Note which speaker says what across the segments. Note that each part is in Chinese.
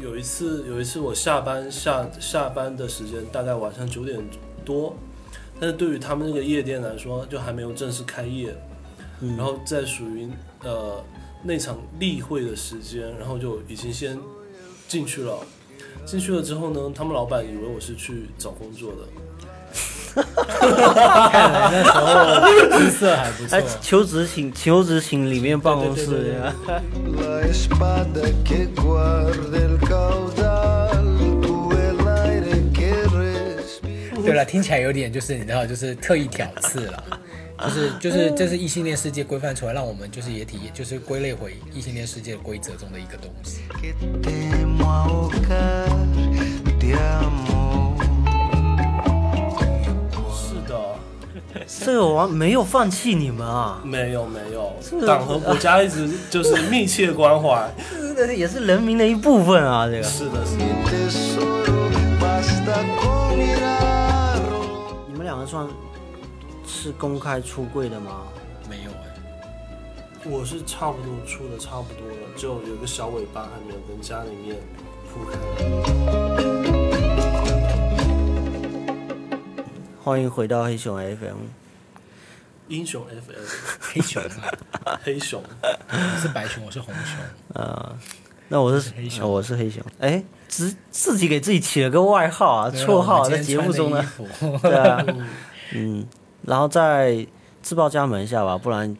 Speaker 1: 有一次，有一次我下班下下班的时间大概晚上九点多，但是对于他们这个夜店来说，就还没有正式开业，
Speaker 2: 嗯
Speaker 1: 然后在属于呃那场例会的时间，然后就已经先进去了。进去了之后呢，他们老板以为我是去找工作的，
Speaker 3: 看来那时候姿色还不错
Speaker 2: 哎，。求职请求职请里面办公
Speaker 3: 对对对
Speaker 2: 室
Speaker 3: 对
Speaker 2: 呀，
Speaker 4: La espada que guarda el caudal, tú el aire que respira.
Speaker 3: 对了，听起来有点就是你知道，就是特意挑刺了，就是
Speaker 2: 嗯
Speaker 3: 就是这是异性恋世界规范出来，让我们就是也体验，就是归类回异性恋世界规则中的一个东西。
Speaker 4: Que temo ahogar, te amo.
Speaker 1: 是的，
Speaker 2: 这个王没有放弃你们啊，
Speaker 1: 没有没有，党和国家一直就是密切关 怀，
Speaker 2: 这个也是人民的一部分啊，这个。
Speaker 1: 是的，是的。
Speaker 4: Mi tesoro, basta con mirarlo.
Speaker 2: 你们两个算是公开出柜的吗？
Speaker 3: 没有哎、
Speaker 1: 我是差不多出的差不多了，就有个小尾巴还没有跟家里面铺开。
Speaker 2: 欢迎回到黑熊 FM，
Speaker 1: 英雄 FM，
Speaker 3: 黑熊啊，
Speaker 1: 黑熊，
Speaker 3: 你是白熊，我是红熊。
Speaker 2: 呃，那我是
Speaker 3: 黑熊
Speaker 2: 呃我是黑熊，哎，自自己给自己起了个外号啊，
Speaker 3: 对啊
Speaker 2: 绰号
Speaker 3: 我
Speaker 2: 啊在
Speaker 3: 们今
Speaker 2: 节
Speaker 3: 天
Speaker 2: 目中
Speaker 3: 穿
Speaker 2: 呢
Speaker 3: 的，衣服
Speaker 2: 对啊，嗯，然后再自报家门一下吧，不然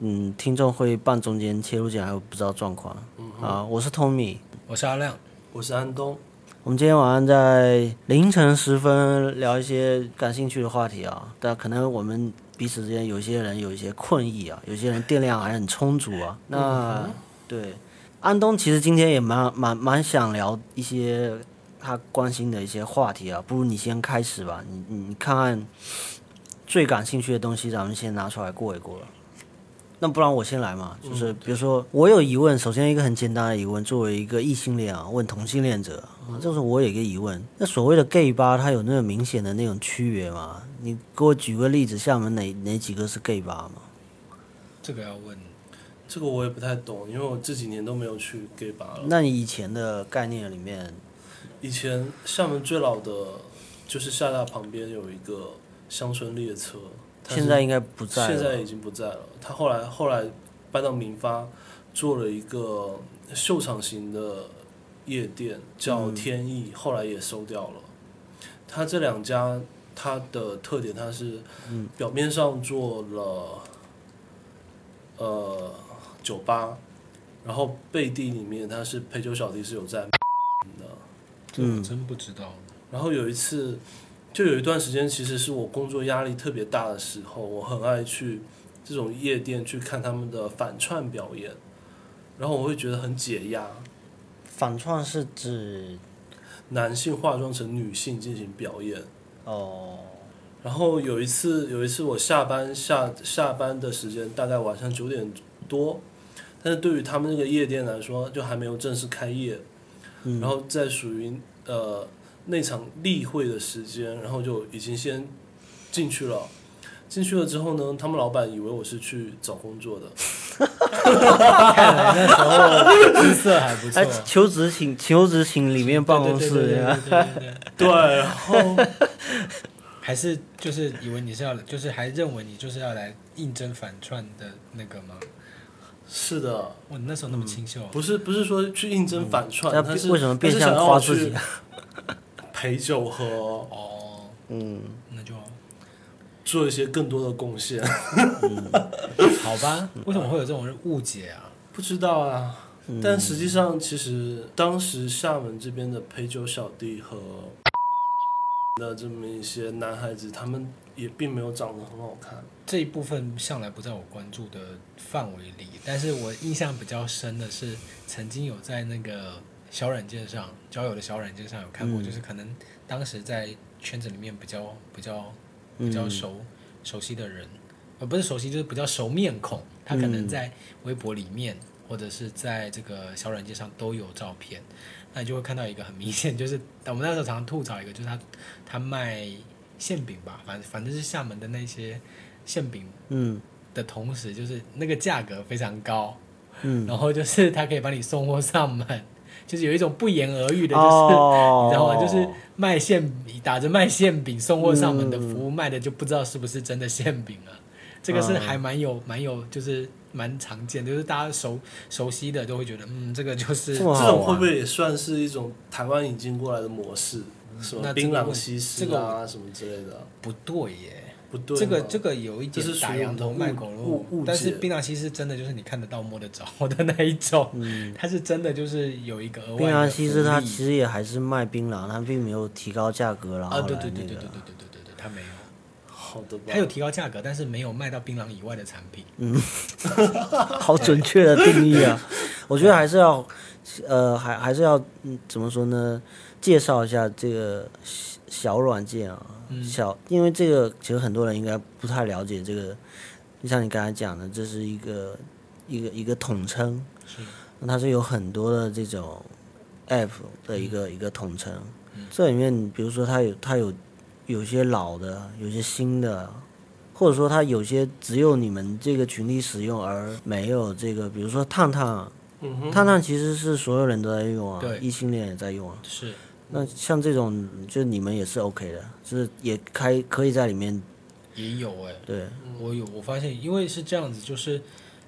Speaker 2: 嗯听众会半中间切入进来，我不知道状况
Speaker 3: 嗯
Speaker 2: 啊。我是 Tommy，
Speaker 3: 我是阿亮，
Speaker 1: 我是安东。
Speaker 2: 我们今天晚上在凌晨时分聊一些感兴趣的话题啊，但可能我们彼此之间有些人有一些困意啊，有些人电量还很充足啊。那对，安东其实今天也蛮蛮蛮想聊一些他关心的一些话题啊，不如你先开始吧，你你你看看最感兴趣的东西，咱们先拿出来过一过了。那不然我先来嘛，就是比如说我有疑问，首先一个很简单的疑问，作为一个异性恋啊，问同性恋者，啊这是我有一个疑问。那所谓的 gay 吧，它有那种明显的那种区别吗？你给我举个例子，厦门哪哪几个是 gay 吧吗？
Speaker 3: 这个要问
Speaker 1: 这个我也不太懂，因为我这几年都没有去 gay 吧了。
Speaker 2: 那你以前的概念里面，
Speaker 1: 以前厦门最老的就是厦大旁边有一个乡村列车，它是
Speaker 2: 现在应该不在了。
Speaker 1: 现在已经不在了。他后来后来搬到民发，做了一个秀场型的夜店，叫天意，
Speaker 2: 嗯
Speaker 1: 后来也收掉了。他这两家它的特点，它是
Speaker 2: 嗯
Speaker 1: 表面上做了、呃酒吧，然后背地里面它是陪酒小弟是有在的。
Speaker 3: 这
Speaker 2: 嗯
Speaker 3: 我真不知道。
Speaker 1: 然后有一次，就有一段时间，其实是我工作压力特别大的时候，我很爱去这种夜店去看他们的反串表演，然后我会觉得很解压。
Speaker 2: 反串是指
Speaker 1: 男性化妆成女性进行表演，
Speaker 2: 哦，
Speaker 1: 然后有一次，有一次我下班下下班的时间大概晚上九点多，但是对于他们那个夜店来说，就还没有正式开业，
Speaker 2: 嗯
Speaker 1: 然后在属于呃那场例会的时间，然后就已经先进去了。进去了之后呢，他们老板以为我是去找工作 的，
Speaker 3: 看来那时候姿色还不错
Speaker 2: 哎。，求职请求职请里面办公
Speaker 3: 对对
Speaker 2: 室
Speaker 3: 对对
Speaker 2: 呀。
Speaker 3: 对对对对
Speaker 1: 对，然后
Speaker 3: 还是就是以为你是要，就是还认为你就是要来应征反串的那个吗？
Speaker 1: 是的，
Speaker 3: 哇，你那时候那
Speaker 2: 嗯
Speaker 3: 么清秀啊，
Speaker 1: 不是不是说去应征反串，
Speaker 2: 那
Speaker 1: 他是
Speaker 2: 为什么变
Speaker 1: 他是想
Speaker 2: 相
Speaker 1: 让
Speaker 2: 夸
Speaker 1: 我
Speaker 2: 自己啊
Speaker 1: 去？陪酒喝，
Speaker 3: 哦，
Speaker 2: 嗯，
Speaker 3: 那就
Speaker 1: 做一些更多的贡献？
Speaker 3: 好吧。为什么会有这种误解啊？
Speaker 1: 不知道啊，
Speaker 3: 嗯
Speaker 1: 但实际上，其实当时厦门这边的陪酒小弟和 的这么一些男孩子，他们也并没有长得很好看。
Speaker 3: 这一部分向来不在我关注的范围里，但是我印象比较深的是，曾经有在那个小软件上，交友的小软件上有看过，就是可能当时在圈子里面比较比较比
Speaker 2: 嗯
Speaker 3: 较熟、熟悉的人，呃，不是熟悉，就是比较熟面孔，他可
Speaker 2: 嗯
Speaker 3: 能在微博里面、或者是在这个小软件上都有照片，那你就会看到一个很明显， 就是我们那时候常常吐槽一个，就是他他卖馅饼吧，反反正是厦门的那些馅饼
Speaker 2: 嗯
Speaker 3: 的同时，就是那个价格非常高，
Speaker 2: 嗯
Speaker 3: 然后就是他可以帮你送货上门，就是有一种不言而喻的，就是、
Speaker 2: 哦，
Speaker 3: 你知道吗？就是卖馅饼，打着卖馅饼送货上门的服务，卖的就不知道是不是真的馅饼啊。这个是还蛮有蛮有，就是蛮常见，就是大家熟熟悉的都会觉得，嗯，这个就是
Speaker 2: 这么
Speaker 1: 这
Speaker 2: 好
Speaker 1: 种
Speaker 2: 玩
Speaker 1: 会不会也算是一种台湾引进过来的模式？什
Speaker 3: 嗯那
Speaker 1: 么
Speaker 3: 这个
Speaker 1: 槟
Speaker 3: 问
Speaker 1: 榔西
Speaker 3: 这
Speaker 1: 施
Speaker 3: 个
Speaker 1: 啊，什么之类的啊，
Speaker 3: 不对耶。
Speaker 1: 不对吗。
Speaker 3: 这个这个有一
Speaker 1: 这
Speaker 3: 点
Speaker 1: 是属
Speaker 3: 打
Speaker 1: 于
Speaker 3: 羊头
Speaker 1: 误
Speaker 3: 卖狗肉
Speaker 1: 误误，
Speaker 3: 但
Speaker 1: 解
Speaker 3: 是槟榔西施真的就是你看得到摸得着的那一种，它是真的就是有一个额外
Speaker 2: 槟榔西施它
Speaker 3: 其
Speaker 2: 其实也还是卖槟榔，它并没有提高价格，然后
Speaker 3: 啊，
Speaker 2: 来
Speaker 3: 对对
Speaker 2: 那
Speaker 3: 对对对对
Speaker 2: 个
Speaker 3: 对对对对，它没有，
Speaker 1: 好的吧？
Speaker 3: 它有提高价格，但是没有卖到槟榔以外的产品。
Speaker 2: 好准确的定义啊！我觉得还是要，呃，还还是要，嗯，怎么说呢？介绍一下这个小小软件啊，小，因为这个其实很多人应该不太了解这个，就像你刚才讲的，这是一个一个一个统称，
Speaker 3: 是
Speaker 2: 那它是有很多的这种 app 的一个、一个统称。这里面，比如说它有它有有些老的，有些新的，或者说它有些只有你们这个群体使用而没有这个，比如说探探，
Speaker 1: 嗯哼，
Speaker 2: 探探其实是所有人都在用啊
Speaker 3: 对，
Speaker 2: 异性恋也在用啊。
Speaker 3: 是，
Speaker 2: 那像这种，就你们也是 OK 的，就是也开可以在里面
Speaker 3: 也有哎、
Speaker 2: 对，
Speaker 3: 我有我发现，因为是这样子，就是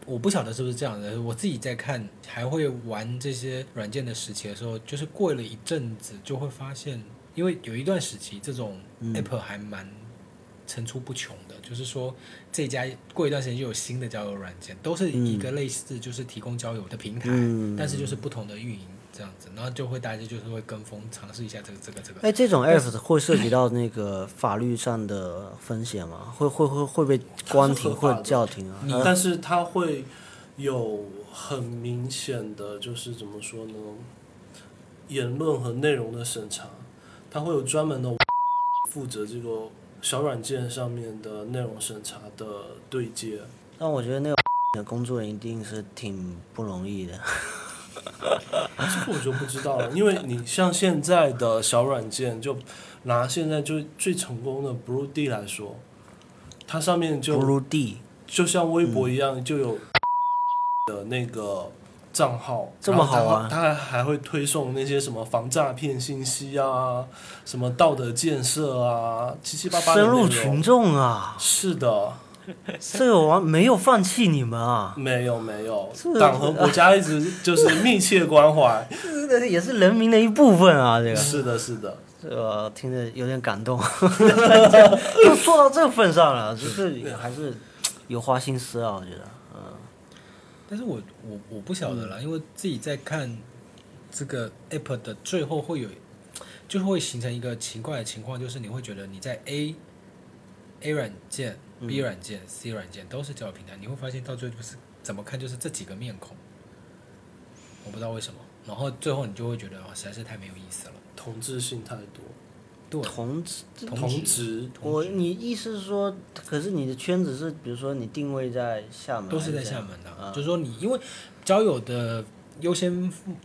Speaker 3: 我不晓得是不是这样的，我自己在看还会玩这些软件的时期的时候，就是过了一阵子就会发现，因为有一段时期这种 app 还蛮层出不穷的，就是说这家过一段时间就有新的交友软件，都是一个类似就是提供交友的平台，
Speaker 2: 嗯
Speaker 3: 但是就是不同的运营这样子，然后就会大家就是会跟风尝试一下这个这个这个。
Speaker 2: 哎，这种 app 会涉及到那个法律上的风险吗？会会会会被关停
Speaker 1: 它是合
Speaker 2: 或
Speaker 1: 法的
Speaker 2: 者叫停啊？
Speaker 1: 但是它会有很明显的，就是怎么说呢，言论和内容的审查，它会有专门的 负责这个小软件上面的内容审查的对接。
Speaker 2: 但我觉得那个的工作一定是挺不容易的。
Speaker 1: 这个我就不知道了，因为你像现在的小软件，就拿现在最最成功的 Blue D 来说，它上面就
Speaker 2: 不如地
Speaker 1: 就像微博一样，就有的那个账号，
Speaker 2: 这么好啊
Speaker 1: 然后他他还会推送那些什么防诈骗信息啊，什么道德建设啊，七七八八的
Speaker 2: 深入
Speaker 1: 内容
Speaker 2: 群。众啊，
Speaker 1: 是的，
Speaker 2: 这个王没有放弃你们啊，
Speaker 1: 没有没有
Speaker 2: 这，
Speaker 1: 党和国家一直就是密切关 怀。
Speaker 2: 这个也是人民的一部分啊，这个
Speaker 1: 是的，是的，
Speaker 2: 这个听着有点 感动，都说到这份上了，就是还是有花心思啊，我觉得，嗯，
Speaker 3: 但是我我我不晓得啦，因为自己在看这个 app 的最后会有，就是会形成一个奇怪的情况，就是你会觉得你在 A A 软件、B 软件、C 软件都是交友平台，你会发现到最后就是怎么看就是这几个面孔，我不知道为什么，然后最后你就会觉得啊、实在是太没有意思了。
Speaker 1: 同质性太多，
Speaker 3: 对，
Speaker 2: 同志
Speaker 3: 同
Speaker 1: 同
Speaker 3: 质
Speaker 1: 质
Speaker 2: 我你意思是说，可是你的圈子是，比如说你定位在厦门，
Speaker 3: 都是
Speaker 2: 还
Speaker 3: 在
Speaker 2: 是
Speaker 3: 厦门的、
Speaker 2: 啊，
Speaker 3: 就是说你因为交友的优先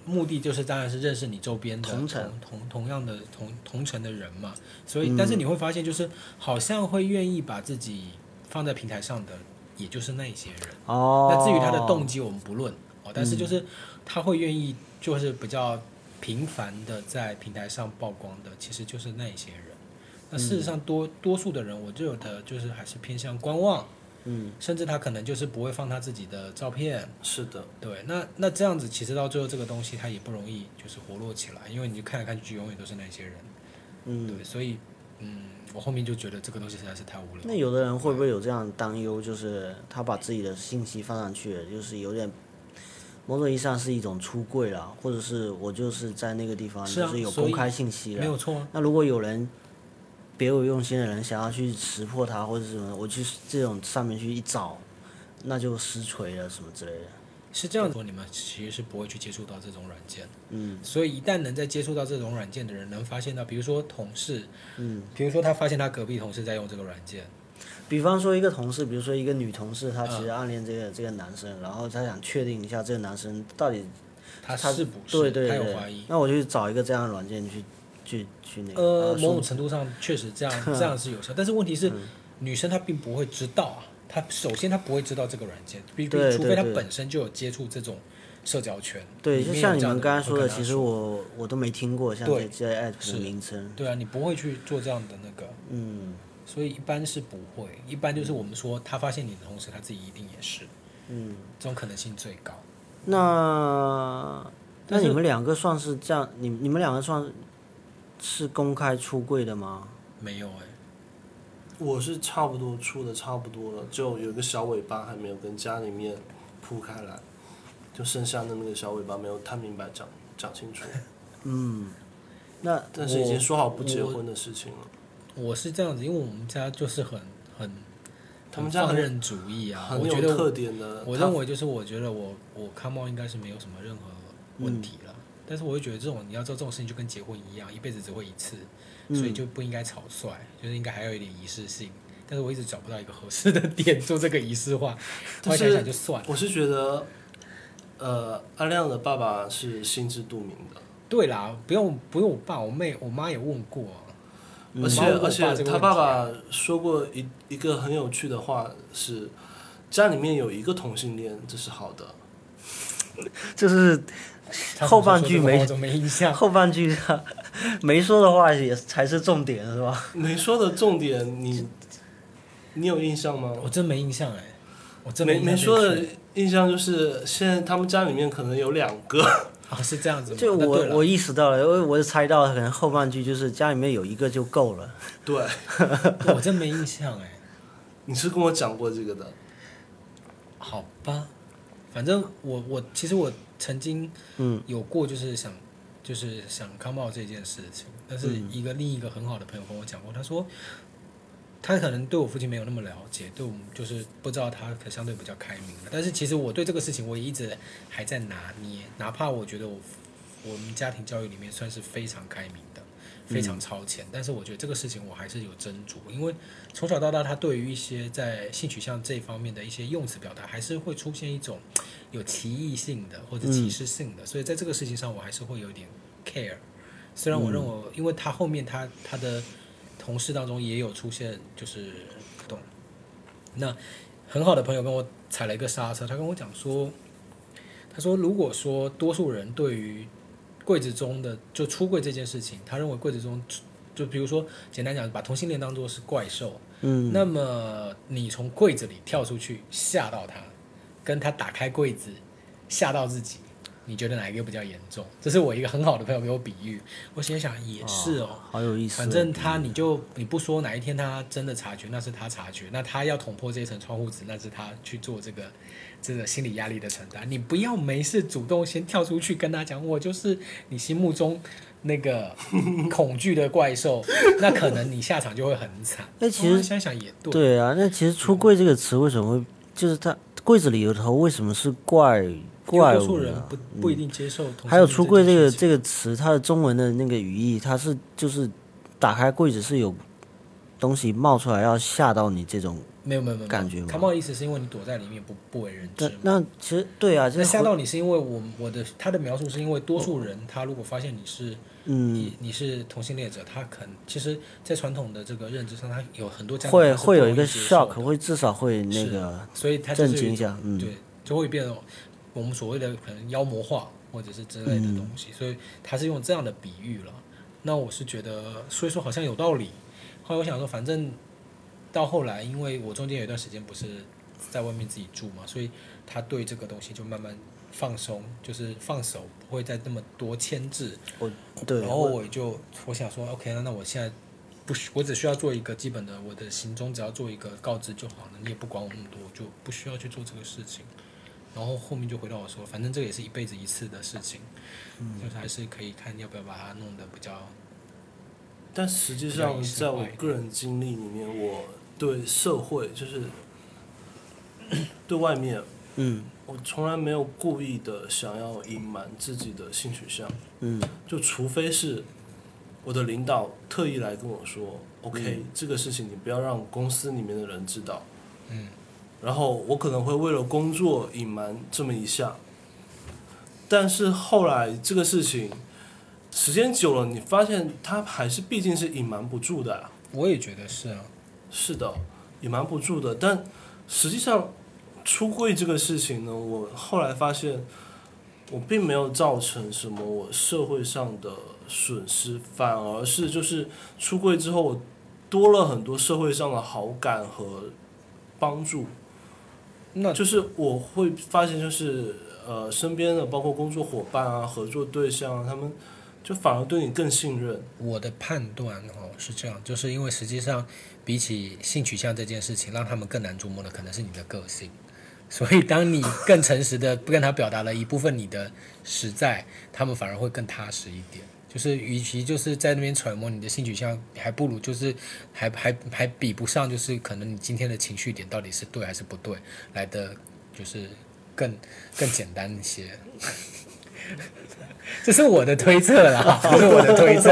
Speaker 3: 目的就是当然是认识你周边的
Speaker 2: 同城嗯
Speaker 3: 同同同样的同同城的人嘛，所以、但是你会发现就是好像会愿意把自己放在平台上的，也就是那一些人。
Speaker 2: 哦，嗯
Speaker 3: 那至于他的动机我们不论哦，但是就是他会愿意就是比较频繁的在平台上曝光的，其实就是那一些人。那事实上多多数的人，我就有的就是还是偏向观望，
Speaker 2: 嗯，
Speaker 3: 甚至他可能就是不会放他自己的照片。
Speaker 1: 是的，
Speaker 3: 对，那那这样子其实到最后这个东西它也不容易就是活络起来，因为你就看来看去永远都是那些人。
Speaker 2: 嗯，
Speaker 3: 对，所以嗯，我后面就觉得这个东西实在是太无聊。
Speaker 2: 那有的人会不会有这样的担忧，就是他把自己的信息放上去，就是有点某种意义上是一种出柜了，或者是我就是在那个地方
Speaker 3: 是啊
Speaker 2: 就是有
Speaker 3: 所以
Speaker 2: 公开信息
Speaker 3: 没
Speaker 2: 了。
Speaker 3: 有错啊，
Speaker 2: 那如果有人别有用心的人想要去识破它或者是什么，我去这种上面去一找，那就实锤了什么之类的。
Speaker 3: 是这样说，你们其实是不会去接触到这种软件。
Speaker 2: 嗯
Speaker 3: 所以一旦能在接触到这种软件的人，能发现到，比如说同事，
Speaker 2: 嗯，
Speaker 3: 比如说他发现他隔壁同事在用这个软件，
Speaker 2: 比方说一个同事，比如说一个女同事，她
Speaker 3: 嗯
Speaker 2: 其实暗恋这个、这个男生，然后她想确定一下这个男生到底
Speaker 3: 他是不是
Speaker 2: 对对
Speaker 3: 他
Speaker 2: 对
Speaker 3: 有怀疑？
Speaker 2: 那我就找一个这样的软件去去去那个。
Speaker 3: 呃，
Speaker 2: 然后
Speaker 3: 某
Speaker 2: 说嗯
Speaker 3: 种程度上确实这 样这样是有效，但是问题是，女生她并不会知道啊，她首先她不会知道这个软件，比比
Speaker 2: 对
Speaker 3: 除非她
Speaker 2: 对对
Speaker 3: 本身就有接触这种社交圈。
Speaker 2: 对，
Speaker 3: 里
Speaker 2: 就
Speaker 3: 面
Speaker 2: 像
Speaker 3: 有
Speaker 2: 你
Speaker 3: 这样
Speaker 2: 们
Speaker 3: 的
Speaker 2: 刚
Speaker 3: 人
Speaker 2: 才
Speaker 3: 会
Speaker 2: 说的，
Speaker 3: 跟他
Speaker 2: 其实我我都没听过像这
Speaker 3: 对
Speaker 2: 这些 app
Speaker 3: 是
Speaker 2: 的名称。
Speaker 3: 对啊，你不会去做这样的那个，
Speaker 2: 嗯
Speaker 3: 所以一般是不会，一般就是我们说他发现你的同时，他自己一定也是，
Speaker 2: 嗯，
Speaker 3: 这种可能性最高。
Speaker 2: 那那
Speaker 3: 但是
Speaker 2: 你们两个算是这样，你你们两个算是公开出柜的吗？
Speaker 3: 没有哎、
Speaker 1: 我是差不多出的差不多了，就有一个小尾巴还没有跟家里面铺开来，就剩下的那个小尾巴没有太明白讲讲清 楚，
Speaker 2: 嗯，那
Speaker 1: 但是已经说好不结婚的事情了。
Speaker 3: 我是这样子，因为我们家就是很很
Speaker 1: 他们家
Speaker 3: 很放
Speaker 1: 很
Speaker 3: 任主义啊，
Speaker 1: 很
Speaker 3: 我
Speaker 1: 有
Speaker 3: 觉得
Speaker 1: 特
Speaker 3: 我
Speaker 1: 点的，
Speaker 3: 我认为就是我觉得我我 come on 应该是没有什么任何问题了。但是我会觉得这种你要做这种事情就跟结婚一样，一辈子只会一次，
Speaker 2: 嗯
Speaker 3: 所以就不应该草率，就是应该还有一点仪式性。但是我一直找不到一个合适的 点做这个仪式化，后
Speaker 1: 但
Speaker 3: 来
Speaker 1: 是
Speaker 3: 想想就算了。
Speaker 1: 我是觉得，呃，阿亮的爸爸是心知肚明的，
Speaker 3: 对啦，不用不用我爸，我妹我妈也问过啊、
Speaker 1: 而且
Speaker 3: 包嗯括我爸
Speaker 1: 而且
Speaker 3: 这个
Speaker 1: 他
Speaker 3: 问
Speaker 1: 爸
Speaker 3: 题啊
Speaker 1: 爸说过一一个很有趣的话是，家里面有一个同性恋，这是好的。
Speaker 2: 这是
Speaker 3: 他
Speaker 2: 后半句没
Speaker 3: 我都没印象。
Speaker 2: 后半句啊 没说的话也才是重点，是吧？
Speaker 1: 没说的重点，你你有印象吗？
Speaker 3: 我真没印象哎、我真
Speaker 1: 没
Speaker 3: 印象
Speaker 1: 没说
Speaker 3: 这个
Speaker 1: 的
Speaker 3: 事
Speaker 1: 印象就是，现在他们家里面可能有两个，
Speaker 3: 啊，是这样子吗。
Speaker 2: 就
Speaker 3: 那
Speaker 2: 我
Speaker 3: 对了
Speaker 2: 我意识到了，因为我猜到可能后半句就是家里面有一个就够了。
Speaker 1: 对，
Speaker 3: 我真没印象哎、
Speaker 1: 你是跟我讲过这个的，
Speaker 3: 好吧，反正我我其实我曾经
Speaker 2: 嗯
Speaker 3: 有过就是想就是想 come out 这件事情，但是一个、另一个很好的朋友跟我讲过，他说他可能对我父亲没有那么了解，对我们就是不知道他可相对比较开明了，但是其实我对这个事情我也一直还在拿捏，哪怕我觉得我我们家庭教育里面算是非常开明的。非常超前，但是我觉得这个事情我还是有斟酌，因为从小到大，他对于一些在性取向这一方面的一些用词表达，还是会出现一种有歧义性的或者歧视性的，所以在这个事情上，我还是会有点 care。虽然我认为，因为他后面他他的同事当中也有出现就是懂，那很好的朋友跟我踩了一个刹车，他跟我讲说，他说如果说多数人对于柜子中的就出柜这件事情，他认为柜子中就比如说简单讲，把同性恋当做是怪兽，
Speaker 2: 嗯，
Speaker 3: 那么你从柜子里跳出去吓到他，跟他打开柜子吓到自己，你觉得哪一个比较严重？这是我一个很好的朋友给我比喻，我心里想也是哦。
Speaker 2: 好有意思。
Speaker 3: 反正他，你就你不说哪一天他真的察觉，那是他察觉，那他要捅破这一层窗户纸，那是他去做这个这个心理压力的承担。你不要没事主动先跳出去跟他讲，我就是你心目中那个恐惧的怪兽， 那可能你下场就会很惨。
Speaker 2: 哎其实
Speaker 3: 哦想想也对，
Speaker 2: 对啊，那其实“出柜”这个词为什么会就是它柜子里有头为什么是怪
Speaker 3: 因为
Speaker 2: 怪
Speaker 3: 多数
Speaker 2: 物
Speaker 3: 人
Speaker 2: 呢？
Speaker 3: 不不一定接受同性恋件事情。
Speaker 2: 还有“出柜”这个这个词，它的中文的那个语义，它是就是打开柜子是有东西冒出来要吓到你这种。
Speaker 3: 没有没有没有
Speaker 2: 感觉吗
Speaker 3: 他冒的意思是因为你躲在里面不不为人知
Speaker 2: 那
Speaker 3: 嘛。
Speaker 2: 那其实对啊，
Speaker 3: 那
Speaker 2: 这
Speaker 3: 吓到你是因为我我的他的描述是因为多数人他如果发现你是
Speaker 2: 嗯
Speaker 3: 你你是同性恋者，他可能其实，在传统的这个认知上，他有很多家长
Speaker 2: 会
Speaker 3: 他是
Speaker 2: 会有一
Speaker 3: 不容
Speaker 2: 个
Speaker 3: 易接受
Speaker 2: shock，
Speaker 3: 的
Speaker 2: 会至少会那个
Speaker 3: 所以他就
Speaker 2: 震
Speaker 3: 是
Speaker 2: 惊
Speaker 3: 有
Speaker 2: 一下，嗯。
Speaker 3: 对，就会变得我们所谓的可能妖魔化或者是之类的东西，所以他是用这样的比喻了。那我是觉得，所以说好像有道理。后来我想说，反正到后来，因为我中间有一段时间不是在外面自己住嘛，所以他对这个东西就慢慢放松，就是放手，不会再那么多牵制。
Speaker 2: 我对，
Speaker 3: 然后我就我想说，OK，那那我现在不需，我只需要做一个基本的，我的行踪只要做一个告知就好了，你也不管我那么多，我就不需要去做这个事情。然后后面就回到我说，反正这个也是一辈子一次的事情，就是还是可以看要不要把它弄得比较
Speaker 1: 但实际
Speaker 3: 比较
Speaker 1: 上
Speaker 3: 仪式
Speaker 1: 在我
Speaker 3: 化一点
Speaker 1: 个人经历里面，我对社会就是 对外面，
Speaker 2: 嗯
Speaker 1: 我从来没有故意的想要隐瞒自己的性取向。
Speaker 2: 嗯
Speaker 1: 就除非是我的领导特意来跟我说、o k 这个事情你不要让公司里面的人知道。
Speaker 3: 嗯。
Speaker 1: 然后我可能会为了工作隐瞒这么一下，但是后来这个事情时间久了，你发现它还是毕竟是隐瞒不住的啊、
Speaker 3: 我也觉得是啊，
Speaker 1: 是的，隐瞒不住的。但实际上，出柜这个事情呢，我后来发现，我并没有造成什么我社会上的损失，反而是就是出柜之后，我多了很多社会上的好感和帮助。
Speaker 3: 那
Speaker 1: 就是我会发现，就是呃，身边的包括工作伙伴啊、合作对象啊，他们就反而对你更信任。
Speaker 3: 我的判断哦是这样，就是因为实际上比起性取向这件事情，让他们更难捉摸的可能是你的个性。所以当你更诚实的跟他表达了一部分你的实在，他们反而会更踏实一点。就是与其就是在那边揣摩你的性取向，还不如就是还还还比不上就是可能你今天的情绪点到底是对还是不对来的，就是更更简单一些。 这是我的推测啦， 这是我的推测，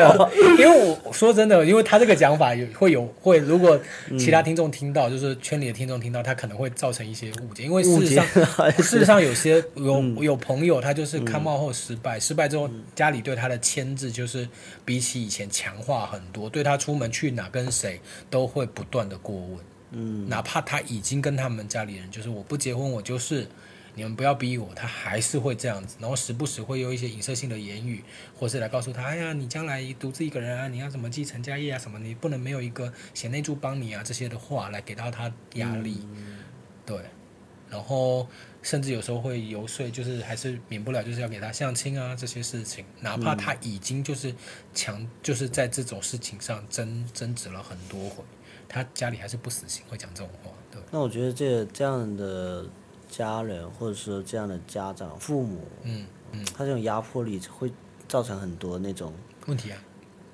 Speaker 3: 因为我说真的，因为他这个讲法有会有会，如果其
Speaker 2: 嗯
Speaker 3: 他听众听到，就是圈里的听众听到，他可能会造成一些误解，因为事实上
Speaker 2: 误解还是
Speaker 3: 事实上有些有有朋友他就是看冒后失败，失败之后家里对他的牵制就是比起以前强化很多，对他出门去哪跟谁都会不断的过问，嗯，哪怕他已经跟他们家里人就是我不结婚我就是。你们不要逼我，他还是会这样子，然后时不时会有一些影射性的言语，或是来告诉他，哎呀，你将来独自一个人啊，你要怎么继承家业啊，什么，你不能没有一个贤内助帮你啊，这些的话来给到他压力，对，然后甚至有时候会游说，就是还是免不了就是要给他相亲啊这些事情，哪怕他已经就是强，就是在这种事情上争争执了很多回，他家里还是不死心，会讲这种话，对，
Speaker 2: 那我觉得这这样的家人或者说这样的家长、父母，
Speaker 3: 嗯嗯，
Speaker 2: 他这种压迫力会造成很多那种
Speaker 3: 问题啊，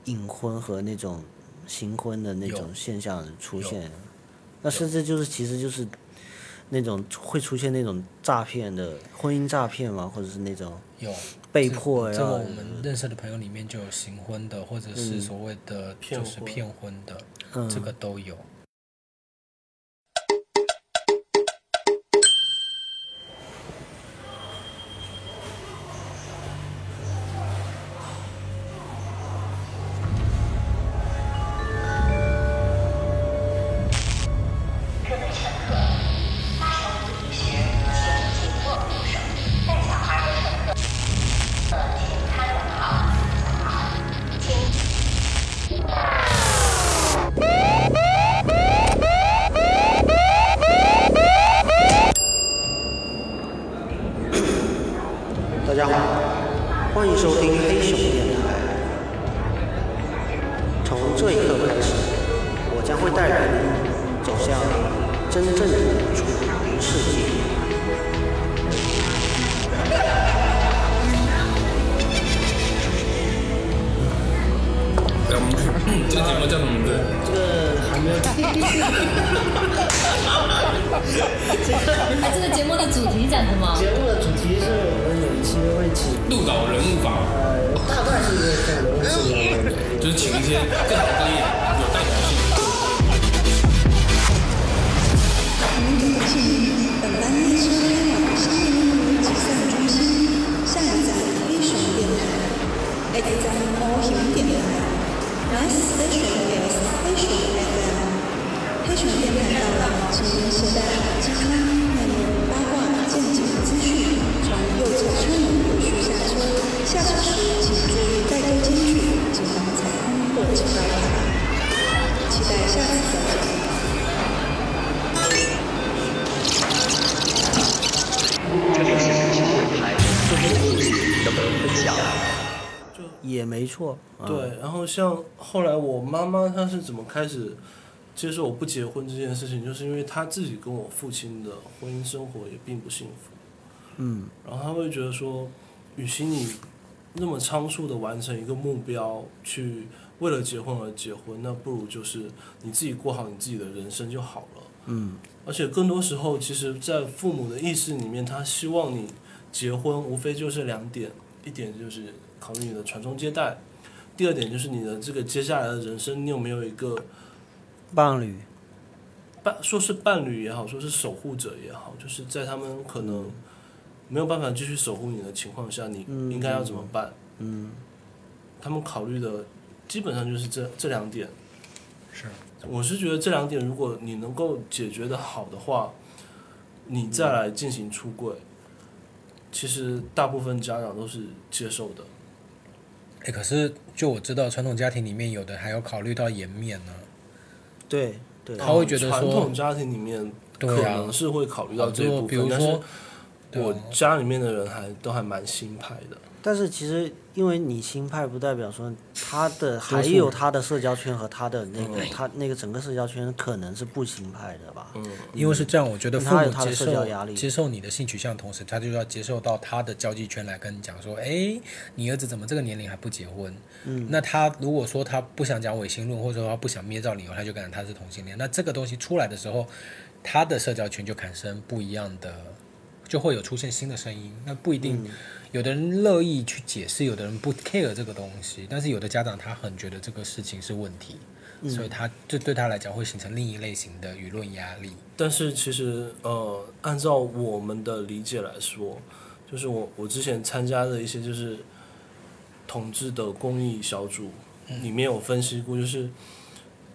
Speaker 2: 隐婚和那种行婚的那种
Speaker 3: 有
Speaker 2: 现象出
Speaker 3: 有
Speaker 2: 现，那甚至就是其实就是那种会出现那种诈骗的婚姻诈骗嘛，或者是那种
Speaker 3: 有。
Speaker 2: 被迫
Speaker 3: 这这
Speaker 2: 然
Speaker 3: 个
Speaker 2: 后
Speaker 3: 我们认识的朋友里面就有行婚的，或者是所谓的
Speaker 1: 骗
Speaker 3: 就是
Speaker 1: 婚
Speaker 3: 骗婚的，
Speaker 2: 嗯
Speaker 3: 这个都有。
Speaker 5: 大家好，欢迎收听黑熊电台。从这一刻开始，我将会带领你走向真正的楚门世界。
Speaker 6: 哎，我们这节目叫什么名字？
Speaker 7: 哎，这个节目的主题讲什么？
Speaker 5: 节目的主题是我们每期会请
Speaker 6: 鹿岛人物法，
Speaker 5: 呃，大概是一个这样的问题。
Speaker 6: 就是请一些各行各业有代表性。
Speaker 8: 本班列车开往山林路集散中心，下一站黑熊电台，下一站高雄电台。Nice station is 黑熊 FM。黑熊电台到了，请您携带好鸡汤、内幕、八卦、正经资讯，从右侧车门陆续下车。下车时请注意带钩间距，谨防踩空或扯到卡。期待下次的节目。
Speaker 2: 也没错，啊
Speaker 1: 对，然后像后来我妈妈她是怎么开始接受我不结婚这件事情，就是因为她自己跟我父亲的婚姻生活也并不幸福，
Speaker 2: 嗯，
Speaker 1: 然后她会觉得说，与其你那么仓促的完成一个目标，去为了结婚而结婚，那不如就是你自己过好你自己的人生就好了。
Speaker 2: 嗯，
Speaker 1: 而且更多时候，其实，在父母的意识里面，他希望你结婚，无非就是两点：一点就是考虑你的传宗接代，第二点就是你的这个接下来的人生，你有没有一个
Speaker 2: 伴侣，
Speaker 1: 伴，说是伴侣也好，说是守护者也好，就是在他们可能没有办法继续守护你的情况下，你
Speaker 2: 嗯
Speaker 1: 应该要怎么办？
Speaker 2: 嗯，
Speaker 1: 他们考虑的基本上就是这这两点。
Speaker 3: 是，
Speaker 1: 我是觉得这两点，如果你能够解决的好的话，你再来进行出柜，其实大部分家长都是接受的。
Speaker 3: 哎，可是就我知道，传统家庭里面有的还要考虑到颜面呢、
Speaker 2: 对对，
Speaker 3: 他会觉得说
Speaker 1: 传统家庭里面可
Speaker 3: 对啊
Speaker 1: 能是会考虑到这一
Speaker 3: 就
Speaker 1: 部
Speaker 3: 比
Speaker 1: 分，
Speaker 3: 如
Speaker 1: 但是
Speaker 3: 说，对啊
Speaker 1: 我家里面的人还都还蛮新派的。
Speaker 2: 但是其实因为你新派，不代表说他的
Speaker 3: 数
Speaker 2: 还有他的社交圈和他的那个
Speaker 1: 嗯
Speaker 2: 他那个整个社交圈可能是不新派的吧？
Speaker 1: 嗯，
Speaker 3: 因为是这样，我觉得
Speaker 2: 嗯
Speaker 3: 父
Speaker 2: 他有
Speaker 3: 母
Speaker 2: 他的
Speaker 3: 接
Speaker 2: 社交压
Speaker 3: 受
Speaker 2: 力
Speaker 3: 接受你的性取向的同时，他就要接受到他的交际圈来跟你讲说，哎，你儿子怎么这个年龄还不结婚？嗯，那他如果说他不想讲违心论，或者说他不想捏造理由，他就感觉他是同性恋。那这个东西出来的时候，他的社交圈就产生不一样的，就会有出现新的声音。那不一定，
Speaker 2: 嗯
Speaker 3: 有的人乐意去解释，有的人不 care 这个东西，但是有的家长他很觉得这个事情是问题，
Speaker 2: 嗯
Speaker 3: 所以他这对他来讲会形成另一类型的舆论压力。
Speaker 1: 但是其实呃，按照我们的理解来说，就是我我之前参加的一些就是同志的公益小组，里面有分析过，就是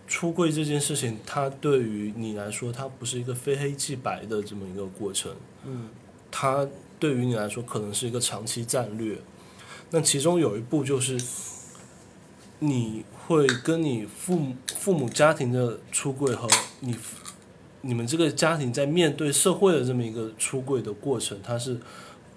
Speaker 1: 出柜这件事情，它对于你来说，它不是一个非黑即白的这么一个过程，
Speaker 2: 嗯，
Speaker 1: 它对于你来说可能是一个长期战略。那其中有一步就是你会跟你父母父母家庭的出柜和你你们这个家庭在面对社会的这么一个出柜的过程，它是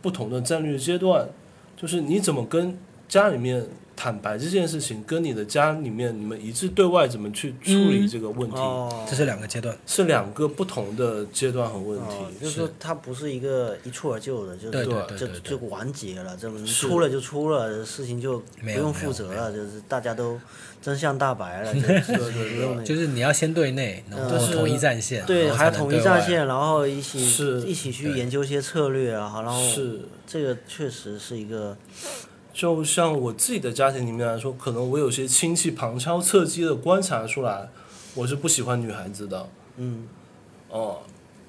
Speaker 1: 不同的战略阶段，就是你怎么跟家里面坦白这件事情，跟你的家里面你们一致对外怎么去处理这个问题，
Speaker 2: 哦
Speaker 3: 这是两个阶段。
Speaker 1: 是两个不同的阶段和问题。
Speaker 2: 哦，就是说它不是一个一蹴而就的，就
Speaker 3: 对对
Speaker 2: 就
Speaker 3: 对对
Speaker 2: 就
Speaker 3: 对
Speaker 2: 就完结了，这么
Speaker 1: 是
Speaker 2: 出了就出了，事情就不
Speaker 3: 没有
Speaker 2: 用
Speaker 3: 没
Speaker 2: 负
Speaker 3: 有
Speaker 2: 责
Speaker 3: 没
Speaker 2: 了，就是大家都真相大 白了，就是不用那个
Speaker 3: 就是你要先对内，然后
Speaker 1: 但是
Speaker 3: 统一战线，
Speaker 2: 嗯对，
Speaker 3: 然后才
Speaker 2: 还要
Speaker 3: 能
Speaker 2: 统
Speaker 3: 对
Speaker 2: 一战
Speaker 3: 外。
Speaker 2: 线，然后一起
Speaker 1: 是
Speaker 2: 一起去
Speaker 3: 对
Speaker 2: 研究一些策略啊，然后
Speaker 1: 是
Speaker 2: 这个确实是 一个
Speaker 1: 就像我自己的家庭里面来说，可能我有些亲戚旁敲侧击的观察出来，我是不喜欢女孩子的。
Speaker 2: 嗯
Speaker 1: 哦、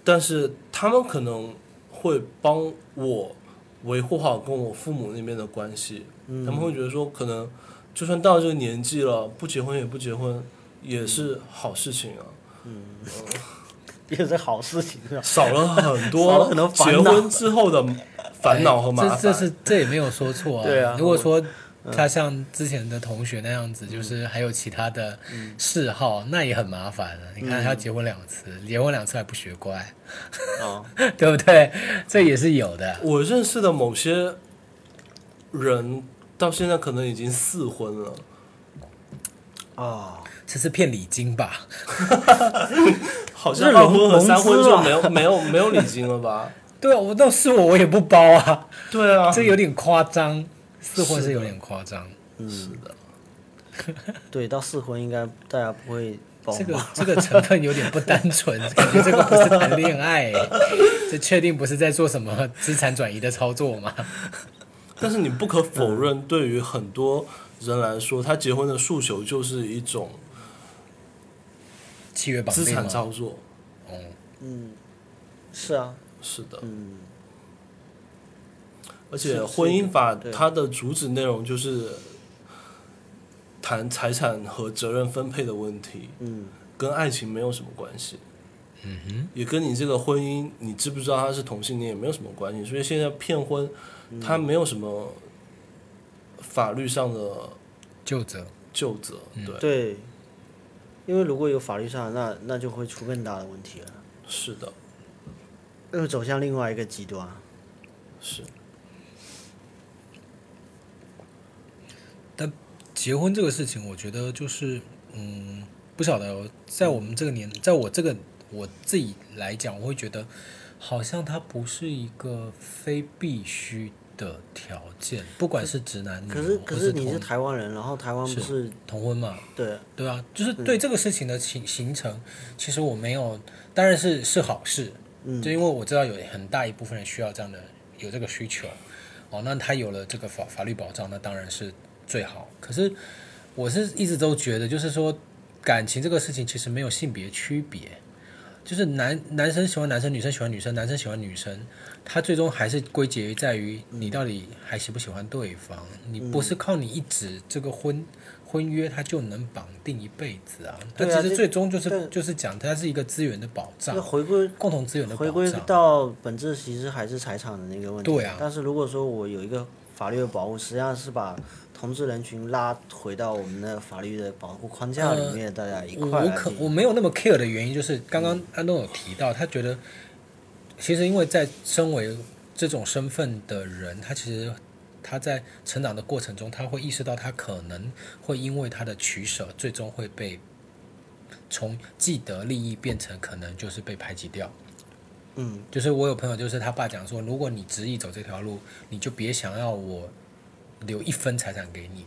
Speaker 1: 但是他们可能会帮我维护好跟我父母那边的关系，
Speaker 2: 嗯
Speaker 1: 他们会觉得说，可能就算到这个年纪了，不结婚也不结婚，也是好事情啊，
Speaker 2: 也是好事情是吧？
Speaker 1: 少了很
Speaker 2: 少了
Speaker 1: 多
Speaker 2: 很多烦
Speaker 1: 结
Speaker 2: 恼
Speaker 1: 婚之后的烦恼和麻烦。
Speaker 3: 这这是这也没有说错啊。
Speaker 2: 对啊
Speaker 3: 如果说他像之前的同学那样子，就是还有其他的
Speaker 2: 嗯
Speaker 3: 嗜好，那也很麻烦啊。你看他结婚两次，结婚两次还不学乖，
Speaker 2: 啊，
Speaker 3: 对不对？这也是有的。
Speaker 1: 我认识的某些人到现在可能已经四婚了，
Speaker 2: 哦，
Speaker 3: 这是骗礼金吧？
Speaker 1: 好像
Speaker 2: 这
Speaker 1: 二
Speaker 2: 融
Speaker 1: 婚和三婚
Speaker 2: 融资
Speaker 1: 就
Speaker 2: 啊
Speaker 1: 没有没有没有礼金了 吧？
Speaker 3: 对啊，我到是我我也不包啊，
Speaker 1: 对啊，
Speaker 3: 这有点夸张，似乎
Speaker 1: 是
Speaker 3: 是
Speaker 1: 的
Speaker 3: 有点夸张。
Speaker 1: 是的，
Speaker 2: 对，到四婚应该大家不会包
Speaker 3: 这个
Speaker 2: 吧？
Speaker 3: 这个成分有点不单 纯，感觉这个不是谈恋爱、这确定不是在做什么资产转移的操作吗？
Speaker 1: 但是你不可否认，对于很多人来说，他结婚的诉求就是一种
Speaker 3: 契约绑
Speaker 1: 资
Speaker 3: 定
Speaker 1: 产
Speaker 3: 吗？
Speaker 1: 操作。
Speaker 3: 哦，
Speaker 2: 嗯是啊，
Speaker 1: 是的，
Speaker 2: 嗯，
Speaker 1: 而且
Speaker 2: 是
Speaker 1: 婚姻法
Speaker 2: 对
Speaker 1: 它的主旨内容就是谈财产和责任分配的问题，
Speaker 2: 嗯，
Speaker 1: 跟爱情没有什么关系。
Speaker 3: 嗯哼，
Speaker 1: 也跟你这个婚姻，你知不知道他是同性恋也没有什么关系。所以现在骗婚，
Speaker 2: 嗯
Speaker 1: 他没有什么法律上的
Speaker 3: 就责。
Speaker 1: 救责，
Speaker 3: 嗯
Speaker 1: 对，
Speaker 2: 对，因为如果有法律上，那那就会出更大的问题了，
Speaker 1: 是的，
Speaker 2: 那就走向另外一个极端。
Speaker 1: 是
Speaker 3: 但结婚这个事情，我觉得就是，嗯，不晓得在我们这个年，在我这个我自己来讲，我会觉得好像它不是一个非必须的条件，不管是直男女
Speaker 2: 可是
Speaker 3: 嗯或
Speaker 2: 可是你是
Speaker 3: 同
Speaker 2: 台湾人，然后台湾不
Speaker 3: 是
Speaker 2: 是
Speaker 3: 同婚嘛，
Speaker 2: 对
Speaker 3: 对啊，就是
Speaker 2: 嗯
Speaker 3: 对这个事情的形形成，其实我没有，当然是是好事，
Speaker 2: 嗯
Speaker 3: 就因为我知道有很大一部分人需要这样的有这个需求，哦，那他有了这个法法律保障，那当然是最好。可是我是一直都觉得，就是说感情这个事情其实没有性别区别，就是男男生喜欢男生，女生喜欢女生，男生喜欢女生，他最终还是归结
Speaker 2: 嗯
Speaker 3: 于在于你到底还喜不喜欢对方，你不是靠你一纸这个婚。婚约它就能绑定一辈子啊。它
Speaker 2: 对啊
Speaker 3: 其
Speaker 2: 这
Speaker 3: 实最终就是、
Speaker 2: 但
Speaker 3: 就是讲它是一个资源的保障
Speaker 2: 那，回归
Speaker 3: 共同资源的保
Speaker 2: 回
Speaker 3: 障。
Speaker 2: 归到本质，其实还是财产的那个问题。
Speaker 3: 对啊
Speaker 2: 但是如果说我有一个法律的保护，实际上是把同志人群拉回到我们的法律的保护框架里面，大家一
Speaker 3: 我
Speaker 2: 块
Speaker 3: 我
Speaker 2: 来
Speaker 3: 呃可
Speaker 2: 进行
Speaker 3: 我没有那么 care 的原因，就是刚刚安东有提到，他觉得其实因为在身为这种身份的人，他其实他在成长的过程中，他会意识到他可能会因为他的取舍，最终会被从既得利益变成可能就是被排挤掉。
Speaker 2: 嗯，
Speaker 3: 就是我有朋友，就是他爸讲说，如果你执意走这条路，你就别想要我留一分财产给你。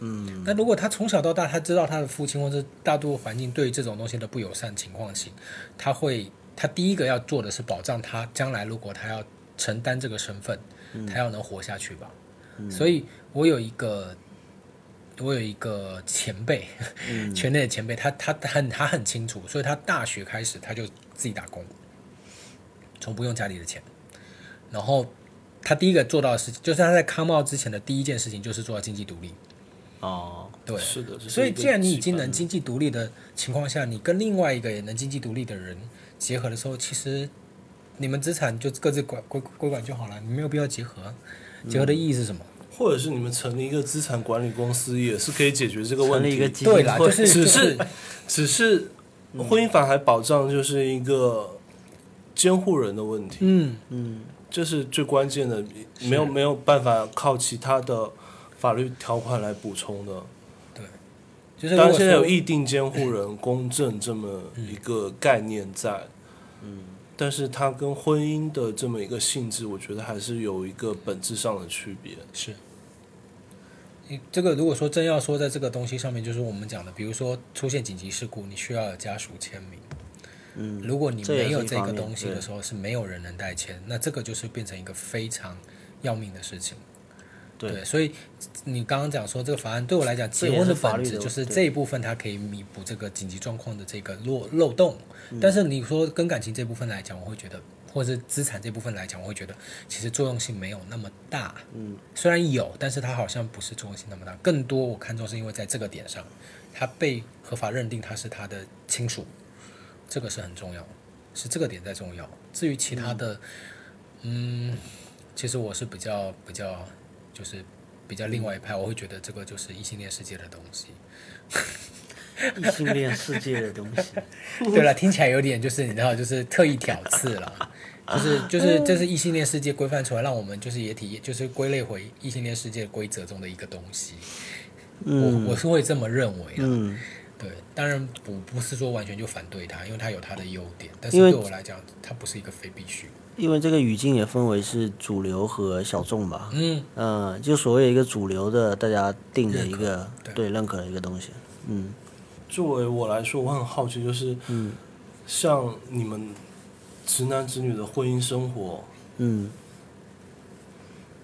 Speaker 3: 嗯，那如果他从小到大，他知道他的父亲或者大多数环境对于这种东西的不友善情况下，他会他第一个要做的是保障他将来如果他要承担这个身份，他要能活下去吧。所以我有一个我有一个前辈，圈内的前辈，他他他很他很清楚，所以他大学开始他就自己打工，从不用家里的钱。然后他第一个做到的事情，就是他在康茂之前的第一件事情就是做到经济独立。
Speaker 2: 哦，
Speaker 3: 对，
Speaker 1: 是的，这是
Speaker 3: 所以
Speaker 1: 一个
Speaker 3: 既然你已
Speaker 1: 基
Speaker 3: 经
Speaker 1: 本
Speaker 3: 能经济独立的情况下，你跟另外一个也能经济独立的人结合的时候，其实你们资产就各自管归归管就好了，你没有必要结合啊。结合的意义是什么？
Speaker 1: 或者是你们成立一个资产管理公司，也是可以解决这个问
Speaker 2: 成立
Speaker 1: 题。
Speaker 2: 一个基嗯金
Speaker 3: 对啦，就
Speaker 2: 会，
Speaker 3: 是
Speaker 1: 只
Speaker 3: 就是
Speaker 1: 只是婚姻法还保障就是一个监护人的问题，
Speaker 3: 嗯，
Speaker 1: 这是最关键的，没有没有办法靠其他的法律条款来补充的。
Speaker 3: 就是如
Speaker 1: 当然，
Speaker 3: 果
Speaker 1: 现在有
Speaker 3: 说
Speaker 1: 议定监护人公证这么一个概念在，嗯，但是它跟婚姻的这么一个性质，我觉得还是有一个本质上的区别。
Speaker 3: 是。你这个如果说真要说在这个东西上面，就是我们讲的，比如说出现紧急事故，你需要有家属签名。嗯，如果你
Speaker 2: 这也
Speaker 3: 没
Speaker 2: 是
Speaker 3: 有
Speaker 2: 一
Speaker 3: 这
Speaker 2: 方
Speaker 3: 个
Speaker 2: 面
Speaker 3: 东西的时候，是没有人能代签，那这个就是变成一个非常要命的事情。
Speaker 2: 对
Speaker 3: 所以你刚刚讲说这个法案对我来讲，
Speaker 2: 这
Speaker 3: 结
Speaker 2: 也
Speaker 3: 婚的
Speaker 2: 是法
Speaker 3: 本
Speaker 2: 律
Speaker 3: 质
Speaker 2: 的
Speaker 3: 就是
Speaker 2: 对
Speaker 3: 这一部分，它可以弥补这个紧急状况的这个漏漏洞。
Speaker 2: 嗯
Speaker 3: 但是你说跟感情这部分来讲，我会觉得，或者是资产这部分来讲，我会觉得其实作用性没有那么大。嗯，虽然有，但是它好像不是作用性那么大。更多我看重是因为在这个点上，他被合法认定他是他的亲属，这个是很重要，是这个点在重要。至于其他的，嗯其实我是比较比较就是。比较另外一派，我会觉得这个就是异性恋世界的东西。
Speaker 2: 异性恋世界的东西。
Speaker 3: 对了，听起来有点就是你知道，就是特意挑刺 了，就是就是这是异性恋世界规范出来，让我们就是也体验，就是归类回异性恋世界规则中的一个东西。我我是会这么认为的。
Speaker 2: 嗯，
Speaker 3: 对，当然不不是说完全就反对它，因为它有它的优点，但是
Speaker 2: 因为
Speaker 3: 对我来讲，它不是一个非必须。
Speaker 2: 因为这个语境也分为是主流和小众吧。
Speaker 3: 嗯，
Speaker 2: 嗯，就所谓一个主流的，大家定的一个
Speaker 3: 认可对
Speaker 2: 对认可的一个东西。嗯，
Speaker 1: 作为我来说，我很好奇，就是，嗯，像你们直男直女的婚姻生活，
Speaker 2: 嗯，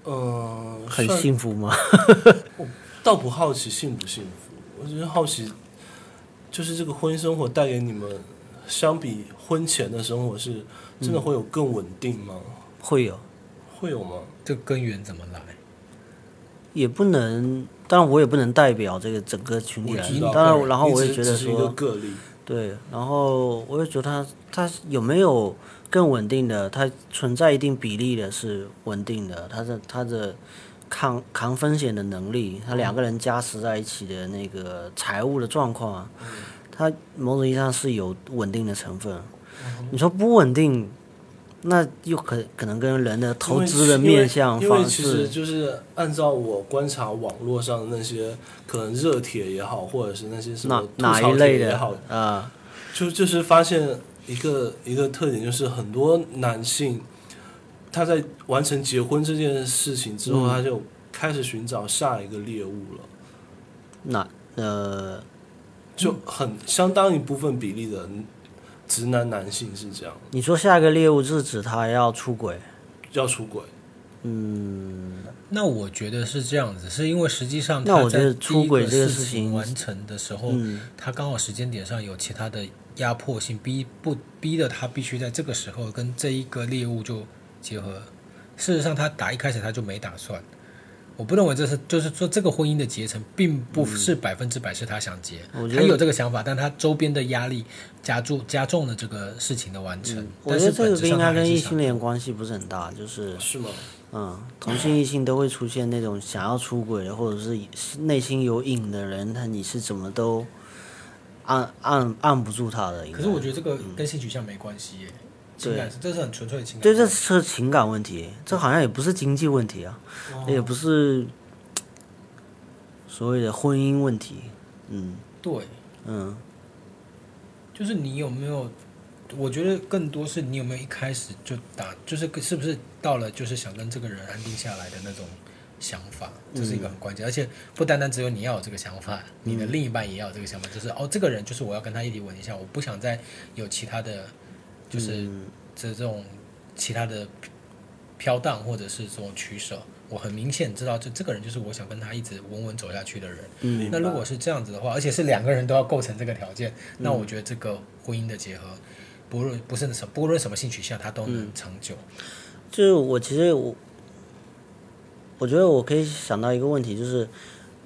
Speaker 1: 嗯、呃，
Speaker 2: 很
Speaker 1: 算
Speaker 2: 幸福吗？
Speaker 1: 倒不好奇幸不幸福，我只是好奇，就是这个婚姻生活带给你们，相比婚前的生活是真的
Speaker 3: 嗯
Speaker 1: 会有更稳定吗？
Speaker 2: 会有，
Speaker 1: 会有吗？
Speaker 3: 这根源怎么来？
Speaker 2: 也不能，当然我也不能代表这个整个群体
Speaker 1: 我
Speaker 2: 来
Speaker 1: 知。道，
Speaker 2: 当然，然后我
Speaker 1: 你
Speaker 2: 也
Speaker 1: 只
Speaker 2: 觉
Speaker 1: 只
Speaker 2: 得
Speaker 1: 是一个
Speaker 2: 说，
Speaker 1: 个例，
Speaker 2: 对，然后我也觉得它它有没有更稳定的，它存在一定比例的是稳定的，它的它的抗扛风险的能力，它两个人加持在一起的那个财务的状况啊，
Speaker 1: 嗯
Speaker 2: 它某种意义上是有稳定的成分。
Speaker 1: 嗯
Speaker 2: 你说不稳定，那又可可能跟人的投资的
Speaker 1: 因为
Speaker 2: 面向
Speaker 1: 因为因
Speaker 2: 方
Speaker 1: 为其
Speaker 2: 式
Speaker 1: 实就是按照我观察网络上的那些可能热帖也好，或者是那些什么
Speaker 2: 哪
Speaker 1: 吐
Speaker 2: 哪一
Speaker 1: 槽
Speaker 2: 类
Speaker 1: 帖
Speaker 2: 的
Speaker 1: 也
Speaker 2: 啊
Speaker 1: 好，、就就是发现一个一个特点，就是很多男性他在完成结婚这件事情之后，
Speaker 2: 嗯
Speaker 1: 他就开始寻找下一个猎物了，
Speaker 2: 哪呃
Speaker 1: 就
Speaker 2: 嗯
Speaker 1: 很相当一部分比例的直男男性是这样，
Speaker 2: 你说下一个猎物是指他要出轨？
Speaker 1: 要出轨。
Speaker 3: 那我觉得是这样子，是因为实际上
Speaker 2: 那
Speaker 3: 他
Speaker 2: 我
Speaker 3: 在
Speaker 2: 觉得
Speaker 3: 第
Speaker 2: 出
Speaker 3: 一
Speaker 2: 轨
Speaker 3: 个
Speaker 2: 这个
Speaker 3: 事
Speaker 2: 事情
Speaker 3: 完成的时候，
Speaker 2: 嗯
Speaker 3: 他刚好时间点上有其他的压迫性，逼不逼的他必须在这个时候跟这一个猎物就结合。事实上，他打一开始他就没打算，我不认为这是，就是说这个婚姻的结成，并不是百分之百是他想结，
Speaker 2: 嗯我觉
Speaker 3: 他
Speaker 2: 得
Speaker 3: 有这个想法，但他周边的压力加重加重了这个事情的完成。
Speaker 2: 嗯我
Speaker 3: 但
Speaker 2: 觉
Speaker 3: 是
Speaker 2: 得这
Speaker 3: 本
Speaker 2: 个
Speaker 3: 质
Speaker 2: 应
Speaker 3: 上他
Speaker 2: 该
Speaker 3: 还
Speaker 2: 跟
Speaker 3: 是
Speaker 2: 异
Speaker 3: 想
Speaker 2: 性恋关系不是很大，就是
Speaker 1: 是吗？
Speaker 2: 嗯，同性异性都会出现那种想要出轨的，或者是内心有瘾的人，他你是怎么都按按按不住他的。应该
Speaker 3: 可是我觉得这个跟性取向没关系耶，情感是这是很纯粹的情感。
Speaker 2: 对，这是情感问题，这好像也不是经济问题啊，
Speaker 3: 哦
Speaker 2: 也不是所谓的婚姻问题。嗯
Speaker 3: 对，
Speaker 2: 嗯，
Speaker 3: 就是你有没有？我觉得更多是你有没有一开始就打，就是是不是到了就是想跟这个人安定下来的那种想法，这是一个很关键。而且不单单只有你要有这个想法，你的另一半也要有这个想法，就是哦，这个人就是我要跟他一起稳一下，我不想再有其他的，就是这种其他的飘荡或者是这种取舍。我很明显知道，就这个人就是我想跟他一直稳稳走下去的人。
Speaker 2: 嗯
Speaker 3: 那如果是这样子的话，而且是两个人都要构成这个条件，
Speaker 1: 嗯
Speaker 3: 那我觉得这个婚姻的结合，不论不是什不论什么性取向，它都能长久。
Speaker 2: 嗯就是我其实我，我觉得我可以想到一个问题，就是，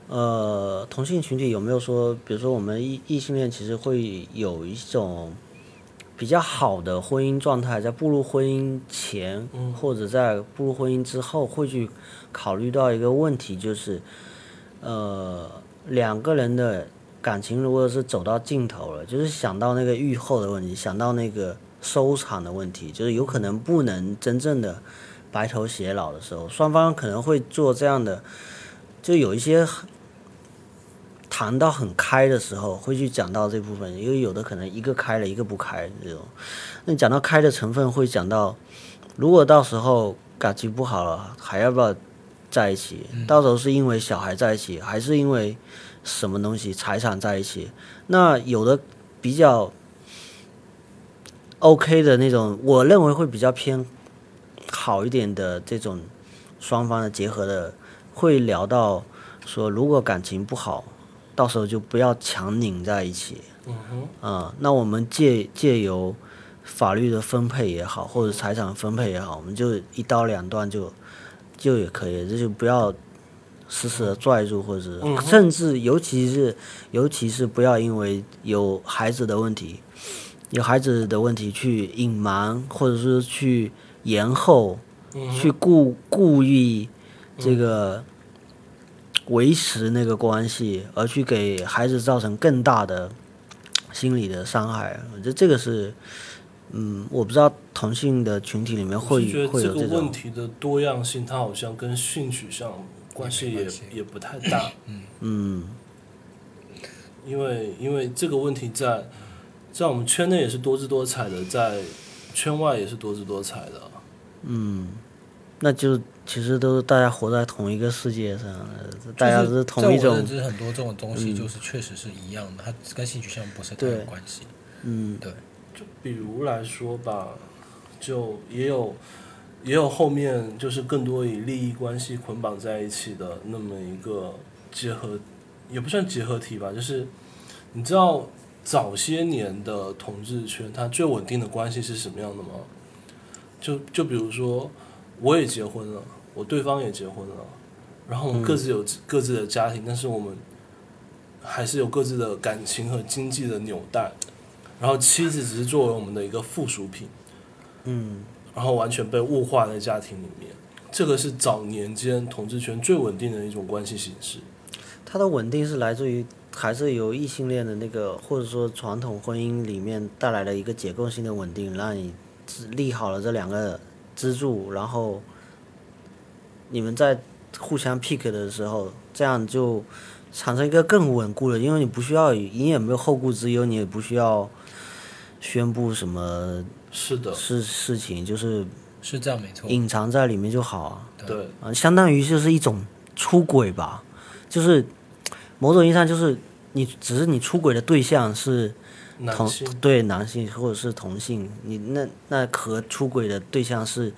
Speaker 2: 呃，同性群体有没有说，比如说我们异异性恋其实会有一种比较好的婚姻状态，在步入婚姻前，或者在步入婚姻之后，会去考虑到一个问题，就是，呃，两个人的感情如果是走到尽头了，就是想到那个愈后的问题，想到那个收场的问题，就是有可能不能真正的白头偕老的时候，双方可能会做这样的，就有一些很谈到很开的时候，会去讲到这部分，因为有的可能一个开了，一个不开这种。那讲到开的成分，会讲到如果到时候感情不好了，还要不要在一起？到时候是因为小孩在一起，还是因为什么东西财产在一起？那有的比较 OK 的那种，我认为会比较偏好一点的这种双方的结合的，会聊到说，如果感情不好，到时候就不要强拧在一起。嗯那我们借借由法律的分配也好，或者财产分配也好，我们就一刀两断就就也可以，这就不要死死的拽住，或者是
Speaker 1: 嗯
Speaker 2: 甚至尤其是尤其是不要因为有孩子的问题，有孩子的问题去隐瞒，或者是去延后，
Speaker 1: 嗯
Speaker 2: 去故故意这个维持那个关系，而去给孩子造成更大的心理的伤害。我觉得这个是，嗯，我不知道同性的群体里面
Speaker 1: 我
Speaker 2: 呃会
Speaker 1: 是觉得
Speaker 2: 会
Speaker 1: 这
Speaker 2: 有
Speaker 1: 个
Speaker 2: 这
Speaker 1: 问
Speaker 2: 种，
Speaker 1: 题的多样性，它好像跟性取向关系
Speaker 3: 也没
Speaker 1: 也
Speaker 3: 关系
Speaker 1: 也不太大。
Speaker 2: 嗯
Speaker 1: 因为因为这个问题在在我们圈内也是多姿多彩的，在圈外也是多姿多彩的。
Speaker 2: 嗯，那就其实都是大家活在同一个世界上，大家
Speaker 3: 就是是
Speaker 2: 同一
Speaker 3: 在我
Speaker 2: 种嗯
Speaker 3: 认，知很多这种东西就是确实是一样的，它跟性取向不是太有
Speaker 2: 对
Speaker 3: 关系。
Speaker 2: 嗯
Speaker 3: 对，
Speaker 1: 就比如来说吧，就也有也有后面就是更多以利益关系捆绑在一起的那么一个结合，也不算结合体吧，就是你知道早些年的统治圈，它最稳定的关系是什么样的吗？就就比如说，我也结婚了，我对方也结婚了，然后我们各自有各自的家庭，但是我们还是有各自的感情和经济的纽带。然后妻子只是作为我们的一个附属品，
Speaker 2: 嗯
Speaker 1: 然后完全被物化在家庭里面。这个是早年间统治权最稳定的一种关系形式。
Speaker 2: 它的稳定是来自于嗯还是由异性恋的那个，或者说传统婚姻里面带来的一个结构性的稳定，让你只立好了这两个支柱，然后你们在互相 pick 的时候，这样就产生一个更稳固的，因为你不需要，你也没有后顾之忧，你也不需要宣布什么
Speaker 1: 是的，
Speaker 2: 事事情，就是
Speaker 3: 是这样没错，
Speaker 2: 隐藏在里面就好啊。
Speaker 1: 对，
Speaker 2: 啊，相当于就是一种出轨吧，就是某种意义上就是你只是你出轨的对象是
Speaker 1: 男
Speaker 2: 同
Speaker 1: 性
Speaker 2: 对男性或者是同性，你那那可出轨的对象是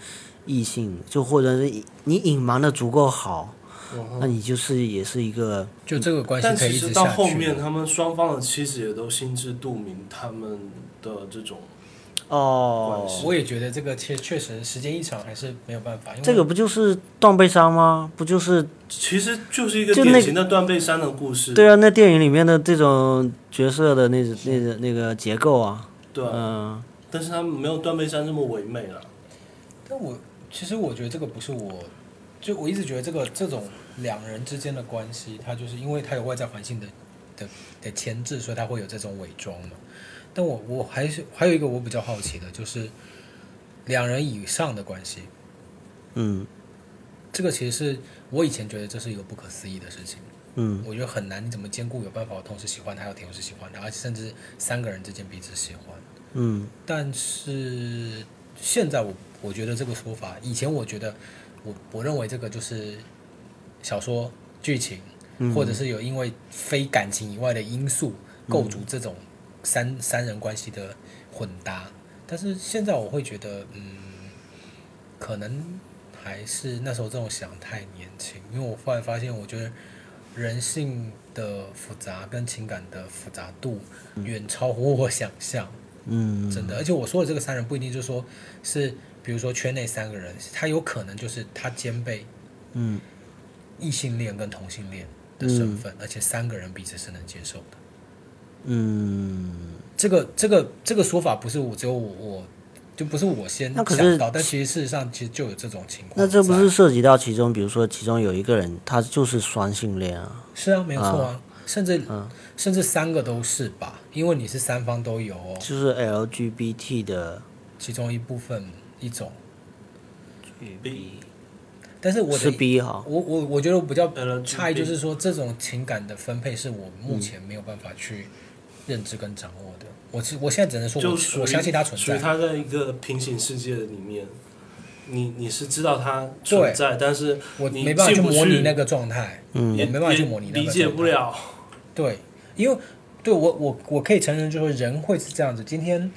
Speaker 2: 异性，就或者是你隐瞒的足够好，
Speaker 1: 嗯
Speaker 2: 那你就是也是一个
Speaker 3: 就这个关系
Speaker 1: 但
Speaker 3: 可
Speaker 1: 其
Speaker 3: 以一
Speaker 1: 实
Speaker 3: 直
Speaker 1: 到
Speaker 3: 下
Speaker 1: 后
Speaker 3: 去
Speaker 1: 面，
Speaker 3: 的。
Speaker 1: 他们双方的妻子也都心知肚明，他们的这种
Speaker 2: 哦，
Speaker 3: 我也觉得这个确确实时间一长还是没有办
Speaker 1: 啊
Speaker 3: 法，因为
Speaker 2: 这个不就是断背山吗？不就是
Speaker 1: 其实就是一个
Speaker 2: 就那
Speaker 1: 典型的断背山的故事。
Speaker 2: 对啊？那电影里面的这种角色的那那个那个结构啊，
Speaker 1: 对啊
Speaker 2: 嗯，
Speaker 1: 但是他们没有断背山这么唯美啊了。
Speaker 3: 但我其实我觉得这个不是我，就我一直觉得这个这种两人之间的关系，它就是因为它有外在环境的的的牵制，所以它会有这种伪装嘛。但我我还是还有一个我比较好奇的就是两人以上的关系，
Speaker 2: 嗯
Speaker 3: 这个其实是我以前觉得这是一个不可思议的事情，
Speaker 2: 嗯
Speaker 3: 我觉得很难，你怎么兼顾有办法同时喜欢他，又同时喜欢他，而且甚至三个人之间彼此喜欢。
Speaker 2: 嗯
Speaker 3: 但是现在我我觉得这个说法，以前我觉得我我认为这个就是小说剧情，
Speaker 2: 嗯
Speaker 3: 或者是有因为非感情以外的因素构筑这种三、
Speaker 2: 嗯
Speaker 3: 三人关系的混搭。但是现在我会觉得，嗯，可能还是那时候这种想太年轻，因为我后来发现，我觉得人性的复杂跟情感的复杂度远超乎我想象。
Speaker 2: 嗯
Speaker 3: 真的。而且我说的这个三人不一定就是说是，比如说圈内三个人，他有可能就是他兼备
Speaker 2: 嗯
Speaker 3: 异性恋跟同性恋的身份，而且三个人彼此是能接受的。
Speaker 2: 嗯，
Speaker 3: 这个这个这个说法不是我只有我我就不是我先
Speaker 2: 那可是
Speaker 3: 想到，但其实事实上其实就有这种情况在。
Speaker 2: 那这不是涉及到其中，比如说其中有一个人他就是双性恋啊，
Speaker 3: 是啊，没有错啊，甚至、甚至三个都是吧，因为你是三方都有哦，
Speaker 2: 就是 LGBT 的
Speaker 3: 其中一部分一种。
Speaker 1: B
Speaker 3: 但是我的
Speaker 2: 是 B 哈，
Speaker 3: 我我我觉得我比较
Speaker 1: LGBT
Speaker 3: 诧异，就是说这种情感的分配是我目前没有办法去认知跟掌握的。我是我现在只能说
Speaker 1: 就
Speaker 3: 我
Speaker 1: 属于
Speaker 3: 我相信它存
Speaker 1: 属于
Speaker 3: 在，
Speaker 1: 它在一个平行世界里面，你你是知道它存在，但是
Speaker 3: 我
Speaker 1: 你
Speaker 3: 没办法
Speaker 1: 进
Speaker 3: 去
Speaker 1: 不
Speaker 3: 模拟
Speaker 1: 去
Speaker 3: 那个状态，嗯
Speaker 1: 也
Speaker 3: 我没办法去模拟那个
Speaker 1: 也理解
Speaker 3: 状态
Speaker 1: 不了。
Speaker 3: 对，因为对我我我可以承认，就是人会是这样子。今天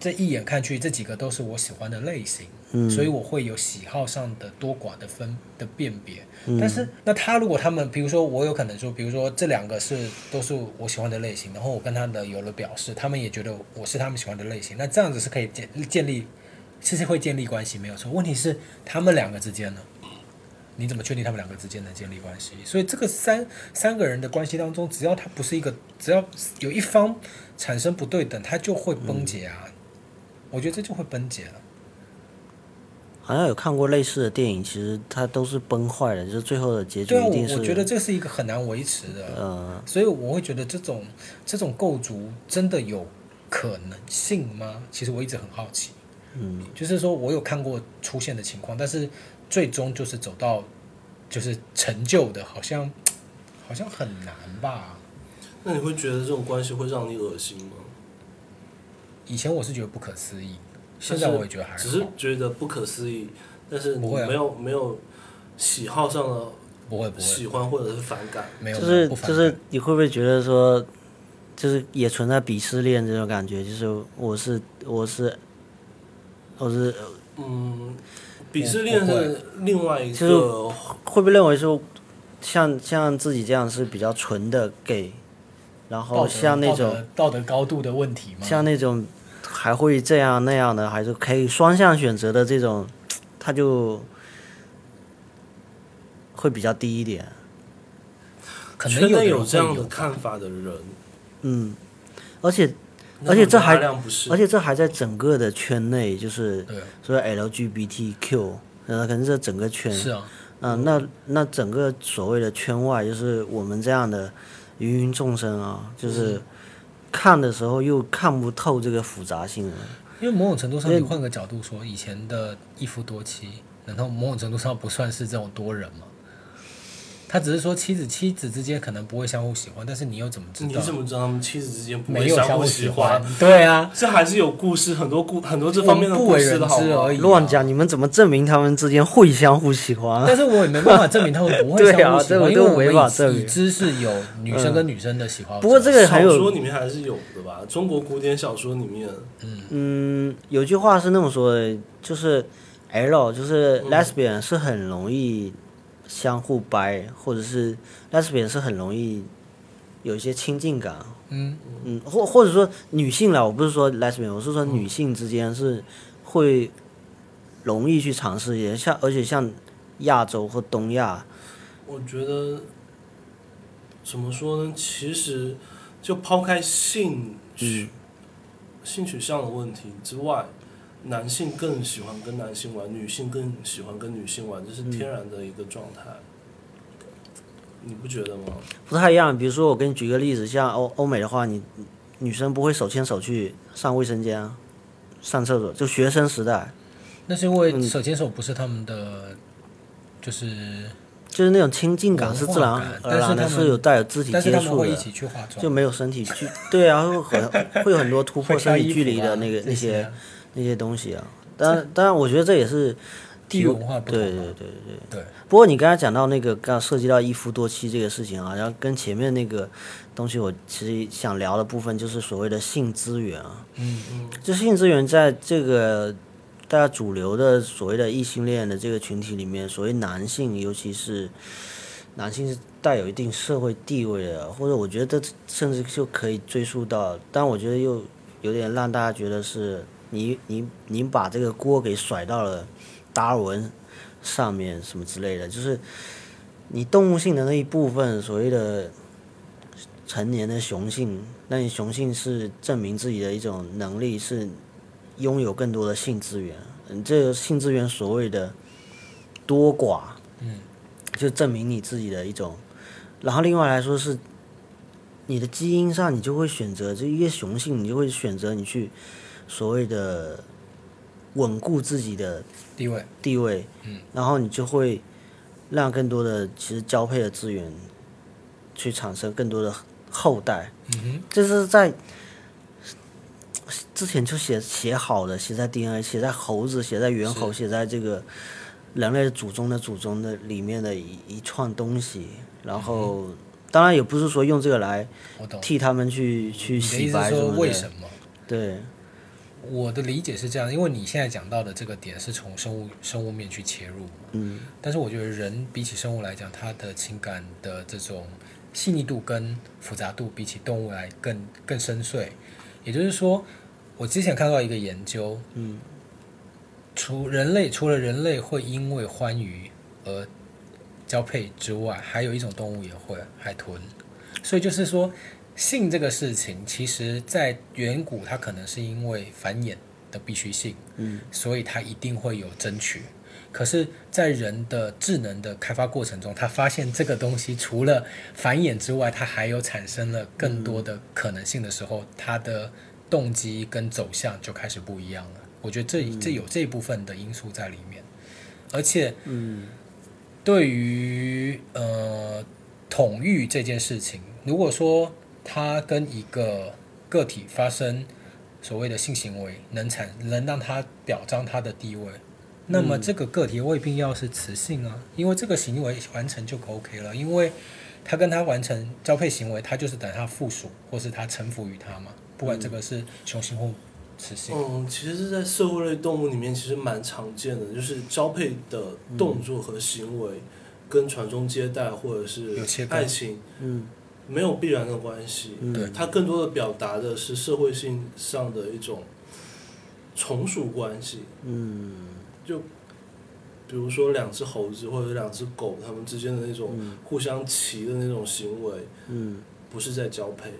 Speaker 3: 这一眼看去，这几个都是我喜欢的类型，所以我会有喜好上的多寡的分的辨别。但是那他如果他们，比如说我有可能说，比如说这两个是都是我喜欢的类型，然后我跟他的有了表示，他们也觉得我是他们喜欢的类型，那这样子是可以建建立，是是会建立关系没有错。问题是他们两个之间呢？你怎么确定他们两个之间能建立关系？所以这个三三个人的关系当中，只要他不是一个，只要有一方产生不对等，他就会崩解
Speaker 2: 嗯
Speaker 3: 啊。我觉得这就会崩解了。
Speaker 2: 好像有看过类似的电影，其实它都是崩坏的，就是最后的结局
Speaker 3: 对啊，
Speaker 2: 一
Speaker 3: 我
Speaker 2: 定是
Speaker 3: 我觉得这是一个很难维持的。
Speaker 2: 呃
Speaker 3: 所以我会觉得这种这种构筑真的有可能性吗？其实我一直很好奇。嗯，就是说我有看过出现的情况，但是最终就是走到就是成就的，好像好像很难吧。
Speaker 1: 那你会觉得这种关系会让你恶心吗？
Speaker 3: 以前我是觉得不可思议，现
Speaker 1: 但
Speaker 3: 在
Speaker 1: 是
Speaker 3: 我也觉得还
Speaker 1: 只是
Speaker 3: 好，
Speaker 1: 觉得不可思议，但是你
Speaker 3: 不会啊
Speaker 1: 没有、没有喜好上的
Speaker 3: 不会不
Speaker 1: 喜
Speaker 3: 会，
Speaker 1: 欢或者是反感。
Speaker 3: 没有
Speaker 2: 就是
Speaker 3: 不反
Speaker 2: 就
Speaker 3: 感
Speaker 2: 是你会不会觉得说，就是也存在鄙视链这种感觉？就是我是我是我是
Speaker 1: 嗯，鄙视链
Speaker 3: 不
Speaker 1: 是
Speaker 3: 会
Speaker 1: 另外一个
Speaker 2: 就是，会不会认为说，像像自己这样是比较纯的 gay，然
Speaker 3: 道
Speaker 2: 后
Speaker 3: 德
Speaker 2: 哦像那
Speaker 3: 道
Speaker 2: 种
Speaker 3: 德道德高度的问题吗？
Speaker 2: 像那种还会这样那样的，还是可以双向选择的这种，他就会比较低一点。
Speaker 3: 可能
Speaker 1: 圈
Speaker 3: 有的
Speaker 1: 内
Speaker 3: 人
Speaker 1: 有这样
Speaker 3: 会
Speaker 1: 的
Speaker 3: 有
Speaker 1: 看法的人，
Speaker 2: 嗯，而且
Speaker 1: 那
Speaker 2: 而且这
Speaker 1: 种
Speaker 2: 还
Speaker 1: 大量不是，
Speaker 2: 而且这还在整个的圈内，就是
Speaker 3: 对啊
Speaker 2: 说 LGBTQ，呃，可能这整个圈
Speaker 3: 是啊，
Speaker 2: 啊、那那整个所谓的圈外，就是我们这样的芸芸众生啊，
Speaker 3: 嗯
Speaker 2: 就是看的时候又看不透这个复杂性了。
Speaker 3: 因为某种程度上，你换个角度说，以前的一夫多妻，难道某种程度上不算是这种多人吗？他只是说妻子妻子之间可能不会相互喜欢，但是你又怎么知道？
Speaker 1: 你怎么知道他们妻子之间不
Speaker 3: 没
Speaker 1: 会
Speaker 3: 有
Speaker 1: 相
Speaker 3: 相
Speaker 1: 互
Speaker 3: 喜
Speaker 1: 喜欢？？
Speaker 3: 对啊，
Speaker 1: 这还是有故事，很多故很多这方面的
Speaker 3: 我们不
Speaker 1: 故
Speaker 3: 为
Speaker 1: 事
Speaker 3: 人
Speaker 1: 的好
Speaker 3: 知
Speaker 1: 吗
Speaker 3: 而已、？啊。
Speaker 2: 乱讲，你们怎么证明他们之间会相互喜欢啊？
Speaker 3: 但是我也没办法证明他们不会
Speaker 2: 对啊
Speaker 3: 相互喜
Speaker 2: 这
Speaker 3: 欢，
Speaker 2: 个
Speaker 3: 因
Speaker 2: 都
Speaker 3: 为我
Speaker 2: 违法
Speaker 3: 们
Speaker 2: 证
Speaker 3: 已
Speaker 2: 明嗯
Speaker 3: 已知是有女生跟女生的喜好者。
Speaker 2: 不过这个还
Speaker 1: 小说
Speaker 2: 有，
Speaker 1: 里面还是有的吧，中国古典小说里面，
Speaker 2: 嗯，有句话是那么说的，就是 L 就是 lesbian 是很容易相互掰，或者是 lesbian 是很容易有一些亲近感，
Speaker 3: 嗯，
Speaker 2: 嗯，或或者说女性啦，我不是说 lesbian，我是说女性之间是会容易去尝试一些，像而且像亚洲和东亚，
Speaker 1: 我觉得怎么说呢？其实就抛开性取、
Speaker 3: 嗯
Speaker 1: 性取向的问题之外，男性更喜欢跟男性玩，女性更喜欢跟女性玩，
Speaker 3: 嗯
Speaker 1: 这是天然的一个状态。你不觉得吗？
Speaker 2: 不太一样。比如说，我给你举个例子，像欧欧美的话，你女生不会手牵手去上卫生间啊、上厕所，就学生时代，
Speaker 3: 那是因为
Speaker 2: 嗯
Speaker 3: 手牵手不是他们的，就是，
Speaker 2: 就是那种亲近感是自然
Speaker 3: 文化感
Speaker 2: 而
Speaker 3: 但
Speaker 2: 然的，
Speaker 3: 是他们
Speaker 2: 是有带有肢体
Speaker 3: 但是
Speaker 2: 接
Speaker 3: 他们
Speaker 2: 触
Speaker 3: 会一
Speaker 2: 的。
Speaker 3: 起去化妆，
Speaker 2: 就没有身体距，对啊，会很会有很多突破
Speaker 3: 会挑
Speaker 2: 身
Speaker 3: 衣
Speaker 2: 体
Speaker 3: 服
Speaker 2: 距离的
Speaker 3: 啊
Speaker 2: 那个那
Speaker 3: 这些
Speaker 2: 些
Speaker 3: 啊
Speaker 2: 那些东西啊。当然，当然，我觉得这也是
Speaker 3: 地域文化不同
Speaker 2: 对
Speaker 3: 嘛，
Speaker 2: 对对
Speaker 3: 对
Speaker 2: 不过你刚才讲到那个，刚涉及到一夫多妻这个事情啊，然后跟前面那个东西，我其实想聊的部分就是所谓的性资源啊。
Speaker 3: 嗯
Speaker 2: 嗯。就性资源在这个大家主流的所谓的异性恋的这个群体里面，所谓男性，尤其是男性是带有一定社会地位的，或者我觉得甚至就可以追溯到，但我觉得又有点让大家觉得是你你你把这个锅给甩到了达尔文上面什么之类的，就是你动物性的那一部分，所谓的成年的雄性，那你雄性是证明自己的一种能力，是拥有更多的性资源。嗯，这个性资源所谓的多寡，
Speaker 3: 嗯，
Speaker 2: 就证明你自己的一种。然后另外来说是，你的基因上你就会选择，就越雄性你就会选择你去所谓的稳固自己的
Speaker 3: 地位，
Speaker 2: 地位，
Speaker 3: 嗯
Speaker 2: 然后你就会让更多的其实交配的资源去产生更多的后代，
Speaker 3: 嗯
Speaker 2: 这是在之前就写写好的，写在 DNA，写在猴子，写在猿猴，写在这个人类的祖宗的祖宗的里面的一一串东西，然后。当然也不是说用这个来
Speaker 3: 哼，我嗯懂。
Speaker 2: 替他们去去
Speaker 3: 你的意
Speaker 2: 洗
Speaker 3: 思
Speaker 2: 白
Speaker 3: 是
Speaker 2: 什
Speaker 3: 说
Speaker 2: 么的，
Speaker 3: 为什么？
Speaker 2: 对，
Speaker 3: 我的理解是这样，因为你现在讲到的这个点是从生物生物面去切入嘛，
Speaker 2: 嗯，
Speaker 3: 但是我觉得人比起生物来讲，他的情感的这种细腻度跟复杂度比起动物来更更深邃。也就是说，我之前看到一个研究，嗯，除人类除了人类会因为欢愉而交配之外，还有一种动物也会海豚。所以就是说，性这个事情，其实在远古它可能是因为繁衍的必须性，嗯，所以它一定会有争取。可是，在人的智能的开发过程中，他发现这个东西除了繁衍之外，它还有产生了更多的可能性的时候，它的动机跟走向就开始不一样了。我觉得这这有这一部分的因素在里面，而且，嗯，对于呃统御这件事情，如果说它跟一个个体发生所谓的性行为，能产能让他表彰他的地位，那么这个个体未必要是雌性啊，因为这个行为完成就 OK 了，因为他跟他完成交配行为，他就是等他附属或是他臣服于他嘛，不管这个是雄性或雌性，
Speaker 1: 嗯，其实是在社会类动物里面，其实蛮常见的，就是交配的
Speaker 3: 嗯
Speaker 1: 动作和行为，跟传宗接代或者是
Speaker 3: 有切割嗯
Speaker 1: 爱情
Speaker 2: 嗯
Speaker 1: 没有必然的关系。
Speaker 3: 对
Speaker 1: 它更多的表达的是社会性上的一种从属关系。
Speaker 2: 嗯
Speaker 1: 就比如说两只猴子或者两只狗，它们之间的那种
Speaker 3: 嗯
Speaker 1: 互相骑的那种行为，
Speaker 2: 嗯，
Speaker 1: 不是在交配，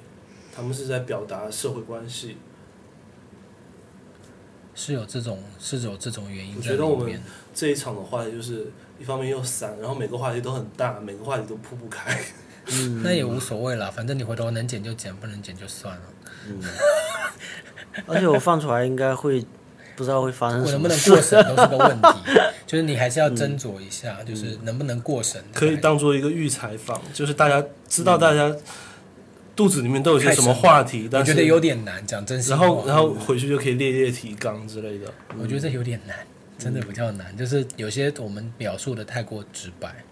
Speaker 1: 它们是在表达社会关系。
Speaker 3: 是有这种是有这种原因
Speaker 1: 我
Speaker 3: 在
Speaker 1: 觉得
Speaker 3: 里
Speaker 1: 我们
Speaker 3: 面。
Speaker 1: 这一场的话题就是一方面又散，然后每个话题都很大，每个话题都铺不开。
Speaker 3: 那也无所谓啦，反正你回头能剪就剪，不能剪就算了。
Speaker 2: 而且我放出来应该会不知道会发生
Speaker 3: 我
Speaker 2: 什
Speaker 3: 能不
Speaker 2: 么
Speaker 3: 能
Speaker 2: 事。
Speaker 3: 过审都是个问题，就是你还是要斟酌一下，就是能不能过审。
Speaker 1: 嗯可以当做一个预采访，就是大家知道大家肚子里面都有些什么话题，
Speaker 3: 我
Speaker 1: 但
Speaker 3: 觉
Speaker 1: 是
Speaker 3: 得有点难，讲真心
Speaker 1: 然
Speaker 3: 话。
Speaker 1: 后然后回去就可以列列提纲之类的。
Speaker 3: 我觉得这有点难，真的比较难。就是有些我们描述的太过直白，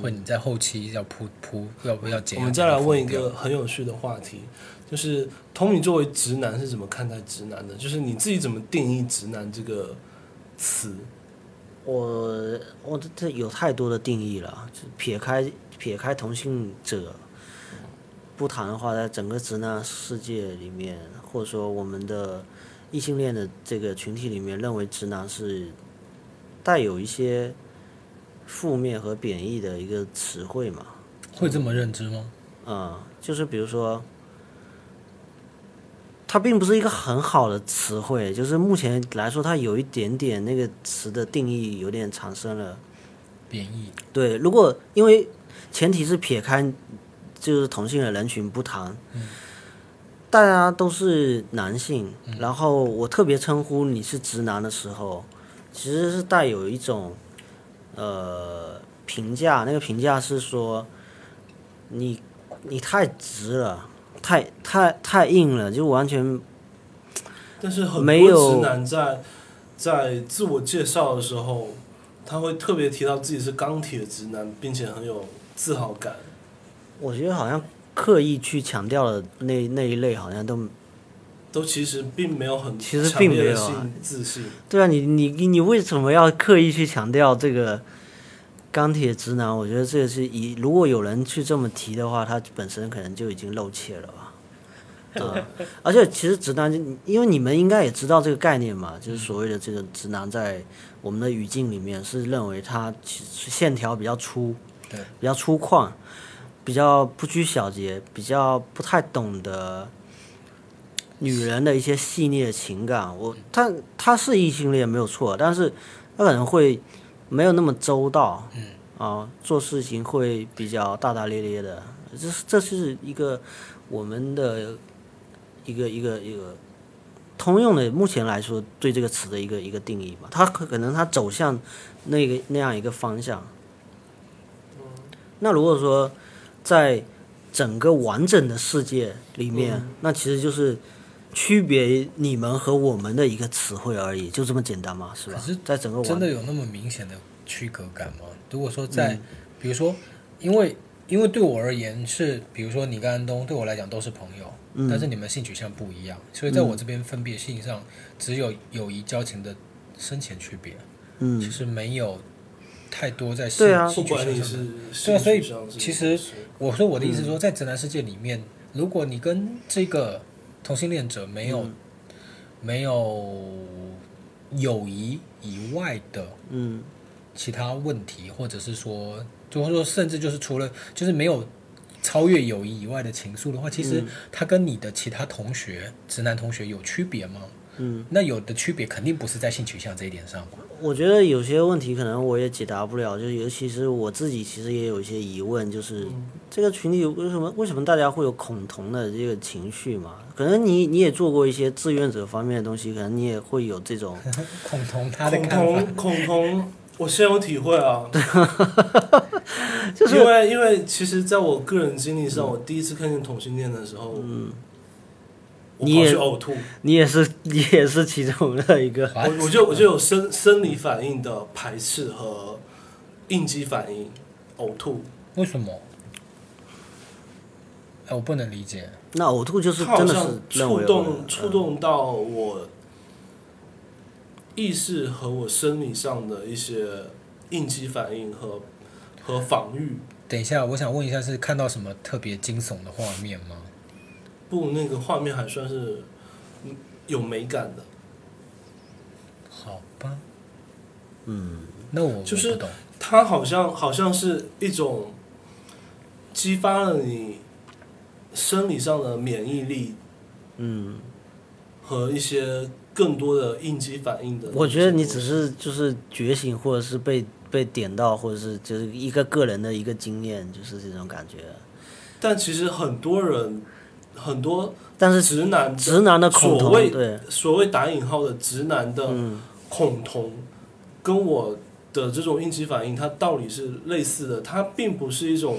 Speaker 3: 或你在后期要铺铺，要不要剪？
Speaker 1: 嗯我们再来问一个很有趣的话题，就是同你作为直男是怎么看待直男的？就是你自己怎么定义“直男”这个词？
Speaker 2: 我我这这有太多的定义了，就撇开撇开同性者，不谈的话，在整个直男世界里面，或者说我们的异性恋的这个群体里面，认为直男是带有一些负面和贬义的一个词汇嘛。
Speaker 3: 会这么认知吗？
Speaker 2: 嗯，就是比如说，它并不是一个很好的词汇，就是目前来说，它有一点点那个词的定义有点产生了。
Speaker 3: 贬义，
Speaker 2: 对，如果因为前提是撇开就是同性的人群不谈，大家都是男性，然后我特别称呼你是直男的时候，其实是带有一种呃评价，那个评价是说你你太直了，太太太硬了，就完全
Speaker 1: 但是很
Speaker 2: 没有
Speaker 1: 多直男在在自我介绍的时候，他会特别提到自己是钢铁直男，并且很有自豪感。
Speaker 2: 我觉得好像刻意去强调的那那一类好像都
Speaker 1: 都其实并没有很
Speaker 2: 其实
Speaker 1: 强
Speaker 2: 并
Speaker 1: 烈
Speaker 2: 没
Speaker 1: 的
Speaker 2: 有啊
Speaker 1: 性自信，
Speaker 2: 对啊，你你你你为什么要刻意去强调这个钢铁直男？我觉得这个是以如果有人去这么提的话，他本身可能就已经露怯了吧。啊、而且其实直男，因为你们应该也知道这个概念嘛，就是所谓的这个直男，在我们的语境里面是认为他其实线条比较粗，
Speaker 3: 对，
Speaker 2: 比较粗犷，比较不拘小节，比较不太懂得女人的一些细腻的情感。我他他是异性恋没有错，但是他可能会没有那么周到，嗯啊，做事情会比较大大咧咧的。这是这是一个我们的一个一个一个通用的，目前来说对这个词的一个一个定义吧。它可可能它走向那个那样一个方向。那如果说在整个完整的世界里面，
Speaker 3: 嗯
Speaker 2: 那其实就是区别你们和我们的一个词汇而已，就这么简单嘛，是吧？
Speaker 3: 可是
Speaker 2: 在整个完
Speaker 3: 真的有那么明显的区隔感吗？如果说在，
Speaker 1: 嗯
Speaker 3: 比如说，因为因为对我而言是，比如说你跟安东对我来讲都是朋友，
Speaker 1: 嗯
Speaker 2: 嗯
Speaker 3: 但是你们性取向不一样，所以在我这边分别性上只有友谊交情的深浅区别，
Speaker 2: 嗯
Speaker 3: 就是没有太多在性
Speaker 2: 对啊
Speaker 1: 不
Speaker 3: 性取
Speaker 1: 管
Speaker 3: 向
Speaker 1: 你
Speaker 3: 上的
Speaker 1: 是
Speaker 3: 对啊，所以
Speaker 1: 性取向是
Speaker 3: 其
Speaker 1: 什么
Speaker 3: 实
Speaker 1: 是
Speaker 3: 我说我的意思是说，在直男世界里面，如果你跟这个同性恋者没有、没有友谊以外的
Speaker 2: 嗯
Speaker 3: 其他问题，或者是说，就或者说甚至就是除了就是没有超越友谊以外的情愫的话，其实他跟你的其他同学直男同学有区别吗？
Speaker 2: 嗯，
Speaker 3: 那有的区别肯定不是在性取向这一点上吧？
Speaker 2: 我觉得有些问题可能我也解答不了，就是尤其是我自己其实也有一些疑问，就是
Speaker 1: 嗯
Speaker 2: 这个群体为什么为什么大家会有恐同的这个情绪嘛？可能你你也做过一些志愿者方面的东西，可能你也会有 这种
Speaker 3: 恐同他的
Speaker 1: 恐
Speaker 3: 看
Speaker 1: 同
Speaker 3: 法，
Speaker 1: 恐同，我深有体会啊。
Speaker 2: 就是嗯
Speaker 1: 因为因为其实，在我个人经历上，我第一次看见同性恋的时候，嗯，我
Speaker 2: 你
Speaker 1: 跑
Speaker 2: 也
Speaker 1: 去呕吐，
Speaker 2: 你也是你也是其中的一个，
Speaker 1: 我我就我就有生生理反应的排斥和应激反应，呕吐。
Speaker 3: 为什么？哎，我不能理解。
Speaker 2: 那呕吐就是
Speaker 1: 它好
Speaker 2: 真的
Speaker 1: 像
Speaker 2: 是认
Speaker 1: 触
Speaker 2: 为
Speaker 1: 动触
Speaker 2: 嗯
Speaker 1: 动到我意识和我生理上的一些应激反应和和防御。
Speaker 3: 等一下，我想问一下，是看到什么特别惊悚的画面吗？
Speaker 1: 不，那个画面还算是嗯有美感的。
Speaker 3: 好吧，
Speaker 2: 嗯，
Speaker 3: 那我
Speaker 1: 就是
Speaker 3: 我不懂。
Speaker 1: 它好像好像是一种激发了你生理上的免疫力
Speaker 2: 嗯，
Speaker 1: 和一些更多的应激反应的。
Speaker 2: 我觉得你只是就是觉醒，或者是被被点到，或者是就是一个个人的一个经验，就是这种感觉。
Speaker 1: 但其实很多人，很多
Speaker 2: 但是
Speaker 1: 直男的
Speaker 2: 直男的恐
Speaker 1: 所
Speaker 2: 同，
Speaker 1: 谓
Speaker 2: 对，
Speaker 1: 所谓打引号的直男的
Speaker 2: 嗯
Speaker 1: 恐同，跟我的这种应激反应，它道理是类似的，它并不是一种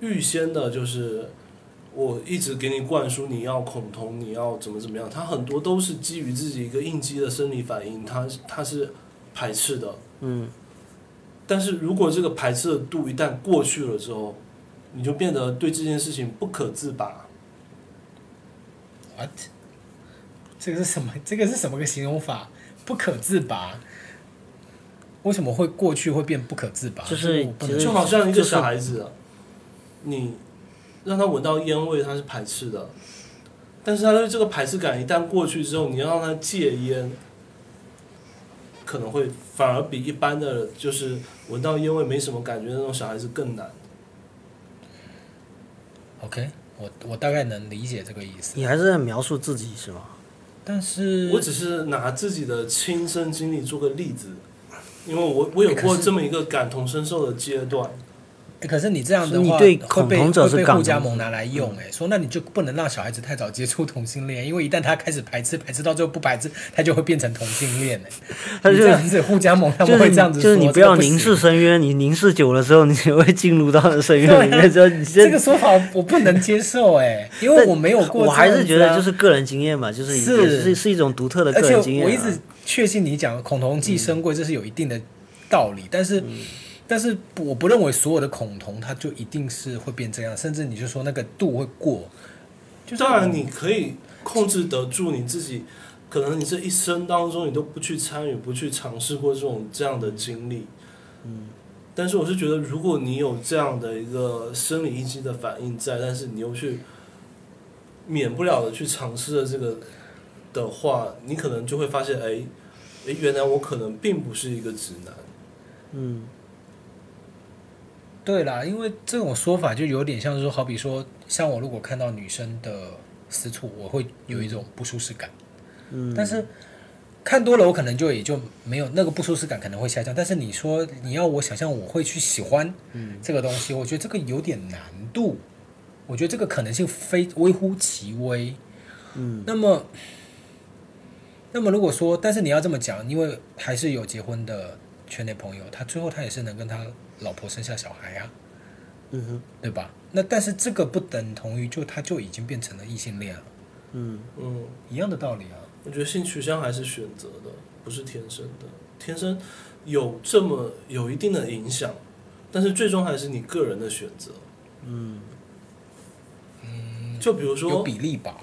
Speaker 1: 预先的，就是我一直给你灌输你要恐同，你要怎么怎么样，它很多都是基于自己一个应激的生理反应，它它是排斥的，
Speaker 2: 嗯，
Speaker 1: 但是如果这个排斥的度一旦过去了之后，你就变得对这件事情不可自拔。
Speaker 3: What？这个是什么？ 这个是什么个形容法？不可自拔。为什么会过去会变不可自拔？
Speaker 2: 就是
Speaker 3: 这个我不
Speaker 2: 其
Speaker 3: 能
Speaker 2: 实
Speaker 1: 就好像一个
Speaker 2: 就是
Speaker 1: 啊小孩子，你让他闻到烟味，他是排斥的。但是他的这个排斥感一旦过去之后，你要让他戒烟，可能会反而比一般的就是闻到烟味没什么感觉的那种小孩子更难。
Speaker 3: OK，我我大概能理解这个意思，
Speaker 2: 你还是在描述自己是吗？
Speaker 3: 但是
Speaker 1: 我只是拿自己的亲身经历做个例子，因为我我有
Speaker 3: 可
Speaker 1: 过
Speaker 3: 是
Speaker 1: 这么一个感同身受的阶段。
Speaker 3: 欸可是你这样的
Speaker 2: 所以你
Speaker 3: 话，
Speaker 2: 对
Speaker 3: 会被
Speaker 2: 恐同者是嗯
Speaker 3: 会被
Speaker 2: 感
Speaker 3: 互加
Speaker 2: 同
Speaker 3: 盟拿来用、欸，哎，说那你就不能让小孩子太早接触同性恋，因为一旦他开始排斥，排斥到最后不排斥，他就会变成同性恋、欸，
Speaker 2: 他
Speaker 3: 你
Speaker 2: 就
Speaker 3: 这样子互加盟，他
Speaker 2: 就
Speaker 3: 们
Speaker 2: 是
Speaker 3: 会
Speaker 2: 你
Speaker 3: 这样子
Speaker 2: 就是
Speaker 3: 说
Speaker 2: 你
Speaker 3: 这
Speaker 2: 不
Speaker 3: 个
Speaker 2: 要
Speaker 3: 行
Speaker 2: 凝视深渊，你凝视久了之后， 你就会进入到深渊里
Speaker 3: 对啊
Speaker 2: 面之后，你
Speaker 3: 这
Speaker 2: 这
Speaker 3: 个说法我我不能接受、 欸，哎，因为
Speaker 2: 但
Speaker 3: 我没有过、
Speaker 2: 我还是觉得就。是个人经验嘛，就是也
Speaker 3: 是
Speaker 2: 是是一种独特的
Speaker 3: 啊而
Speaker 2: 个
Speaker 3: 且
Speaker 2: 人经验啊、
Speaker 3: 我一直确信你讲恐同寄生贵，这是有一定的道理，但是。
Speaker 2: 嗯
Speaker 3: 但是不我不认为所有的恐同它就一定是会变这样，甚至你就说那个度会过，就是
Speaker 1: 当然，你可以控制得住你自己，可能你这一生当中你都不去参与、不去尝试过这种这样的经历。嗯。但是我是觉得，如果你有这样的一个生理应激的反应在，但是你又去免不了的去尝试了这个的话，你可能就会发现，哎，哎，原来我可能并不是一个直男。
Speaker 2: 嗯，
Speaker 3: 对啦，因为这种说法就有点像是说，好比说，像我如果看到女生的私处，我会有一种不舒适感。嗯，但是看多了，我可能就也就没有那个不舒适感，可能会下降。但是你说你要我想象我会去喜欢
Speaker 2: 嗯
Speaker 3: 这个东西，我觉得这个有点难度，我觉得这个可能性非微乎其微。嗯，那么。那么如果说，但是你要这么讲，因为还是有结婚的圈内朋友，他最后他也是能跟他老婆生下小孩啊，
Speaker 2: 嗯哼，
Speaker 3: 对吧？那但是这个不等同于就他就已经变成了异性恋了，
Speaker 2: 嗯，
Speaker 1: 嗯，
Speaker 3: 一样的道理啊。
Speaker 1: 我觉得性取向还是选择的，不是天生的。天生有这么有一定的影响，但是最终还是你个人的选择。嗯，就比如
Speaker 3: 有
Speaker 1: 说
Speaker 3: 比例吧？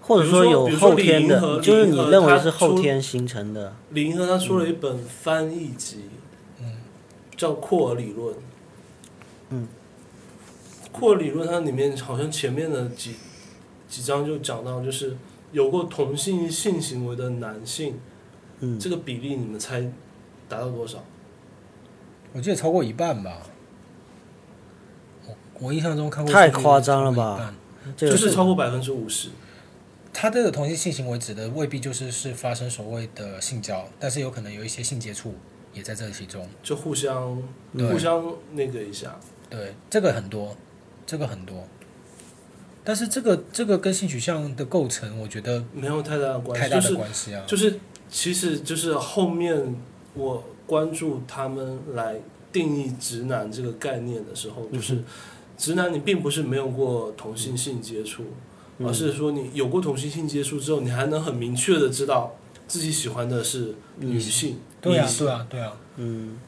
Speaker 2: 或者说有
Speaker 1: 比如说
Speaker 2: 后天
Speaker 1: 比如说
Speaker 2: 的，
Speaker 1: 李银河
Speaker 2: 就是你认为
Speaker 1: 李银河他
Speaker 2: 是后
Speaker 1: 出
Speaker 2: 天形成的，
Speaker 1: 李银河他出了
Speaker 3: 嗯
Speaker 1: 一本翻译集，叫库尔理论。
Speaker 2: 嗯，
Speaker 1: 库尔理论它里面好像前面的几几章就讲到，就是有过同性性行为的男性，
Speaker 2: 嗯，
Speaker 1: 这个比例你们猜达到多少？
Speaker 3: 我记得超过一半吧。我我印象中看过
Speaker 2: 太
Speaker 3: 数据
Speaker 2: 夸张了
Speaker 3: 超过一
Speaker 2: 吧
Speaker 3: 半？
Speaker 2: 这个
Speaker 1: 就是超过百分之五十。
Speaker 3: 他这个同性性行为指的未必就是是发生所谓的性交，但是有可能有一些性接触也在这其中。
Speaker 1: 就互相
Speaker 3: 对
Speaker 2: 嗯
Speaker 1: 互相那个一下，
Speaker 3: 对，这个很多，这个很多。但是这个这个跟性取向的构成，我觉得
Speaker 1: 没有太大的关
Speaker 3: 太
Speaker 1: 系，
Speaker 3: 大
Speaker 1: 就
Speaker 3: 的
Speaker 1: 是
Speaker 3: 关系啊。
Speaker 1: 就是其实就是后面我关注他们来定义直男这个概念的时候，
Speaker 3: 嗯
Speaker 1: 就是直男你并不是没有过同性性接触，
Speaker 3: 嗯
Speaker 1: 而是说你有过同性性接触之后，你还能很明确的知道自己喜欢的是女性，
Speaker 3: 对啊
Speaker 1: 异，性
Speaker 3: 对啊，对啊。
Speaker 2: 嗯，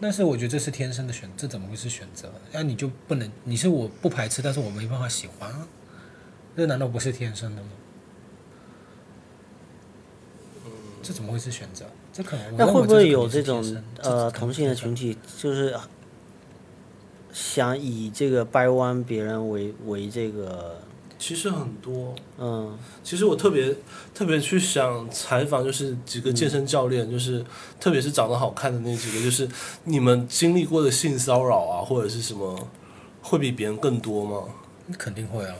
Speaker 3: 但是我觉得这是天生的选，这怎么会是选择？那、你就不能，你是我不排斥，但是我没办法喜欢啊，这难道不是天生的吗？这怎么会是选择？这可能我
Speaker 2: 那
Speaker 3: 认
Speaker 2: 会
Speaker 3: 为
Speaker 2: 不会
Speaker 3: 这
Speaker 2: 有
Speaker 3: 肯定是
Speaker 2: 这种
Speaker 3: 天生
Speaker 2: 呃同性的群？体，就是想以这个掰弯别人为为这个，
Speaker 1: 其实很多。
Speaker 2: 嗯
Speaker 1: 其实我特别特别去想采访，就是几个健身教练，就是特别是长得好看的那几个，就是你们经历过的性骚扰啊，或者是什么，会比别人更多吗？
Speaker 3: 这肯定会啊，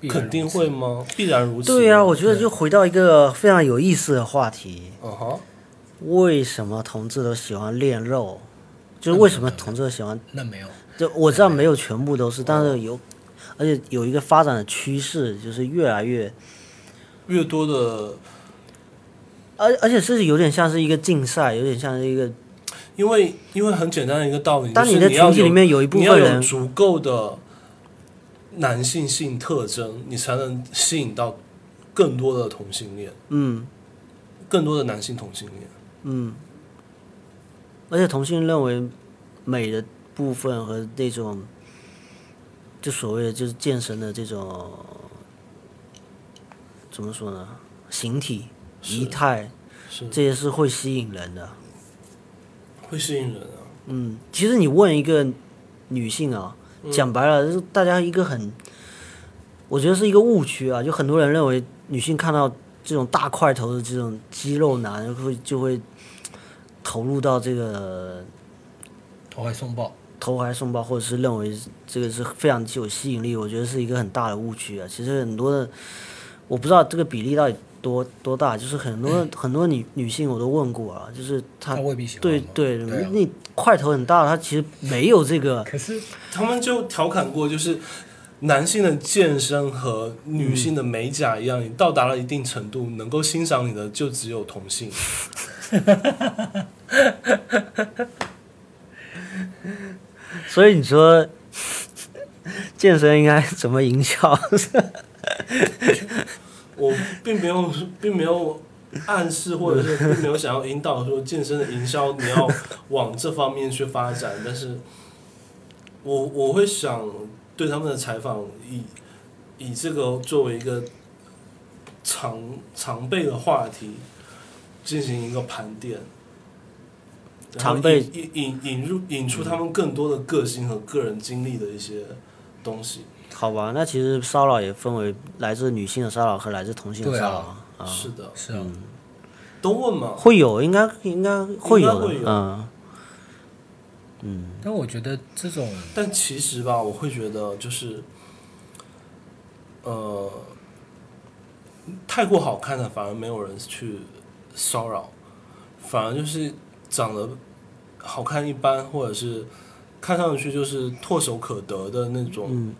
Speaker 3: 必然
Speaker 1: 肯定
Speaker 3: 如此
Speaker 1: 会。吗？必然如此。
Speaker 2: 对啊呀、我觉得就回到一个非常有意思的话题，
Speaker 1: 嗯哼，
Speaker 2: 为什么同志都喜欢练肉？就是为什么同志都喜欢？
Speaker 3: 那没有，
Speaker 2: 就我知道没有全部都是，但是有，而且有一个发展的趋势，就是越来越，
Speaker 1: 越多的，
Speaker 2: 而而且是有点像是一个竞赛，有点像是一个，
Speaker 1: 因为因为很简单的一个道理，
Speaker 2: 当
Speaker 1: 就是你
Speaker 2: 你的群
Speaker 1: 要
Speaker 2: 体
Speaker 1: 有
Speaker 2: 里面有一部
Speaker 1: 你要
Speaker 2: 分
Speaker 1: 有
Speaker 2: 人，
Speaker 1: 足够的男性性特征，你才能吸引到更多的同性恋，
Speaker 2: 嗯
Speaker 1: 更多的男性同性恋。
Speaker 2: 嗯，而且同性认为美的部分和那种，就所谓的就是健身的这种，怎么说呢？形体、仪态，
Speaker 1: 是
Speaker 2: 这些是会吸引人的。
Speaker 1: 会吸引人啊。
Speaker 2: 嗯，其实你问一个女性啊，讲白了，就是大家一个很我觉得是一个误区啊，就很多人认为女性看到这种大块头的这种肌肉男会就会投入到这个
Speaker 3: 投怀送抱。
Speaker 2: 投怀送抱，或者是认为这个是非常具有吸引力，我觉得是一个很大的误区啊。其实很多的，我不知道这个比例到底多多大，就是很多、很多女女性我都问过啊，就是她
Speaker 3: 嗯她未必喜欢
Speaker 2: 对
Speaker 3: 嘛
Speaker 2: 对，
Speaker 3: 对啊
Speaker 2: 你块头很大，她其实没有这 个
Speaker 3: 可是
Speaker 1: 他们就调侃过，就是男性的健身和女性的美甲一样，你到达了一定程度，能够欣赏你的就只有同性。
Speaker 2: 所以你说 健身应该怎么营销？
Speaker 1: 我并没有，并没有暗示，或者 是并没有想要引导说健身的营销你要往这方面去发展，但是我我会想对他们的采访以以这个作为一个常常备的话题进行一个盘点。然后
Speaker 2: 常备
Speaker 1: 引引引入引出他们更多的个性和个人经历的一些东西，
Speaker 2: 好吧，那其实骚扰也分为来自女性的骚扰和来自同性的
Speaker 3: 对啊
Speaker 2: 骚扰啊，
Speaker 1: 是的，
Speaker 3: 是啊，
Speaker 1: 都问嘛，
Speaker 2: 会有，应该应该会有的
Speaker 1: 应该会，有
Speaker 2: 嗯。
Speaker 3: 但我觉得这种
Speaker 1: 但其实吧，我会觉得就是，呃，太过好看的反而没有人去骚扰，反而就是长得好看一般，或者是看上去就是唾手可得的那种，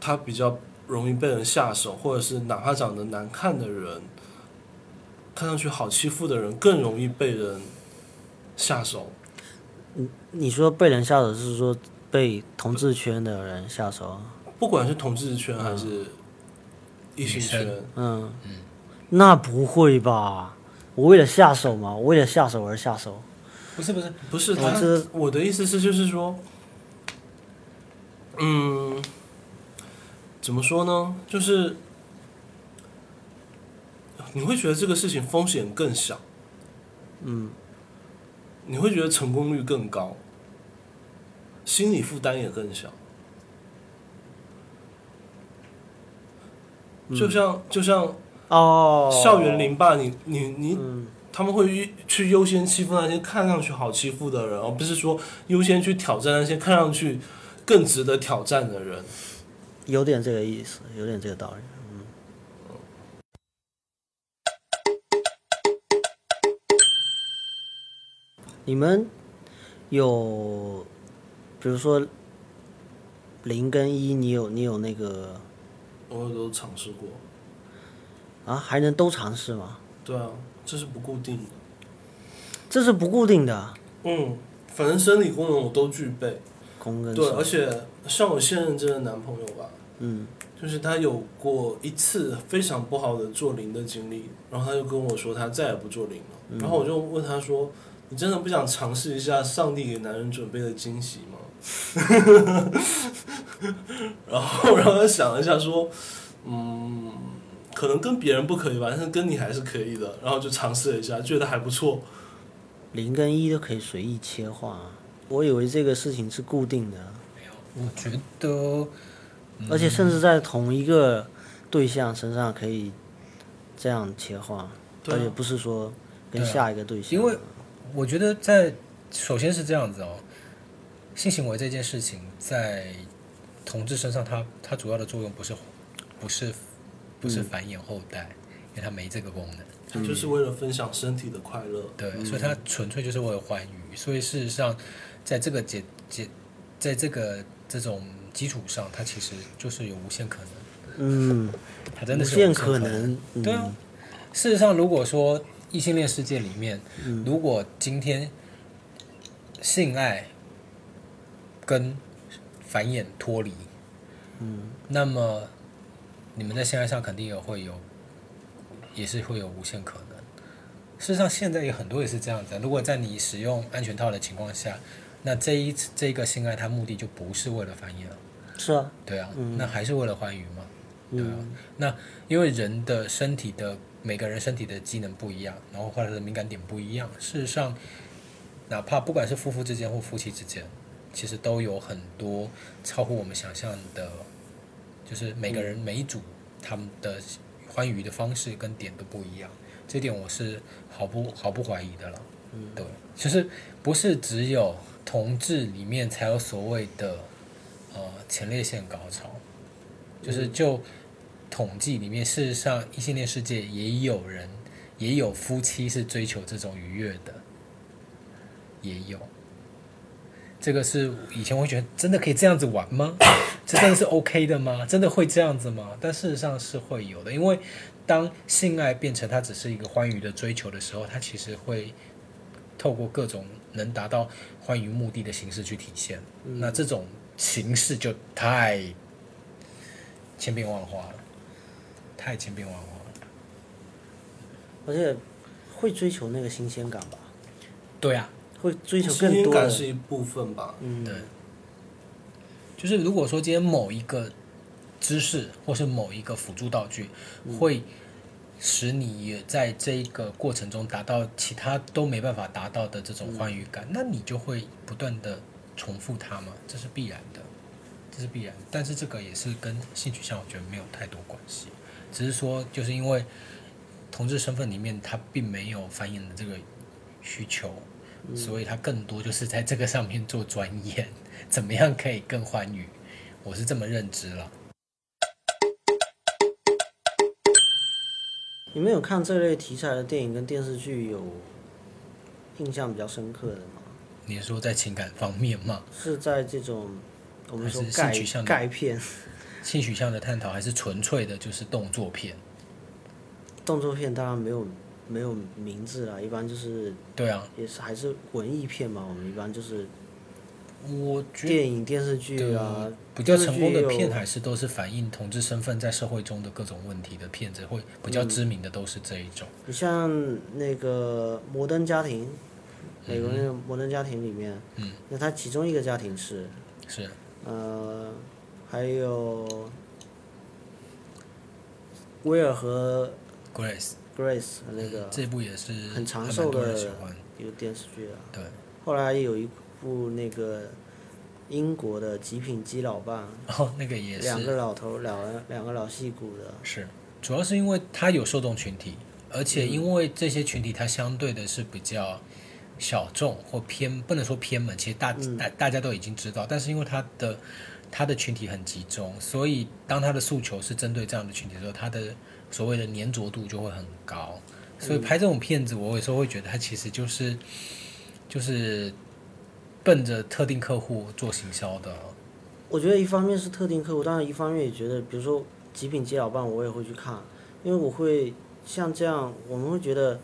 Speaker 1: 他比较容易被人下手，或者是哪怕长得难看的人，看上去好欺负的人更容易被人下手。
Speaker 2: 你说被人下手是说被同志圈的人哦下手？
Speaker 1: 不管是同志圈还是异性
Speaker 3: 女
Speaker 1: 圈，
Speaker 2: 嗯，那不会吧？我为了下手嘛，我为了下手而哦下手。
Speaker 3: 不是不是，
Speaker 1: 不是
Speaker 2: 我
Speaker 1: 他
Speaker 2: 知，
Speaker 1: 我的意思是就是说，嗯，怎么说呢？就是你会觉得这个事情风险更小，嗯，你会觉得成功率更高，心理负担也更小。就像就像
Speaker 2: 哦，
Speaker 1: 校园凌霸，你你你，他们会优去优先欺负那些看上去好欺负的人，而不是说优先去挑战那些看上去更值得挑战的人。
Speaker 2: 有点这个意思，有点这个道理。嗯，你们有，比如说零跟一，你有你有那个
Speaker 1: 我都尝试过，
Speaker 2: 啊，还能都尝试吗？
Speaker 1: 对啊，这是不固定的。
Speaker 2: 这是不固定的，
Speaker 1: 嗯，反正生理功能我都具备。
Speaker 2: 空跟
Speaker 1: 对，
Speaker 2: 手
Speaker 1: 而且像我现任这个男朋友吧，
Speaker 2: 嗯，
Speaker 1: 就是他有过一次非常不好的做零的经历，然后他就跟我说他再也不做零了。
Speaker 2: 嗯
Speaker 1: 然后我就问他说：“你真的不想尝试一下上帝给男人准备的惊喜吗？” 然后，然后他想了一下说：“嗯，可能跟别人不可以吧，但是跟你还是可以的。”然后就尝试了一下，觉得还不错。
Speaker 2: 零跟一都可以随意切换啊。我以为这个事情是固定的，
Speaker 3: 我觉得嗯
Speaker 2: 而且甚至在同一个对象身上可以这样切换，
Speaker 1: 对啊
Speaker 2: 而且不是说跟
Speaker 3: 对啊
Speaker 2: 下一个对象，
Speaker 3: 因为我觉得在首先是这样子哦，性行为这件事情在同志身上它，它主要的作用不是不是不是繁衍后代，因为它没这个功能，
Speaker 2: 嗯
Speaker 1: 他就是为了分享身体的快乐。
Speaker 3: 对，所以它纯粹就是为了欢愉。所以事实上，在这个节节，在这个这种基础上，它其实就是有无限可能，
Speaker 2: 嗯，
Speaker 3: 它 真的
Speaker 2: 无
Speaker 3: 是有
Speaker 2: 限
Speaker 3: 无限
Speaker 2: 可
Speaker 3: 可能。
Speaker 2: 能，嗯
Speaker 3: 对啊，事实上，如果说异性恋世界里面，如果今天性爱跟繁衍脱离，嗯，那么你们在性爱上肯定也会有，也是会有无限可能。事实上，现在有很多也是这样子啊。如果在你使用安全套的情况下，那这一次这个性爱它目的就不是为了繁衍了。
Speaker 2: 是啊，
Speaker 3: 对啊，那还是为了欢愉嘛。对啊，那因为人的身体的每个人身体的机能不一样，然后或者是敏感点不一样。事实上，哪怕不管是夫妇之间或夫妻之间，其实都有很多超乎我们想象的就是每个人每一组他们的欢愉的方式跟点都不一样，这点我是毫不毫不怀疑的了。嗯，对，就是不是只有同志里面才有所谓的呃前列腺高潮，就是就统计里面，事实上异性恋世界也有人也有夫妻是追求这种愉悦的，也有。这个是以前我会觉得真的可以这样子玩吗？这真的是 OK 的吗？真的会这样子吗？但事实上是会有的，因为当性爱变成它只是一个欢愉的追求的时候，它其实会透过各种能达到欢愉目的的形式去体现。那这种形式就太千变万化了，太千变万化了。
Speaker 2: 而且会追求那个新鲜感吧，
Speaker 3: 对啊，
Speaker 2: 会追求
Speaker 1: 新
Speaker 2: 更
Speaker 1: 鲜
Speaker 2: 多的
Speaker 1: 感。是一部分吧，
Speaker 2: 嗯，
Speaker 3: 对，就是如果说今天某一个知识或是某一个辅助道具，会使你也在这一个过程中达到其他都没办法达到的这种欢愉感，那你就会不断的重复它嘛，这是必然的，这是必然的。但是这个也是跟性取向我觉得没有太多关系，只是说就是因为同志身份里面他并没有繁衍的这个需求。所以他更多就是在这个上面做钻研，怎么样可以更欢愉， 我是这么认知了。
Speaker 2: 你们有看这类题材的电影跟电视剧有印象比较深刻的吗？
Speaker 3: 你是说在情感方面嘛，
Speaker 2: 是在这种我们说
Speaker 3: 还是性
Speaker 2: 钙
Speaker 3: 取向的
Speaker 2: 钙片、
Speaker 3: 性取向的探讨，还是纯粹的就是动作片？
Speaker 2: 动作片，当然没有没有名字啦，一般就是
Speaker 3: 对啊，
Speaker 2: 也是还是文艺片嘛，我们一般就是
Speaker 3: 我觉
Speaker 2: 电影、电视剧啊
Speaker 3: 得，比较成功的
Speaker 2: 电视剧
Speaker 3: 片
Speaker 2: 有
Speaker 3: 还是都是反映同志身份在社会中的各种问题的片子，会比较知名的都是这一种。
Speaker 2: 你像那个《摩登家庭》，美国那个《摩登家庭》里面，
Speaker 3: 嗯
Speaker 2: 那它其中一个家庭是，
Speaker 3: 是，
Speaker 2: 呃，还有威尔和
Speaker 3: Grace
Speaker 2: Grace 那个
Speaker 3: 这部也是
Speaker 2: 很长
Speaker 3: 还蛮
Speaker 2: 寿
Speaker 3: 多
Speaker 2: 的
Speaker 3: 人喜欢，
Speaker 2: 一个电视剧啊，
Speaker 3: 对，
Speaker 2: 后来有一部那个英国的《极品基老伴
Speaker 3: 然后那个也》，
Speaker 2: 两
Speaker 3: 是
Speaker 2: 个老头，两个两个老戏骨的，
Speaker 3: 是，主要是因为它有受众群体，而且因为这些群体它相对的是比较小众或偏，不能说偏门，其实大大大家都已经知道，但是因为它的它的群体很集中，所以当它的诉求是针对这样的群体的时候，它的所谓的粘着度就会很高。所以拍这种片子，我有时候会觉得它其实就是就是奔着特定客户做行销的。
Speaker 2: 我觉得一方面是特定客户，当然一方面也觉得，比如说《极品基老伴》，我也会去看，因为我会像这样，我们会觉得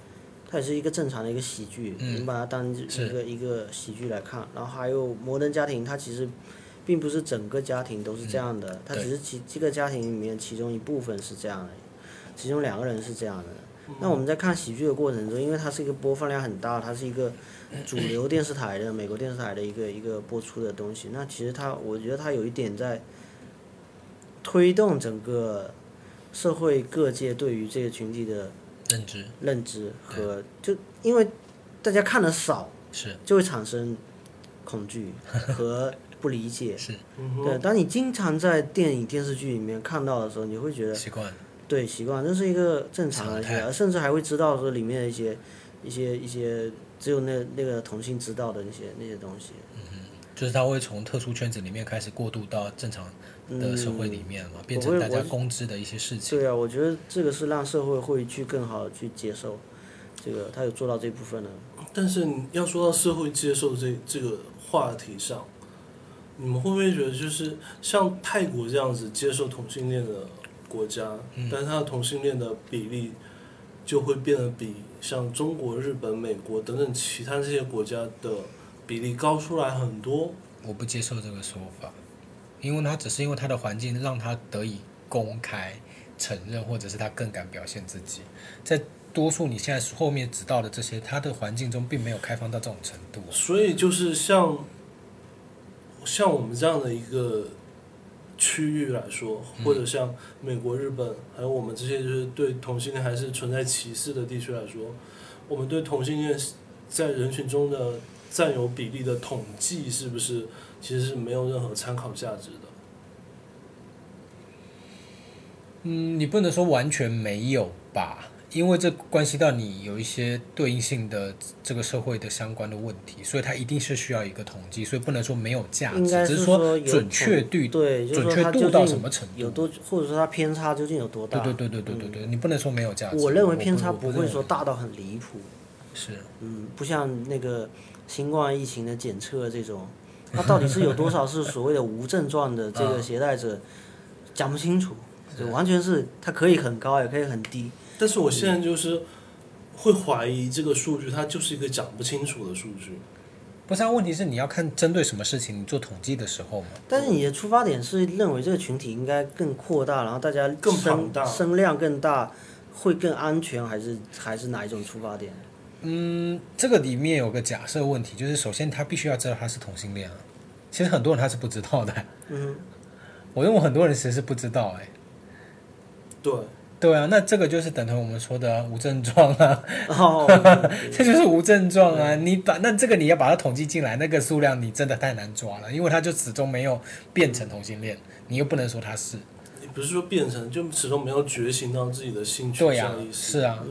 Speaker 2: 它也是一个正常的一个喜剧，
Speaker 3: 嗯
Speaker 2: 我们把它当一
Speaker 3: 是
Speaker 2: 个一个喜剧来看。然后还有《摩登家庭》，它其实并不是整个家庭都是这样的，它只是其这个家庭里面其中一部分是这样的，其中两个人是这样的。那我们在看喜剧的过程中，因为它是一个播放量很大，它是一个主流电视台的美国电视台的一个一个播出的东西。那其实它，我觉得它有一点在推动整个社会各界对于这个群体的
Speaker 3: 认知
Speaker 2: 认知和就因为大家看的少，
Speaker 3: 是
Speaker 2: 就会产生恐惧和不理解。
Speaker 3: 是
Speaker 2: 对，当你经常在电影、电视剧里面看到的时候，你会觉得
Speaker 3: 习惯了，
Speaker 2: 对，习惯，这是一个正常的一
Speaker 3: 常
Speaker 2: 些，
Speaker 3: 态
Speaker 2: 而甚至还会知道说里面的一些、一些、一些只有那那个同性知道的那些那些东西。
Speaker 3: 就是他会从特殊圈子里面开始过渡到正常的社会里面嘛，变成
Speaker 2: 嗯我会
Speaker 3: 大家
Speaker 2: 我
Speaker 3: 公知的一些事情。
Speaker 2: 对啊，我觉得这个是让社会会去更好的去接受，这个他有做到这部分的。
Speaker 1: 但是你要说到社会接受这这个话题上，你们会不会觉得就是像泰国这样子接受同性恋的国家，但是它的同性恋的比例就会变得比像中国、日本、美国等等其他这些国家的比例高出来很多？
Speaker 3: 我不接受这个说法，因为他只是因为他的环境让他得以公开承认，或者是他更敢表现自己。在多数你现在后面知道的这些，他的环境中并没有开放到这种程度啊。
Speaker 1: 所以就是像像我们这样的一个区域来说，或
Speaker 3: 嗯
Speaker 1: 者像美国、日本，还有我们这些就是对同性恋还是存在歧视的地区来说，我们对同性恋在人群中的占有比例的统计，是不是其实是没有任何参考价值的？
Speaker 3: 嗯，你不能说完全没有吧，因为这关系到你有一些对应性的这个社会的相关的问题，所以它一定是需要一个统计，所以不能说没有价值
Speaker 2: 应，该
Speaker 3: 只
Speaker 2: 是
Speaker 3: 说
Speaker 2: 有
Speaker 3: 准确
Speaker 2: 统
Speaker 3: 率、
Speaker 2: 对，就是
Speaker 3: 准
Speaker 2: 说
Speaker 3: 确
Speaker 2: 它究
Speaker 3: 度到
Speaker 2: 竟
Speaker 3: 什么程度
Speaker 2: 有。多，或者说它偏差究竟有多大？
Speaker 3: 对对对对对对对，你不能说没有价值。
Speaker 2: 我认为偏差
Speaker 3: 我不
Speaker 2: 不会
Speaker 3: 认
Speaker 2: 说
Speaker 3: 为
Speaker 2: 大到很离谱，
Speaker 3: 是，
Speaker 2: 嗯，不像那个新冠疫情的检测这种，它到底是有多少是所谓的无症状的
Speaker 3: 啊
Speaker 2: 这个携带者，讲不清楚，就完全是它可以很高也可以很低，
Speaker 1: 但是我现
Speaker 3: 嗯
Speaker 1: 在就是会怀疑这个数据，它就是一个讲不清楚的数据。
Speaker 3: 不是啊？问题是你要看针对什么事情，你做统计的时候嘛。
Speaker 2: 但是你的出发点是认为这个群体应该更扩大，然后大家
Speaker 1: 更
Speaker 2: 声
Speaker 1: 庞大
Speaker 2: 声量更大，会更安全，还是还是哪一种出 发点？
Speaker 3: 嗯，这个里面有个假设问题，就是首先他必须要知道他是同性恋啊。其实很多人他是不知道的。
Speaker 2: 嗯，
Speaker 3: 我认为很多人其实是不知道哎、
Speaker 1: 对，
Speaker 3: 对啊，那这个就是等同我们说的啊无症状啊，
Speaker 2: 哦，
Speaker 3: 这就是无症状啊。你把那这个你要把它统计进来，那个数量你真的太难抓了，因为他就始终没有变成同性恋，你又不能说他是。
Speaker 1: 也不是说变成，就始终没有觉醒到自己的性取
Speaker 3: 对呀、
Speaker 1: 向意识。
Speaker 3: 是啊。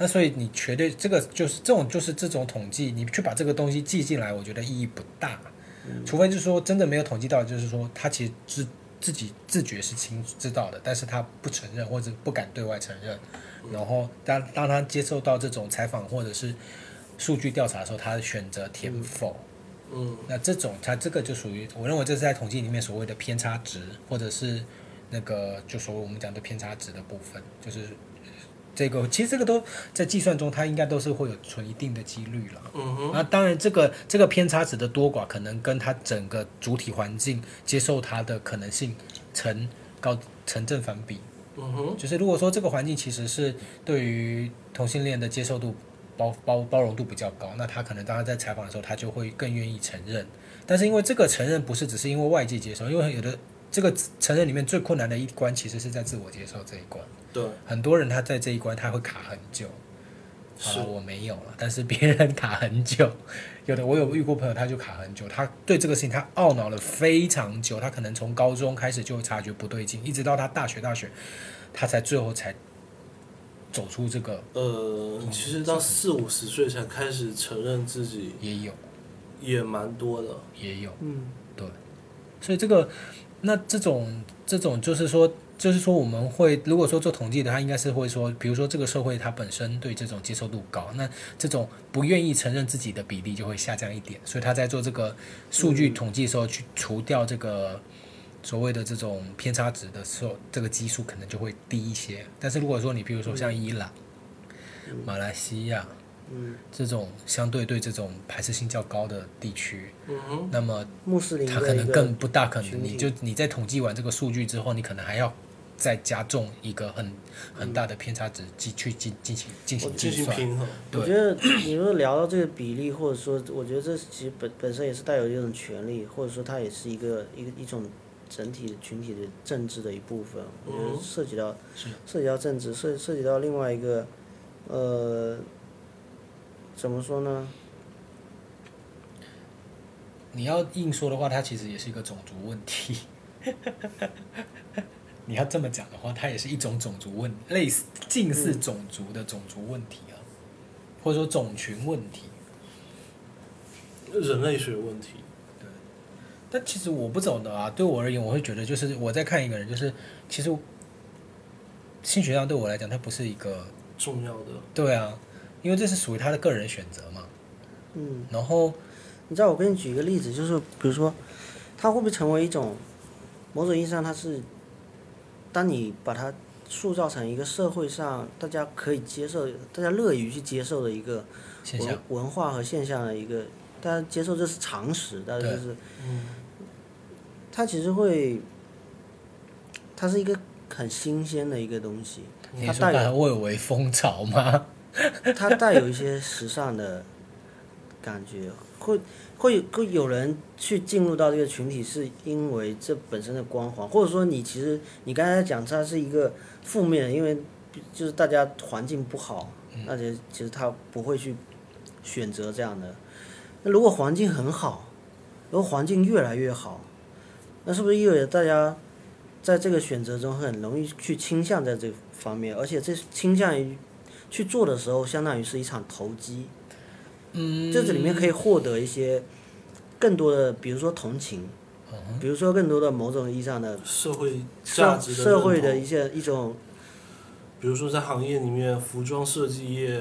Speaker 3: 那所以你绝对这个就是这种就是这种统计，你去把这个东西记进来，我觉得意义不大。除非就是说真的没有统计到，就是说他其实知自己自觉是清知道的，但是他不承认或者不敢对外承认。然后当当他接受到这种采访或者是数据调查的时候，他选择填否。
Speaker 1: 嗯，
Speaker 3: 那这种它这个就属于，我认为这是在统计里面所谓的偏差值，或者是那个就所谓我们讲的偏差值的部分，就是这个其实这个都在计算中，它应该都是会有存一定的几率了。
Speaker 1: 嗯哼，
Speaker 3: 那当然，这个这个偏差值的多寡，可能跟它整个主体环境接受它的可能性成高成正反比。
Speaker 1: 嗯哼，
Speaker 3: 就是如果说这个环境其实是对于同性恋的接受度包包包容度比较高，那他可能当他在采访的时候，他就会更愿意承认。但是因为这个承认不是只是因为外界接受，因为有的这个承认里面最困难的一关其实是在自我接受这一关，
Speaker 1: 对，
Speaker 3: 很多人他在这一关他会卡很久。
Speaker 1: 是
Speaker 3: 好了，我没有了，但是别人卡很久， 有的我有遇过朋友，他就卡很久，他对这个事情他懊恼了非常久，他可能从高中开始就察觉不对劲，一直到他大学大学，他才最后才走出这个
Speaker 1: 呃，其实到四五十岁才开始承认自己，
Speaker 3: 也有
Speaker 1: 也蛮多的。
Speaker 3: 也有，
Speaker 2: 嗯，
Speaker 3: 对，所以这个那这种这种就是说。就是说，我们会如果说做统计的，他应该是会说，比如说这个社会它本身对这种接受度高，那这种不愿意承认自己的比例就会下降一点，所以他在做这个数据统计的时候，去除掉这个所谓的这种偏差值的时候，这个基数可能就会低一些。但是如果说你比如说像伊朗、马来西亚，
Speaker 2: 嗯，
Speaker 3: 这种相对对这种排斥性较高的地区，
Speaker 1: 嗯哼，
Speaker 3: 那么
Speaker 2: 穆斯林
Speaker 3: 他可
Speaker 2: 的一
Speaker 3: 能
Speaker 2: 个
Speaker 3: 更不大可
Speaker 2: 群
Speaker 3: 能，你
Speaker 2: 体
Speaker 3: 就你在统计完这个数据之后，你可能还要再加重一个很很大的偏差值进去进进行进
Speaker 2: 哦
Speaker 3: 行计
Speaker 1: 进行
Speaker 3: 算。
Speaker 1: 平衡。
Speaker 3: 对
Speaker 2: 我觉得你说聊到这个比例，或者说，我觉得这其实本本身也是带有一种权利，或者说它也是一个一个一种整体群体的政治的一部分。我觉得涉及到、涉及到政治，涉涉及到另外一个，呃，怎么说呢？
Speaker 3: 你要硬说的话，它其实也是一个种族问题。 你要这么讲的话，它也是一种种族问，类似近似
Speaker 2: 嗯
Speaker 3: 种族的种族问题啊，或者说种群问题。
Speaker 1: 人类学问题，
Speaker 3: 但其实我不懂的啊，对我而言，我会觉得就是我在看一个人，就是其实性取向对我来讲，它不是一个
Speaker 1: 重要的。
Speaker 3: 对啊，因为这是属于他的个人选择嘛。
Speaker 2: 嗯，
Speaker 3: 然后，
Speaker 2: 你知道，我给你举一个例子，就是比如说，它会不会成为一种某种意义上，它是当你把它塑造成一个社会上大家可以接受、大家乐于去接受的一个。
Speaker 3: 现
Speaker 2: 文
Speaker 3: 象
Speaker 2: 文化和现象的一个，大家接受这是常识，但是
Speaker 3: 对
Speaker 2: 就是
Speaker 1: 嗯，
Speaker 2: 它其实会，它是一个很新鲜的一个东西，
Speaker 3: 你
Speaker 2: 它
Speaker 3: 说
Speaker 2: 带
Speaker 3: 它
Speaker 2: 有
Speaker 3: 蔚为风潮吗？
Speaker 2: 它带有一些时尚的感觉，会会会有人去进入到这个群体，是因为这本身的光环，或者说你其实你刚才讲它是一个负面的，因为就是大家环境不好，而且其实他不会去选择这样的。那如果环境很好，如果环境越来越好，那是不是意味着大家在这个选择中很容易去倾向在这方面，而且这倾向于去做的时候，相当于是一场投机。
Speaker 3: 嗯，
Speaker 2: 这里面可以获得一些更多的，比如说同情，比如说更多的某种意义上的
Speaker 1: 社会嗯价
Speaker 2: 社
Speaker 1: 值的
Speaker 2: 社会
Speaker 1: 认
Speaker 2: 的
Speaker 1: 同
Speaker 2: 一些一种
Speaker 1: 比如说在行业里面，服装设计业，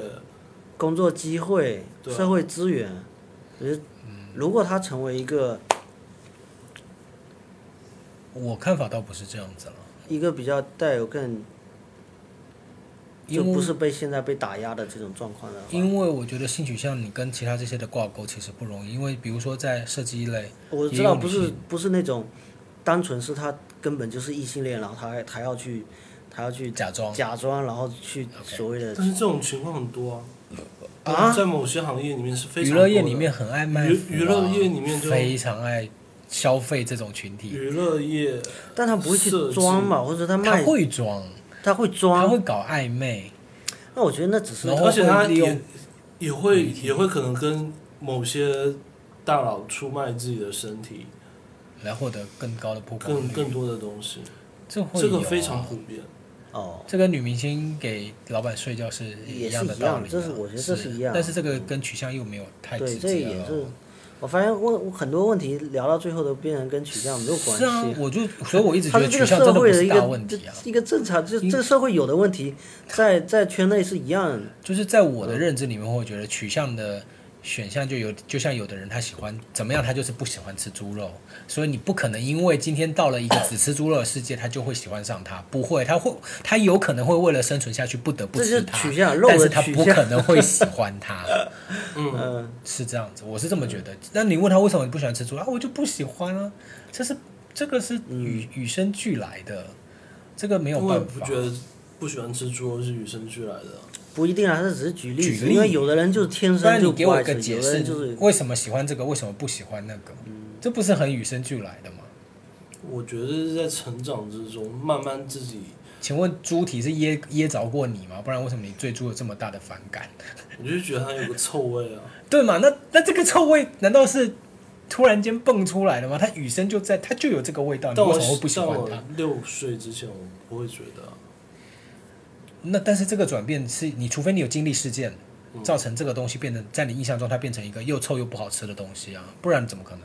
Speaker 2: 工作机会、
Speaker 1: 对啊嗯
Speaker 2: 社会资源。比如，如果它成为一个
Speaker 3: 我看法倒不是这样子了，
Speaker 2: 一个比较带有更就
Speaker 3: 因为
Speaker 2: 不是被现在被打压的这种状况的话，
Speaker 3: 因为我觉得性取向你跟其他这些的挂钩其实不容易，因为比如说在设计类，
Speaker 2: 我知
Speaker 3: 也
Speaker 2: 道
Speaker 3: 有
Speaker 2: 不
Speaker 3: 女
Speaker 2: 是
Speaker 3: 性
Speaker 2: 不是那种，单纯是他根本就是异性恋，然后他还他要去他要去
Speaker 3: 假装
Speaker 2: 假装，然后去所谓的
Speaker 1: 但是这种情况很多啊，
Speaker 2: 啊
Speaker 1: 在某些行业里面是非
Speaker 3: 娱
Speaker 1: 常多
Speaker 3: 乐
Speaker 1: 的。
Speaker 3: 业里面很爱卖
Speaker 1: 娱
Speaker 3: 腐啊
Speaker 1: 娱乐业里面就嗯
Speaker 3: 非常爱消费这种群体，
Speaker 1: 娱乐业，
Speaker 2: 但他不会去
Speaker 1: 设计
Speaker 2: 装嘛，或者他
Speaker 3: 他
Speaker 2: 卖
Speaker 3: 会装，
Speaker 2: 他会
Speaker 3: 他
Speaker 2: 装
Speaker 3: 会，搞暧昧，
Speaker 2: 那我觉得那只是
Speaker 3: 然后
Speaker 1: 而且他
Speaker 3: 会利
Speaker 1: 也
Speaker 3: 用
Speaker 1: 也会也会可能跟某些大佬出卖自己的身体，
Speaker 3: 来获得更高的曝光
Speaker 1: 更
Speaker 3: 率，
Speaker 1: 更多的东西，
Speaker 3: 这会
Speaker 1: 这个
Speaker 3: 有啊
Speaker 1: 非常普遍。
Speaker 2: 哦，
Speaker 3: 这跟女明星给老板睡觉是
Speaker 2: 也是
Speaker 3: 样的
Speaker 2: 一样
Speaker 3: 道理啊、
Speaker 2: 这是我觉得这是一样
Speaker 3: 但是这个跟取向又没有太
Speaker 2: 对，
Speaker 3: 直
Speaker 2: 这
Speaker 3: 接哦
Speaker 2: 也
Speaker 3: 了
Speaker 2: 是我发现问很多问题聊到最后都变成跟取向没有关
Speaker 3: 是啊，
Speaker 2: 系。
Speaker 3: 我就所以我一直觉
Speaker 2: 它
Speaker 3: 得
Speaker 2: 是这个
Speaker 3: 取向
Speaker 2: 社
Speaker 3: 真的不
Speaker 2: 会的
Speaker 3: 是
Speaker 2: 一
Speaker 3: 大
Speaker 2: 个
Speaker 3: 问
Speaker 2: 这
Speaker 3: 题啊，
Speaker 2: 一个正常，就这个社会有的问题，在在圈内是一样，
Speaker 3: 就是在我的认知里面，我会觉得取向的选项就有，就像有的人他喜欢怎么样，他就是不喜欢吃猪肉，所以你不可能因为今天到了一个只吃猪肉的世界，他就会喜欢上它，不会，他会，他有可能会为了生存下去不得不
Speaker 2: 这是
Speaker 3: 吃它，
Speaker 2: 取向肉
Speaker 3: 但是
Speaker 2: 的
Speaker 3: 他
Speaker 2: 取
Speaker 3: 不
Speaker 2: 向
Speaker 3: 可能会喜欢它。
Speaker 2: 嗯，
Speaker 3: 是这样子，我是这么觉得。那你问他为什么你不喜欢吃猪啊？我就不喜欢啊，这是这个是
Speaker 2: 嗯
Speaker 3: 与、与生俱来的，这个没有
Speaker 1: 因为我
Speaker 3: 办
Speaker 1: 不
Speaker 3: 法
Speaker 1: 觉。得不喜欢吃猪肉是与生俱来的，
Speaker 2: 不一定啊，这只是举例
Speaker 3: 举
Speaker 2: 子，
Speaker 3: 例
Speaker 2: 因为有的人就是天
Speaker 3: 不然
Speaker 2: 生就
Speaker 3: 你给
Speaker 2: 不
Speaker 3: 我一
Speaker 2: 爱
Speaker 3: 个
Speaker 2: 吃，有
Speaker 3: 解
Speaker 2: 的
Speaker 3: 释，
Speaker 2: 人就是嗯
Speaker 3: 为什么喜欢这个，为什么不喜欢那个？这不是很与生俱来的吗？
Speaker 1: 我觉得是在成长之中慢慢自己，
Speaker 3: 请问猪蹄是噎噎着过你吗？不然为什么你对猪有这么大的反感？
Speaker 1: 我就觉得它有个臭味啊。
Speaker 3: 对嘛？那那这个臭味难道是突然间蹦出来的吗？它与生就在，它就有这个味啊道，你
Speaker 1: 但
Speaker 3: 为
Speaker 1: 我
Speaker 3: 什么会不喜
Speaker 1: 但
Speaker 3: 欢
Speaker 1: 我
Speaker 3: 它？
Speaker 1: 六岁之前，我不会觉得啊、
Speaker 3: 那但是这个转变是你，除非你有经历事件，
Speaker 2: 嗯
Speaker 3: 造成这个东西变成在你印象中它变成一个又臭又不好吃的东西啊，不然怎么可能？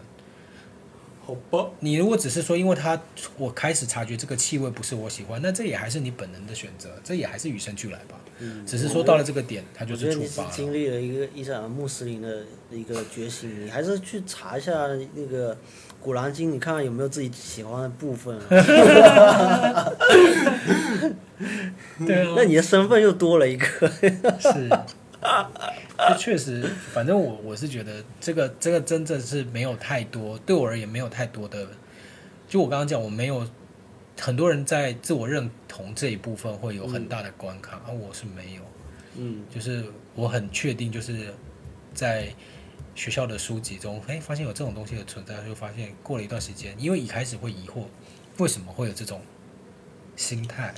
Speaker 1: 好吧，
Speaker 3: 你如果只是说因为它，我开始察觉这个气味不是我喜欢，那这也还是你本能的选择，这也还是与生俱来吧。只是说到了这个点，它就
Speaker 2: 嗯我
Speaker 3: 是
Speaker 2: 觉得
Speaker 3: 触
Speaker 2: 你是
Speaker 3: 发了。
Speaker 2: 经历了一个伊斯兰穆斯林的一个觉醒，你还是去查一下那个《古兰经》，你看看有没有自己喜欢的部分、 啊。
Speaker 3: 对啊，
Speaker 2: 那你的身份又多了一个。
Speaker 3: 是，这确实，反正我我是觉得这个这个真的是没有太多，对我而言没有太多的，就我刚刚讲，我没有很多人在自我认同这一部分会有很大的关卡，而、我是没有，
Speaker 2: 嗯，
Speaker 3: 就是我很确定就是在。学校的书籍中，哎，发现有这种东西的存在，就发现过了一段时间，因为一开始会疑惑，为什么会有这种心态，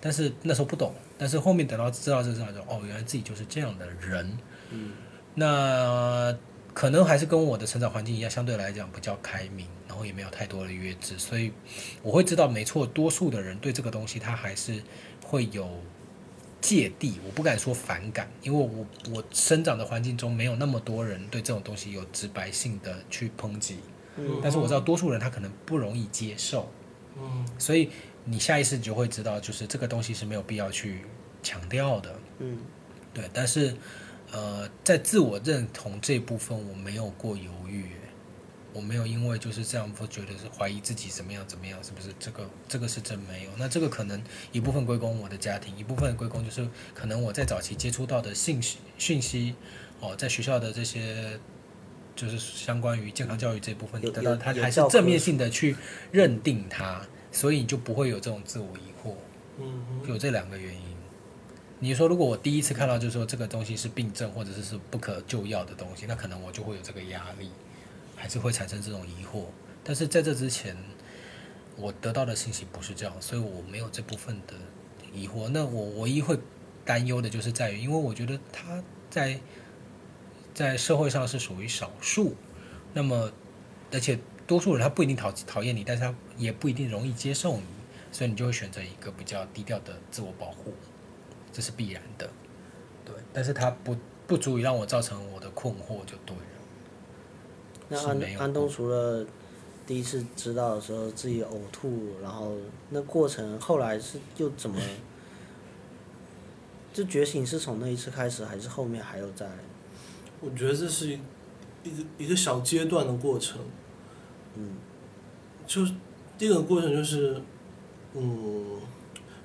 Speaker 3: 但是那时候不懂，但是后面等到知道这事儿之后，哦，原来自己就是这样的人。嗯，那可能还是跟我的成长环境一样，相对来讲比较开明，然后也没有太多的约制，所以我会知道，没错，多数的人对这个东西他还是会有芥蒂，我不敢说反感，因为我我生长的环境中没有那么多人对这种东西有直白性的去抨击，
Speaker 2: 嗯
Speaker 3: 但是我知道多数人他可能不容易接受。
Speaker 1: 嗯，
Speaker 3: 所以你下意识就会知道，就是这个东西是没有必要去强调的，
Speaker 2: 嗯，
Speaker 3: 对。但是，呃，在自我认同这部分，我没有过犹豫，我没有因为就是这样会觉得是怀疑自己怎么样怎么样，是不是？这个这个是真没有。那这个可能一部分归功我的家庭，一部分归功就是可能我在早期接触到的信息讯息，哦，在学校的这些。就是相关于健康教育这部分，
Speaker 2: 有
Speaker 3: 得到
Speaker 2: 有
Speaker 3: 它
Speaker 2: 有
Speaker 3: 还是
Speaker 2: 教科
Speaker 3: 正面性的去认定它，所以你就不会有这种自我疑惑。
Speaker 1: 嗯哼，
Speaker 3: 有这两个原因。你说，如果我第一次看到就说这个东西是病症或者是是不可救药的东西，那可能我就会有这个压力，还是会产生这种疑惑。但是在这之前，我得到的信息不是这样，所以我没有这部分的疑惑。那我唯一会担忧的就是在于，因为我觉得他在在社会上是属于少数，那么而且多数人他不一定讨讨厌你，但是他也不一定容易接受你。所以你就会选择一个比较低调的自我保护，这是必然的。对，但是它不不足以让我造成我的困惑，就对了。
Speaker 2: 那
Speaker 3: 是
Speaker 2: 安
Speaker 3: 没有嗯
Speaker 2: 安东除了第一次知道的时候自己呕吐，然后那过程后来是又怎么？ 就觉醒是从那一次开始，还是后面还有在？
Speaker 1: 我觉得这是一一个一个小阶段的过程。
Speaker 2: 嗯，
Speaker 1: 就是第一个过程就是，嗯，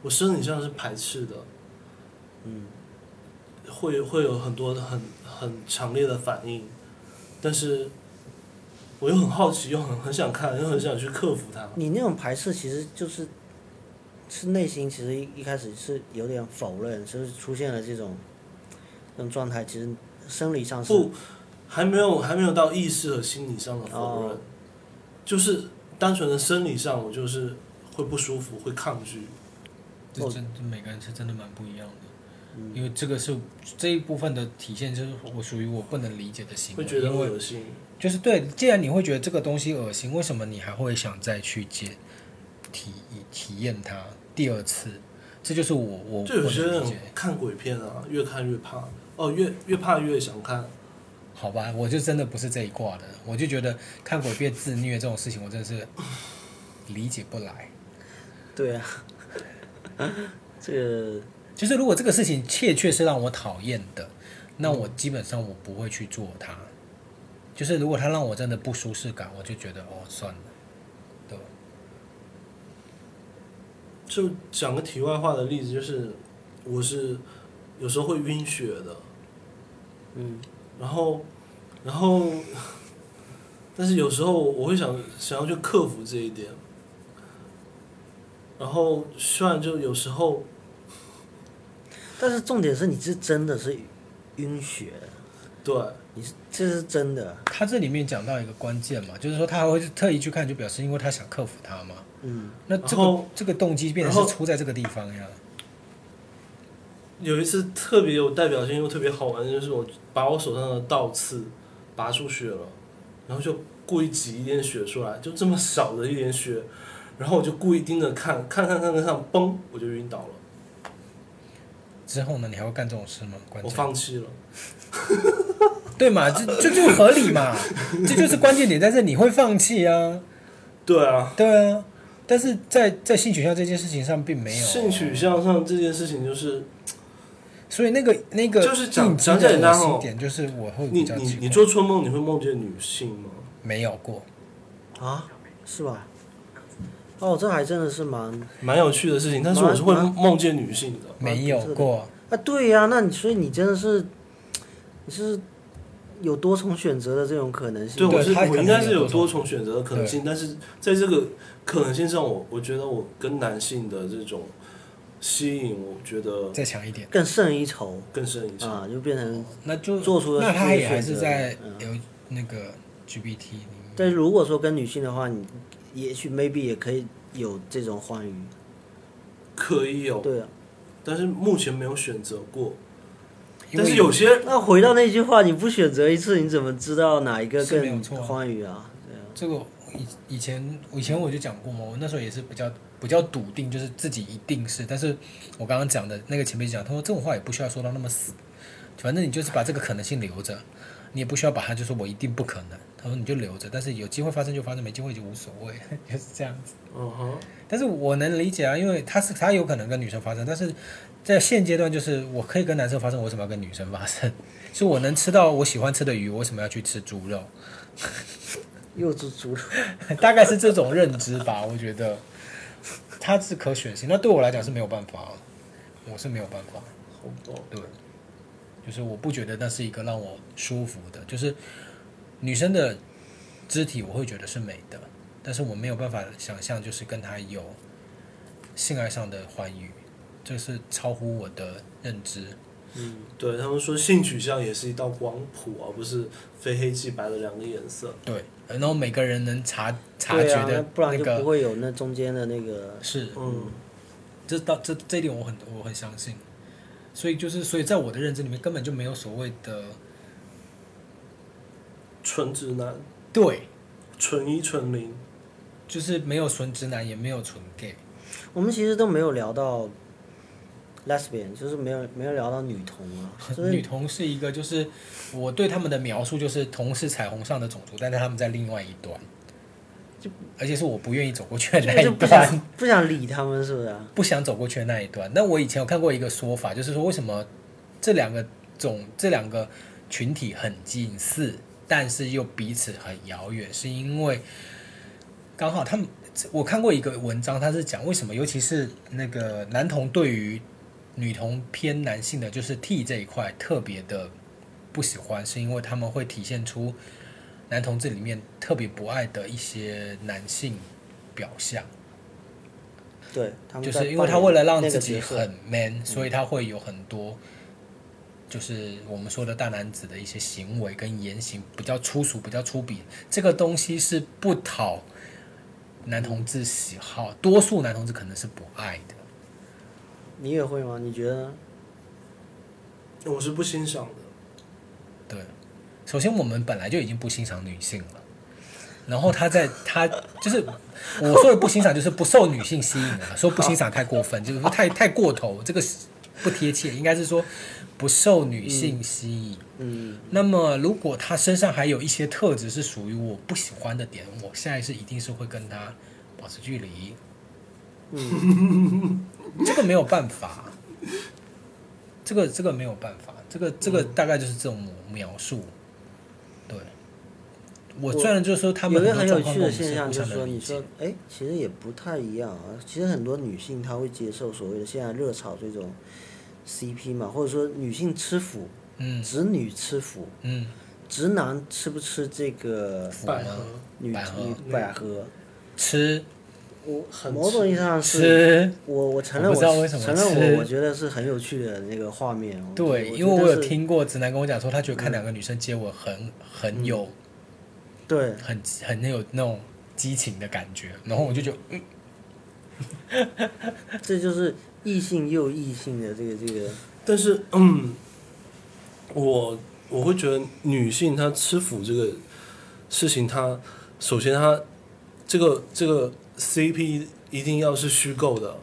Speaker 1: 我生理上是排斥的，
Speaker 2: 嗯，
Speaker 1: 会会有很多的很很强烈的反应，但是我又很好奇，又很很想看，又很想去克服它。
Speaker 2: 你那种排斥其实就是，是内心其实一一开始是有点否认，就是出现了这种，这种状态，其实生理上是
Speaker 1: 不，还没有还没有到意识和心理上的否认，
Speaker 2: 哦
Speaker 1: 就是单纯的生理上，我就是会不舒服，会抗拒。
Speaker 3: 这
Speaker 2: 哦
Speaker 3: 真这每个人是真的蛮不一样的，
Speaker 1: 嗯
Speaker 3: 因为这个是这一部分的体现，就是我属于我不能理解的行为，
Speaker 1: 会觉得
Speaker 3: 因为
Speaker 1: 恶心。
Speaker 3: 就是对，既然你会觉得这个东西恶心，为什么你还会想再去接体体验它第二次？这就是我我不
Speaker 1: 就有些
Speaker 3: 能理
Speaker 1: 人
Speaker 3: 解。
Speaker 1: 看鬼片啊，越看越怕，哦，越越怕越想看。
Speaker 3: 好吧，我就真的不是这一挂的，我就觉得看鬼片自虐这种事情，我真的是 理解不来。
Speaker 2: 对啊， 这个
Speaker 3: 就是如果这个事情切确是让我讨厌的，那我基本上我不会去做它。就是如果它让我真的不舒适感，我就觉得哦算了，对吧，
Speaker 1: 就讲个题外话的例子，就是我是有时候会晕血的，
Speaker 2: 嗯，
Speaker 1: 然后然后，但是有时候我会想想要去克服这一点，然后虽然就有时候
Speaker 2: 但是重点是你是真的是晕血，
Speaker 1: 对，
Speaker 2: 你是这是真的，
Speaker 3: 他这里面讲到一个关键嘛，就是说他还会特意去看，就表示因为他想克服它嘛。
Speaker 2: 嗯，
Speaker 3: 那
Speaker 1: 然
Speaker 3: 这个
Speaker 1: 后
Speaker 3: 这个动机变
Speaker 1: 然
Speaker 3: 成
Speaker 1: 后
Speaker 3: 是出在这个地方呀。
Speaker 1: 有一次特别有代表性又特别好玩的，就是我把我手上的倒刺拔出血了，然后就故意挤一点血出来，就这么少的一点血，然后我就故意盯着看，看看看看看，嘣，我就晕倒了，
Speaker 3: 之后呢，你还会干这种事吗？关
Speaker 1: 我
Speaker 3: 键
Speaker 1: 放 弃了。
Speaker 3: 对嘛，这这就合理嘛，这就是关键点在这，你会放弃啊，
Speaker 1: 对啊，
Speaker 3: 对啊。但是在在性取向这件事情上并没有啊
Speaker 1: 性取，向上这件事情就是
Speaker 3: 所以那个那个
Speaker 1: 就是讲
Speaker 3: 应激的
Speaker 1: 讲简单哦
Speaker 3: 恶心点就是我会
Speaker 1: 你
Speaker 3: 比较
Speaker 1: 你
Speaker 3: 奇怪
Speaker 1: 你做春梦你会梦见女性吗？
Speaker 3: 没有过，
Speaker 2: 啊，是吧？哦，这还真的是蛮
Speaker 1: 蛮有趣的事情，但是我是会
Speaker 2: 蛮蛮
Speaker 1: 梦见女性的。
Speaker 3: 没有过，
Speaker 2: 啊，对呀、那你所以你真的是，你是有多重选择的这种可能性。
Speaker 1: 对，我
Speaker 3: 对
Speaker 1: 是
Speaker 3: 他可
Speaker 1: 我
Speaker 3: 能
Speaker 1: 应该是
Speaker 3: 有
Speaker 1: 有多
Speaker 3: 多
Speaker 1: 重选择的可能性，但是在这个可能性上，我我觉得我跟男性的这种吸引，我觉得
Speaker 3: 再强一点，
Speaker 2: 更胜一筹
Speaker 1: 更深一层。
Speaker 2: 啊，就变成。
Speaker 3: 那就
Speaker 2: 做出了
Speaker 3: 那他
Speaker 2: 自己
Speaker 3: 也还是
Speaker 2: 选择
Speaker 3: 在
Speaker 2: 嗯
Speaker 3: 有那个 GPT 里面
Speaker 2: 但如果说跟女性的话，你也许 maybe 也可以有这种欢愉。
Speaker 1: 可以有，
Speaker 2: 对啊，
Speaker 1: 但是目前没有选择过。
Speaker 3: 因为
Speaker 1: 但是有些
Speaker 2: 那回到那句话，你不选择一次，你怎么知道哪一个
Speaker 3: 是没有
Speaker 2: 更
Speaker 3: 错啊
Speaker 2: 欢愉啊？对啊，
Speaker 3: 这个以以前以前我就讲过嘛，我那时候也是比较比较笃定，就是自己一定是。但是我刚刚讲的那个前辈讲，他说这种话也不需要说到那么死，反正你就是把这个可能性留着，你也不需要把它就说我一定不可能。他说你就留着，但是有机会发生就发生，没机会就无所谓， 就是这样子。
Speaker 1: 嗯哼，
Speaker 3: 但是我能理解啊，因为他是他有可能跟女生发生，但是在现阶段就是我可以跟男生发生，我为什么要跟女生发生？ 是我能吃到我喜欢吃的鱼，我为什么要去吃猪肉？
Speaker 2: 又足足
Speaker 3: 大概是这种认知吧，我觉得它是可选性，那对我来讲是没有办法，我是没有办法，
Speaker 1: 好吧，
Speaker 3: 对，就是我不觉得那是一个让我舒服的，就是女生的肢体我会觉得是美的，但是我没有办法想象就是跟她有性爱上的欢愉，这是超乎我的认知，
Speaker 1: 嗯，对他们说性取向也是一道光谱，而不是非黑即白的两个颜色。
Speaker 3: 对，然后每个人能察察
Speaker 2: 对
Speaker 3: 觉
Speaker 2: 啊，那
Speaker 3: 的
Speaker 2: 不然就
Speaker 3: 个、
Speaker 2: 不会有那中间的那个
Speaker 3: 是，
Speaker 1: 嗯，
Speaker 3: 这到这这一点我很我很相信，所以就是所以在我的认知里面根本就没有所谓的
Speaker 1: 纯直男、
Speaker 3: 对，
Speaker 1: 纯一、纯零，
Speaker 3: 就是没有纯直男也没有纯 gay，
Speaker 2: 我们其实都没有聊到 lesbian，就是没有没有聊到女同啊，就 是
Speaker 3: 女同是一个，就是我对他们的描述就是同是彩虹上的种族，但是他们在另外一端，而且是我不愿意走过去的那
Speaker 2: 就就
Speaker 3: 一
Speaker 2: 不
Speaker 3: 端，
Speaker 2: 想不想理他们，是不是啊？
Speaker 3: 不想走过去的那一端。那我以前有看过一个说法，就是说为什么这两个种这两个群体很近似，但是又彼此很遥远，是因为刚好他们我看过一个文章，他是讲为什么，尤其是那个男童对于女童偏男性的就是 T 这一块特别的不喜欢，是因为他们会体现出男同志里面特别不爱的一些男性表象。
Speaker 2: 对，他们
Speaker 3: 就
Speaker 2: 在
Speaker 3: 是因为他
Speaker 2: 扮演
Speaker 3: 为了让
Speaker 2: 那个
Speaker 3: 自己
Speaker 2: 角色嗯
Speaker 3: 很 man，所以他会有很多，就是我们说的大男子的一些行为跟言行比较粗俗、比较粗鄙。这个东西是不讨男同志喜好，多数男同志可能是不爱的。
Speaker 2: 你也会吗？你觉得呢？
Speaker 1: 我是不欣赏的。
Speaker 3: 对，首先我们本来就已经不欣赏女性了，然后他在他就是我说的不欣赏，就是不受女性吸引了。说不欣赏太过分，就是说太太过头，这个是不贴切，应该是说不受女性吸引。
Speaker 2: 嗯，
Speaker 3: 那么如果他身上还有一些特质是属于我不喜欢的点，我下一次一定是会跟他保持距离。嗯，这个没有办法，这个这个没有办法，这个这个大概就是这种描述。对，我虽然就是说他
Speaker 2: 有
Speaker 3: 们
Speaker 2: 一个
Speaker 3: 很
Speaker 2: 很
Speaker 3: 多
Speaker 2: 有
Speaker 3: 状况
Speaker 2: 趣
Speaker 3: 跟我们
Speaker 2: 的现
Speaker 3: 是
Speaker 2: 象
Speaker 3: 互
Speaker 2: 就
Speaker 3: 相
Speaker 2: 是
Speaker 3: 的
Speaker 2: 说，
Speaker 3: 理
Speaker 2: 你
Speaker 3: 解
Speaker 2: 说，哎，其实也不太一样啊。其实很多女性她会接受所谓的现在热潮这种 CP 嘛，或者说女性吃腐，
Speaker 3: 嗯
Speaker 2: 直女吃腐，
Speaker 3: 嗯，
Speaker 2: 直男吃不吃这个
Speaker 1: 百合
Speaker 2: 女
Speaker 3: 百合
Speaker 2: 女百合？
Speaker 3: 吃
Speaker 1: 我很
Speaker 2: 某种意义上是，
Speaker 3: 吃，
Speaker 2: 我我承
Speaker 3: 我
Speaker 2: 认我
Speaker 3: 不知道为什么
Speaker 2: 承认
Speaker 3: 吃
Speaker 2: 我我觉得是很有趣的那个画面。我
Speaker 3: 对，
Speaker 2: 我
Speaker 3: 因为我有
Speaker 2: 觉得是
Speaker 3: 听过直男跟我讲说，他觉得看两个女生接吻很很
Speaker 2: 嗯
Speaker 3: 有。
Speaker 2: 对，
Speaker 3: 很很有那种激情的感觉，然后我就觉得，嗯
Speaker 2: 这就是异性又异性的这个这个，
Speaker 1: 但是，嗯，我我会觉得女性她吃腐这个事情她，首先她这个这个 CP 一定要是虚构的，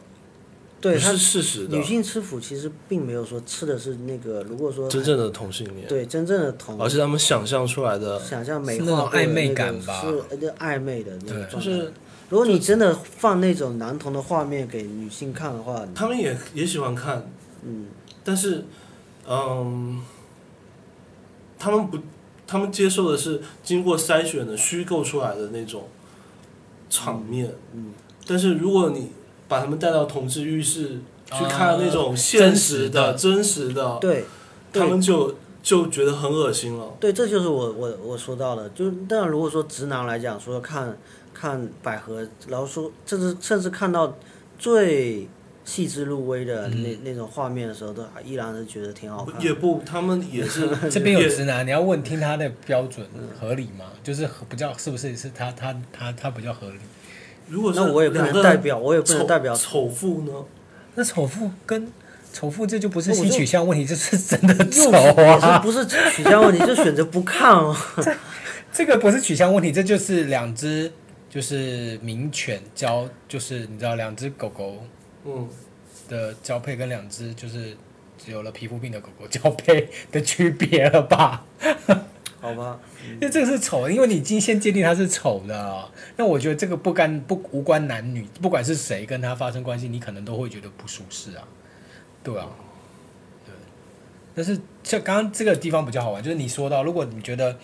Speaker 2: 对
Speaker 1: 不
Speaker 2: 它
Speaker 1: 是事实的
Speaker 2: 女，性吃腐其实并没有说吃的是那个，如果说
Speaker 1: 真正的同性恋，
Speaker 2: 对真正的同，
Speaker 1: 而是他们想象出来的，
Speaker 2: 想象美
Speaker 3: 是
Speaker 2: 化
Speaker 3: 那种
Speaker 2: 过的
Speaker 3: 暧昧
Speaker 2: 那个
Speaker 3: 感吧
Speaker 2: 是呃就暧昧的那
Speaker 3: 对
Speaker 2: 个
Speaker 1: 就
Speaker 2: 状态
Speaker 1: 是。
Speaker 2: 如果你真的放那种男同的画面给女性看的话，
Speaker 1: 他们也也喜欢看，
Speaker 2: 嗯，
Speaker 1: 但是，嗯，他们不，他们接受的是经过筛选的虚构出来的那种场面。
Speaker 2: 嗯嗯
Speaker 1: 但是如果你把他们带到同志浴室去看
Speaker 3: 啊
Speaker 1: 那种现实
Speaker 3: 真
Speaker 1: 真实
Speaker 3: 哦
Speaker 1: 的，
Speaker 2: 哦对
Speaker 1: 他们就就觉得很恶心了。
Speaker 2: 对，这就是我我我说到的，就是但如果说直男来讲，说看看百合，然后说甚至甚至看到最细致入微的那、
Speaker 3: 嗯
Speaker 2: 那种画面的时候，都还依然是觉得挺好看的。
Speaker 1: 也不，他们也 是
Speaker 3: 这边有
Speaker 1: 也
Speaker 3: 直男，你要问听他的标准合理吗？就是合比较是不是是他他他他比较合理？
Speaker 1: 如果是
Speaker 2: 那我也不
Speaker 1: 两个
Speaker 2: 能
Speaker 1: 人
Speaker 2: 代表，我也不能
Speaker 1: 丑
Speaker 2: 代表
Speaker 1: 丑妇呢？
Speaker 3: 那丑妇跟丑妇这就不是
Speaker 2: 那我
Speaker 3: 性
Speaker 2: 就
Speaker 3: 取向问题，这是真的丑
Speaker 2: 也是
Speaker 3: 啊！
Speaker 2: 不是取向问题，就选择不看哦。
Speaker 3: 这个不是取向问题，这就是两只就是名犬交，就是你知道两只狗狗
Speaker 1: 嗯，
Speaker 3: 的交配跟两只就是有了皮肤病的狗狗交配的区别了吧？
Speaker 2: 好吧，
Speaker 3: 因为这个是丑，因为你已经先界定他是丑的了。那我觉得这个不干不无关男女，不管是谁跟他发生关系，你可能都会觉得不舒适啊，对啊，对。但是像刚刚这个地方比较好玩，就是你说到，如果你觉得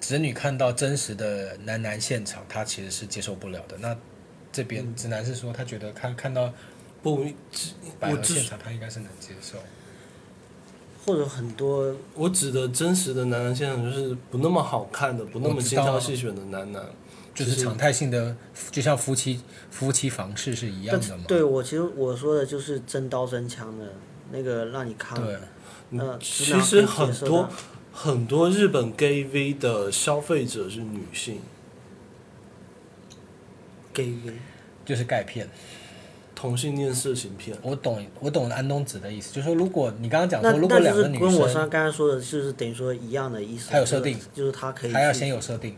Speaker 3: 直女看到真实的男男现场，她其实是接受不了的。那这边直男是说，他觉得看看到
Speaker 1: 不，
Speaker 3: 百
Speaker 1: 我
Speaker 3: 合
Speaker 1: 只
Speaker 3: 现场，他应该是能接受。
Speaker 2: 或者很多
Speaker 1: 我指的真实的男男现场就是不那么好看的，不那么精
Speaker 3: 啊
Speaker 1: 挑细选的男嗯男，
Speaker 3: 就是
Speaker 2: 嗯
Speaker 3: 常态性的，就像夫妻夫妻房事是一样
Speaker 2: 但是
Speaker 3: 的嘛。
Speaker 2: 对我其实我说的就是真刀真枪的那个让你看，
Speaker 3: 对
Speaker 2: 呃，直
Speaker 1: 其
Speaker 2: 男可以
Speaker 1: 实
Speaker 2: 接
Speaker 1: 很
Speaker 2: 受
Speaker 1: 多
Speaker 2: 的
Speaker 1: 很多日本 gay V 的消费者是女性，
Speaker 2: gay 晕
Speaker 3: 就是钙片。
Speaker 1: 同性恋色情片。
Speaker 3: 我懂，我懂安东子的意思，就是说，如果你刚刚讲
Speaker 2: 那
Speaker 3: 说，如果
Speaker 2: 那
Speaker 3: 两
Speaker 2: 就
Speaker 3: 个
Speaker 2: 是
Speaker 3: 女
Speaker 2: 跟我上
Speaker 3: 生，
Speaker 2: 刚才说的，就是等于说一样的意思。
Speaker 3: 还有设定
Speaker 2: 就是就是他可以
Speaker 3: 还要
Speaker 2: 去嗯
Speaker 3: 先有设定，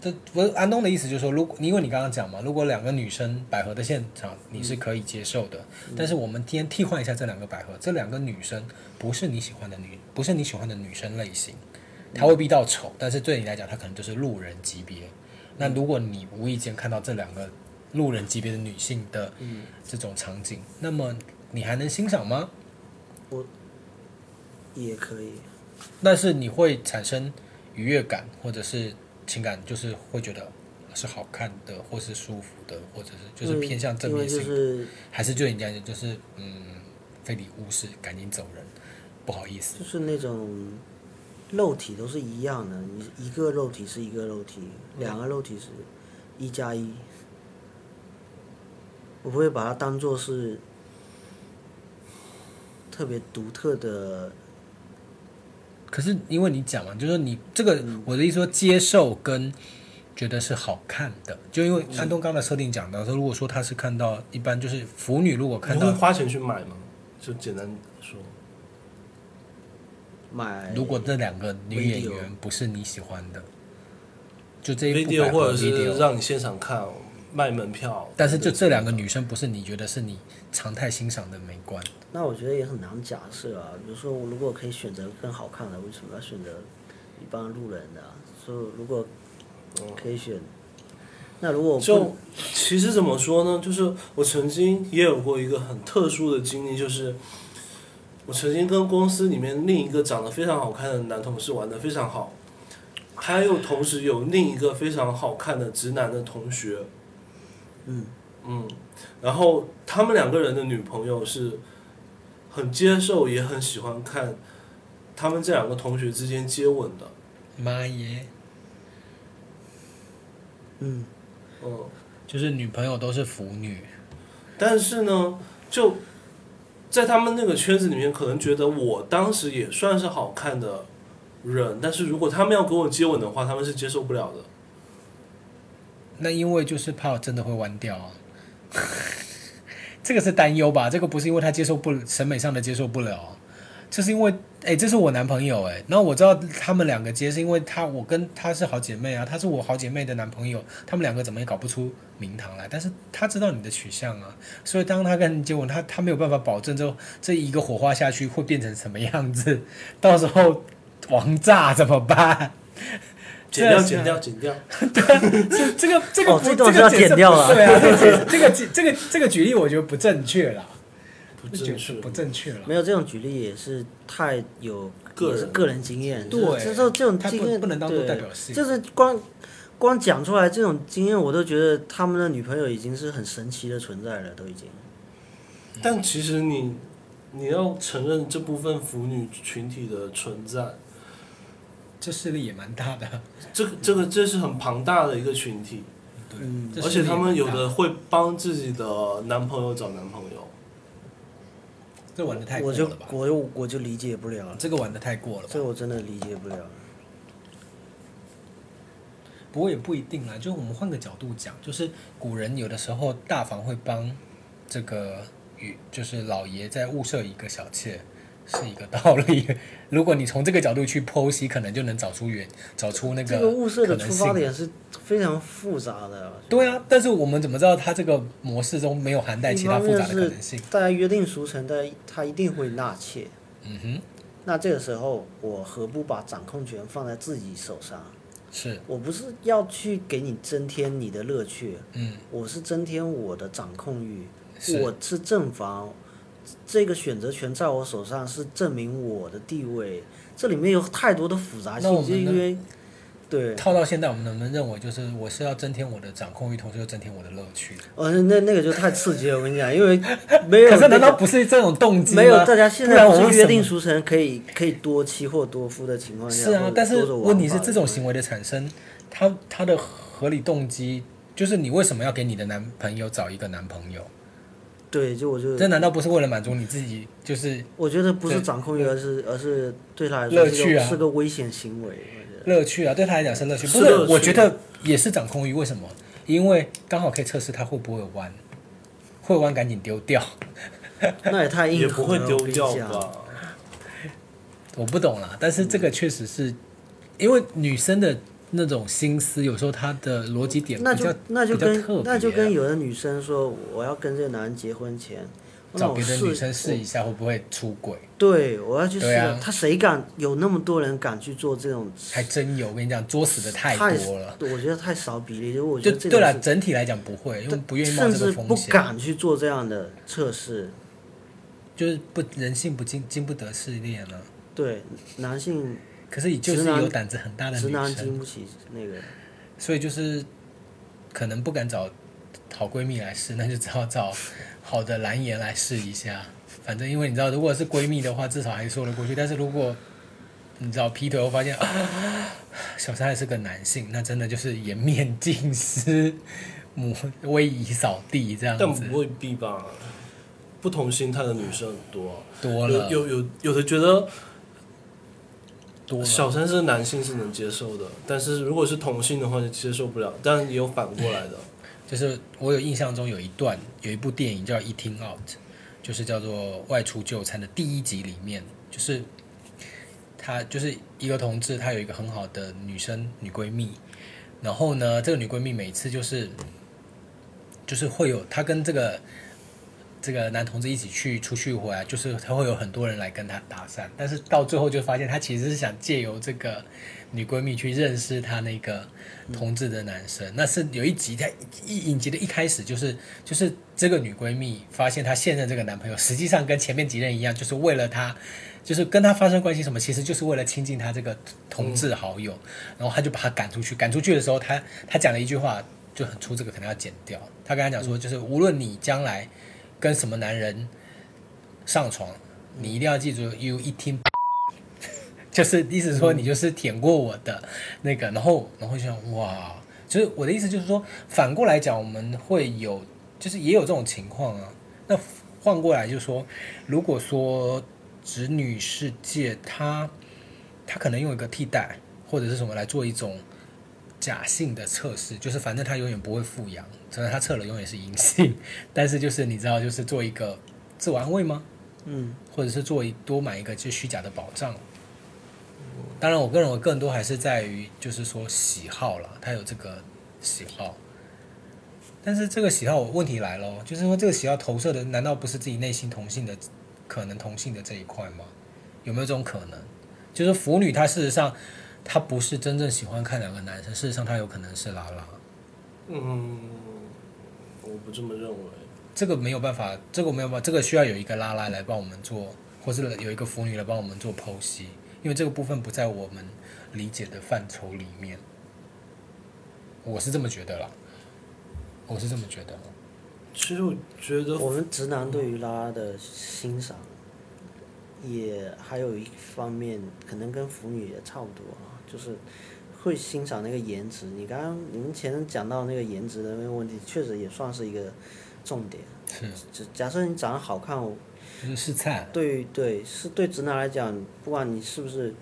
Speaker 3: 这我安东的意思就是说，如果因为你刚刚讲嘛，如果两个女生百合的现场你是可以接受的，
Speaker 2: 嗯
Speaker 3: 但是我们今天替换一下这两个百合，这两个女生不是你喜欢的女，不是你喜欢的女生类型，她未必到丑，但是对你来讲，她可能就是路人级别。那
Speaker 2: 嗯
Speaker 3: 如果你无意间看到这两个路人级别的女性的
Speaker 2: 嗯
Speaker 3: 这种场景，那么你还能欣赏吗？
Speaker 2: 也可以。
Speaker 3: 但是你会产生愉悦感，或者是情感，就是会觉得是好看的，或是舒服的，或者是
Speaker 1: 嗯
Speaker 3: 就是偏向正面
Speaker 2: 因
Speaker 3: 性
Speaker 2: 为
Speaker 3: 的，
Speaker 2: 就是
Speaker 3: 还是就你讲的，就是嗯，非礼勿视，赶紧走人，不好意思
Speaker 2: 就。是那种肉体都是一样的，你一个肉体是一个肉体，两个肉体是一加一，我不会把它当做是特别独特的，
Speaker 3: 可是因为你讲嘛，就是你这个，我的意思说接受跟觉得是好看的，就因为安东刚的设定讲到说，如果说他是看到一般就是腐女，如果看
Speaker 1: 你会
Speaker 3: 到
Speaker 1: 花钱去买吗？就简单说，
Speaker 2: 买
Speaker 3: 如果这两个女演
Speaker 2: Video
Speaker 3: 员不是你喜欢的，就这一部
Speaker 1: video
Speaker 3: 百合
Speaker 1: 或者是
Speaker 3: video
Speaker 1: 让你现场看卖门票，
Speaker 3: 但是就这两个女生不是你觉得是你常态欣赏的美观，
Speaker 2: 那我觉得也很难假设啊。比如说，我如果可以选择更好看的，为什么要选择一般路人的、啊？所以如果可以选，那如果我不
Speaker 1: 就其实怎么说呢？就是我曾经也有过一个很特殊的经历，就是我曾经跟公司里面另一个长得非常好看的男同事玩得非常好，他又同时有另一个非常好看的直男的同学，
Speaker 2: 嗯
Speaker 1: 嗯，然后他们两个人的女朋友是很接受也很喜欢看他们这两个同学之间接吻的，
Speaker 3: 妈耶！
Speaker 2: 嗯，
Speaker 1: 嗯。
Speaker 3: 就是女朋友都是腐女，
Speaker 1: 但是呢，就在他们那个圈子里面，可能觉得我当时也算是好看的人，但是如果他们要跟我接吻的话，他们是接受不了的。
Speaker 3: 那因为就是怕我真的会弯掉啊， 这个是担忧吧？这个不是因为他接受不审美上的接受不了啊，这是因为哎、这是我男朋友哎、那我知道他们两个接是因为他我跟他是好姐妹啊，他是我好姐妹的男朋友，他们两个怎么也搞不出名堂来，但是他知道你的取向啊，所以当他跟你接吻，他他没有办法保证这这一个火花下去会变成什么样子，到时候王炸怎么办？
Speaker 1: 剪掉，
Speaker 3: 这是
Speaker 1: 剪掉，剪掉。
Speaker 3: 这这个这个
Speaker 2: 哦
Speaker 3: 不
Speaker 2: 这段是
Speaker 3: 个
Speaker 2: 要
Speaker 3: 解
Speaker 2: 剪
Speaker 3: 释
Speaker 2: 掉
Speaker 3: 不
Speaker 2: 了
Speaker 3: 对啊，这个 解这个解这个这个举例我觉得不正确啦，
Speaker 1: 不
Speaker 3: 这
Speaker 1: 正
Speaker 3: 觉
Speaker 1: 确
Speaker 3: 得，不正确啦。
Speaker 2: 没有这种举例也是太有
Speaker 1: 个人
Speaker 2: 也是个人经验，
Speaker 3: 对
Speaker 2: 就是这种这种
Speaker 3: 它不
Speaker 2: 经验
Speaker 3: 不能当做
Speaker 2: 对
Speaker 3: 代表性
Speaker 2: 就是光光讲出来这种经验，我都觉得他们的女朋友已经是很神奇的存在了，都已经。
Speaker 1: 但其实你你要承认这部分腐女群体的存在，
Speaker 3: 这势力也蛮大的，
Speaker 1: 这个这个这是很庞大的一个群体，
Speaker 3: 对
Speaker 2: 嗯，
Speaker 3: 这
Speaker 1: 而
Speaker 3: 势
Speaker 1: 且
Speaker 3: 力
Speaker 1: 他
Speaker 3: 也
Speaker 1: 们
Speaker 3: 蛮
Speaker 1: 有
Speaker 3: 大
Speaker 1: 的会帮自己的男朋友找男朋友。
Speaker 3: 这玩的太过
Speaker 2: 我就
Speaker 3: 了吧？
Speaker 2: 我就我就理解不了了，
Speaker 3: 这个玩的太过了吧
Speaker 2: 这？我真的理解不了。
Speaker 3: 不过也不一定啦，就是我们换个角度讲，就是古人有的时候大房会帮这个与就是老爷在物色一个小妾。是一个道理， 如果你从这个角度去剖析，可能就能找出原找出那个
Speaker 2: 这个物色
Speaker 3: 可
Speaker 2: 的
Speaker 3: 能
Speaker 2: 出
Speaker 3: 性
Speaker 2: 发点是非常复杂的。
Speaker 3: 对啊，但是我们怎么知道它这个模式中没有含带
Speaker 2: 一
Speaker 3: 其他
Speaker 2: 方
Speaker 3: 复
Speaker 2: 面
Speaker 3: 杂的可
Speaker 2: 是
Speaker 3: 能性？
Speaker 2: 大家约定俗成，但他一定会纳妾。
Speaker 3: 嗯哼，
Speaker 2: 那这个时候，我何不把掌控权放在自己手上？
Speaker 3: 是，
Speaker 2: 我不是要去给你增添你的乐趣，
Speaker 3: 嗯，
Speaker 2: 我是增添我的掌控欲，
Speaker 3: 是
Speaker 2: 我是正房，这个选择权在我手上，是证明我的地位。这里面有太多的复杂
Speaker 3: 那
Speaker 2: 性
Speaker 3: 我，们
Speaker 2: 就因
Speaker 3: 呢
Speaker 2: 为对，
Speaker 3: 套到现在，我们能不能认为就是我是要增添我的掌控欲，同时又增添我的乐趣？
Speaker 2: 哦，那那那个就太刺激了，我跟你讲，因为没有、那
Speaker 3: 可是难道
Speaker 2: 个
Speaker 3: 不是这种动机吗？
Speaker 2: 没有大家现
Speaker 3: 不
Speaker 2: 在
Speaker 3: 然我
Speaker 2: 不
Speaker 3: 为什
Speaker 2: 是约
Speaker 3: 么
Speaker 2: 定俗成可以可以多妻或多夫的情况下，
Speaker 3: 是啊
Speaker 2: 或者，
Speaker 3: 但是
Speaker 2: 多种玩
Speaker 3: 问题是
Speaker 2: 法
Speaker 3: 这种行为的产生，它它的合理动机就是你为什么要给你的男朋友找一个男朋友？
Speaker 2: 对，就我就
Speaker 3: 这难道不是为了满足你自己？就是
Speaker 2: 我觉得不是
Speaker 3: 啊对
Speaker 2: 掌控欲，而是而是对他来
Speaker 3: 乐
Speaker 2: 说是
Speaker 3: 趣
Speaker 2: 个
Speaker 3: 啊
Speaker 2: 是个危险行为。我觉得
Speaker 3: 乐趣啊，对他来讲是乐趣，
Speaker 1: 是
Speaker 3: 不是
Speaker 1: 乐？趣
Speaker 3: 我觉得也是掌控欲，为什么？因为刚好可以测试他会不会弯，会弯赶紧丢掉。
Speaker 2: 那也太
Speaker 1: 也
Speaker 2: 硬
Speaker 1: 不
Speaker 2: 核
Speaker 1: 会
Speaker 2: 了，
Speaker 1: 丢
Speaker 2: 我跟你
Speaker 1: 掉
Speaker 2: 讲。
Speaker 1: 吧？
Speaker 3: 我不懂啦，但是这个确实是因为女生的那种心思，有时候他的逻辑点
Speaker 2: 那
Speaker 3: 比较
Speaker 2: 就那就
Speaker 3: 比较特
Speaker 2: 跟
Speaker 3: 别啊
Speaker 2: 那就跟有的女生说我要跟这个男人结婚前，那哦
Speaker 3: 找
Speaker 2: 我
Speaker 3: 别的
Speaker 2: 试
Speaker 3: 女生试一下会不会出轨，
Speaker 2: 对，我要去试
Speaker 3: 对啊
Speaker 2: 了。他谁敢有那么多人敢去做这种
Speaker 3: 还真有。我跟你讲，作死的太
Speaker 2: 太
Speaker 3: 多了。
Speaker 2: 我觉得太少比例，就我觉
Speaker 3: 就
Speaker 2: 得这
Speaker 3: 对
Speaker 2: 种
Speaker 3: 了，
Speaker 2: 是
Speaker 3: 整体来讲不会，因为不愿意冒
Speaker 2: 甚
Speaker 3: 这个
Speaker 2: 至
Speaker 3: 风
Speaker 2: 不
Speaker 3: 险，
Speaker 2: 敢去做这样的测试。
Speaker 3: 就是不人性不经经不得试炼了。
Speaker 2: 对，男性
Speaker 3: 啊可是，就是
Speaker 2: 直男
Speaker 3: 有胆子很大的
Speaker 2: 直
Speaker 3: 女
Speaker 2: 男
Speaker 3: 生
Speaker 2: 经，不起那个。
Speaker 3: 所以就是可能不敢找好闺蜜来试，那就只好找好的蓝颜来试一下。反正因为你知道，如果是闺蜜的话，至少还说得过去。但是如果你知道劈腿后发现、啊、小三还是个男性，那真的就是颜面尽失，抹威夷扫地这样
Speaker 1: 但
Speaker 3: 子
Speaker 1: 不未必吧。不同心态的女生很多啊、
Speaker 3: 多了，
Speaker 1: 有有有有的觉得
Speaker 3: 多了。
Speaker 1: 小三是男性是能接受的，但是如果是同性的话就接受不了，但也有反过来的。
Speaker 3: 就是我有印象中有一段有一部电影叫《Eating Out》，就是叫做《外出就餐》的第一集里面，就是他就是一个同志，他有一个很好的女生女闺蜜，然后呢，这个女闺蜜每次就是就是会有她跟这个这个男同志一起去出去回来，就是他会有很多人来跟他搭讪，但是到最后就发现他其实是想借由这个女闺蜜去认识她那个同志的男生。那是有一集他一影集的一开始就是就是这个女闺蜜发现她现任这个男朋友实际上跟前面几任一样，就是为了她。就是跟她发生关系什么，其实就是为了亲近她这个同志好友，然后他就把她赶出去。赶出去的时候，他他讲了一句话就很粗，这个可能要剪掉。他跟他讲说，就是无论你将来跟什么男人上床，你一定要记住，you eating，就是意思说你就是舔过我的那个，然后然后就想哇，就是我的意思就是说，反过来讲，我们会有就是也有这种情况啊。那换过来就说，如果说直女世界，它它可能用一个替代或者是什么来做一种假性的测试，就是反正它永远不会复阳，虽然它测了永远是阴性，但是就是你知道，就是做一个自我安慰吗？
Speaker 2: 嗯，
Speaker 3: 或者是做一多买一个就虚假的保障。当然，我个人我更多还是在于就是说喜好啦，他有这个喜好。但是这个喜好，我问题来了哦，就是说这个喜好投射的，难道不是自己内心同性的可能同性的这一块吗？有没有这种可能？就是腐女，她事实上她不是真正喜欢看两个男生，事实上她有可能是拉拉。
Speaker 1: 嗯，我不这么认为。
Speaker 3: 这个没有办法，这个没有办法，这个需要有一个拉拉来帮我们做，或是有一个腐女来帮我们做剖析，因为这个部分不在我们理解的范畴里面。我是这么觉得啦，我是这么觉得。
Speaker 1: 其实我觉得
Speaker 2: 我们直男对于拉拉的欣赏，也还有一方面可能跟腐女也差不多啊，就是会欣赏那个颜值。你刚刚你们前面讲到那个颜值的那个问题，确实也算是一个重点。
Speaker 3: 是，
Speaker 2: 只假设你长得好看，我
Speaker 3: 就是试菜，
Speaker 2: 对于对是对直男来讲，不管你是不是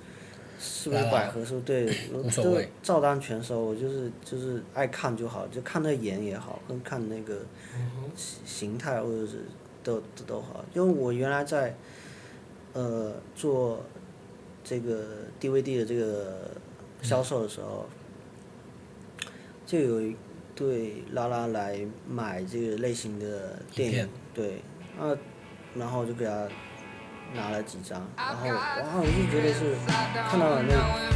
Speaker 2: 是不是
Speaker 3: 拉拉
Speaker 2: 百合，是不是对，
Speaker 3: 哎无所
Speaker 2: 就
Speaker 3: 谓
Speaker 2: 照单全收。我就是就是爱看就好，就看那眼也好，跟看那个
Speaker 3: 嗯
Speaker 2: 形形态或者是都都都好。因为我原来在呃做这个 DVD 的这个
Speaker 3: 嗯
Speaker 2: 销售的时候，就有一对拉拉来买这个类型的电
Speaker 3: 影
Speaker 2: 影，对，啊，然后就给他拿了几张，然后哇，我就觉得是看到了那，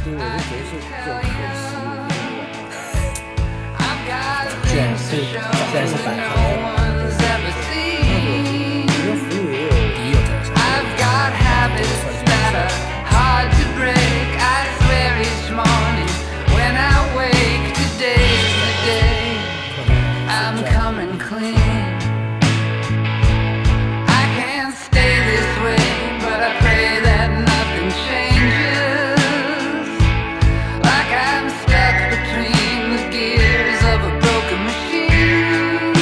Speaker 2: 对，我就觉得是这种可吸引力的。
Speaker 3: 居然是居然是百合，
Speaker 2: 那个腐女也有
Speaker 3: 也有这个想法。
Speaker 9: I'm coming clean. I can't stay this way, but I pray that nothing changes. Like I'm stuck between the gears of a broken machine.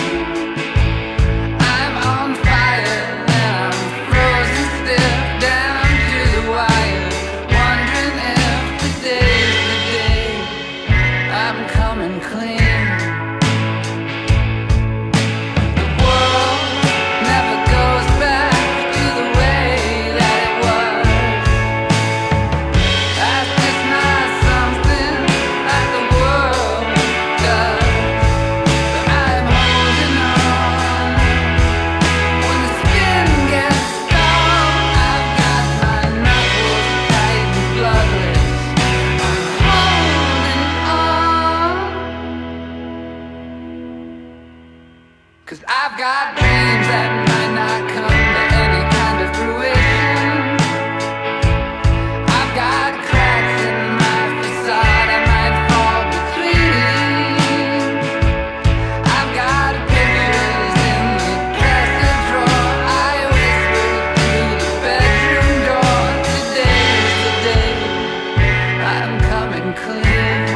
Speaker 9: I'm on fire and I'm frozen stiff down to the wire, wondering if today's the day I'm coming clean. The world never goes back to the way that it was. That's just not something that the Cause I've got dreams that might not come to any kind of fruition. I've got cracks in my facade I might fall between. I've got pictures in the dresser drawer. I whispered through the bedroom door. Today is the day I'm coming clean.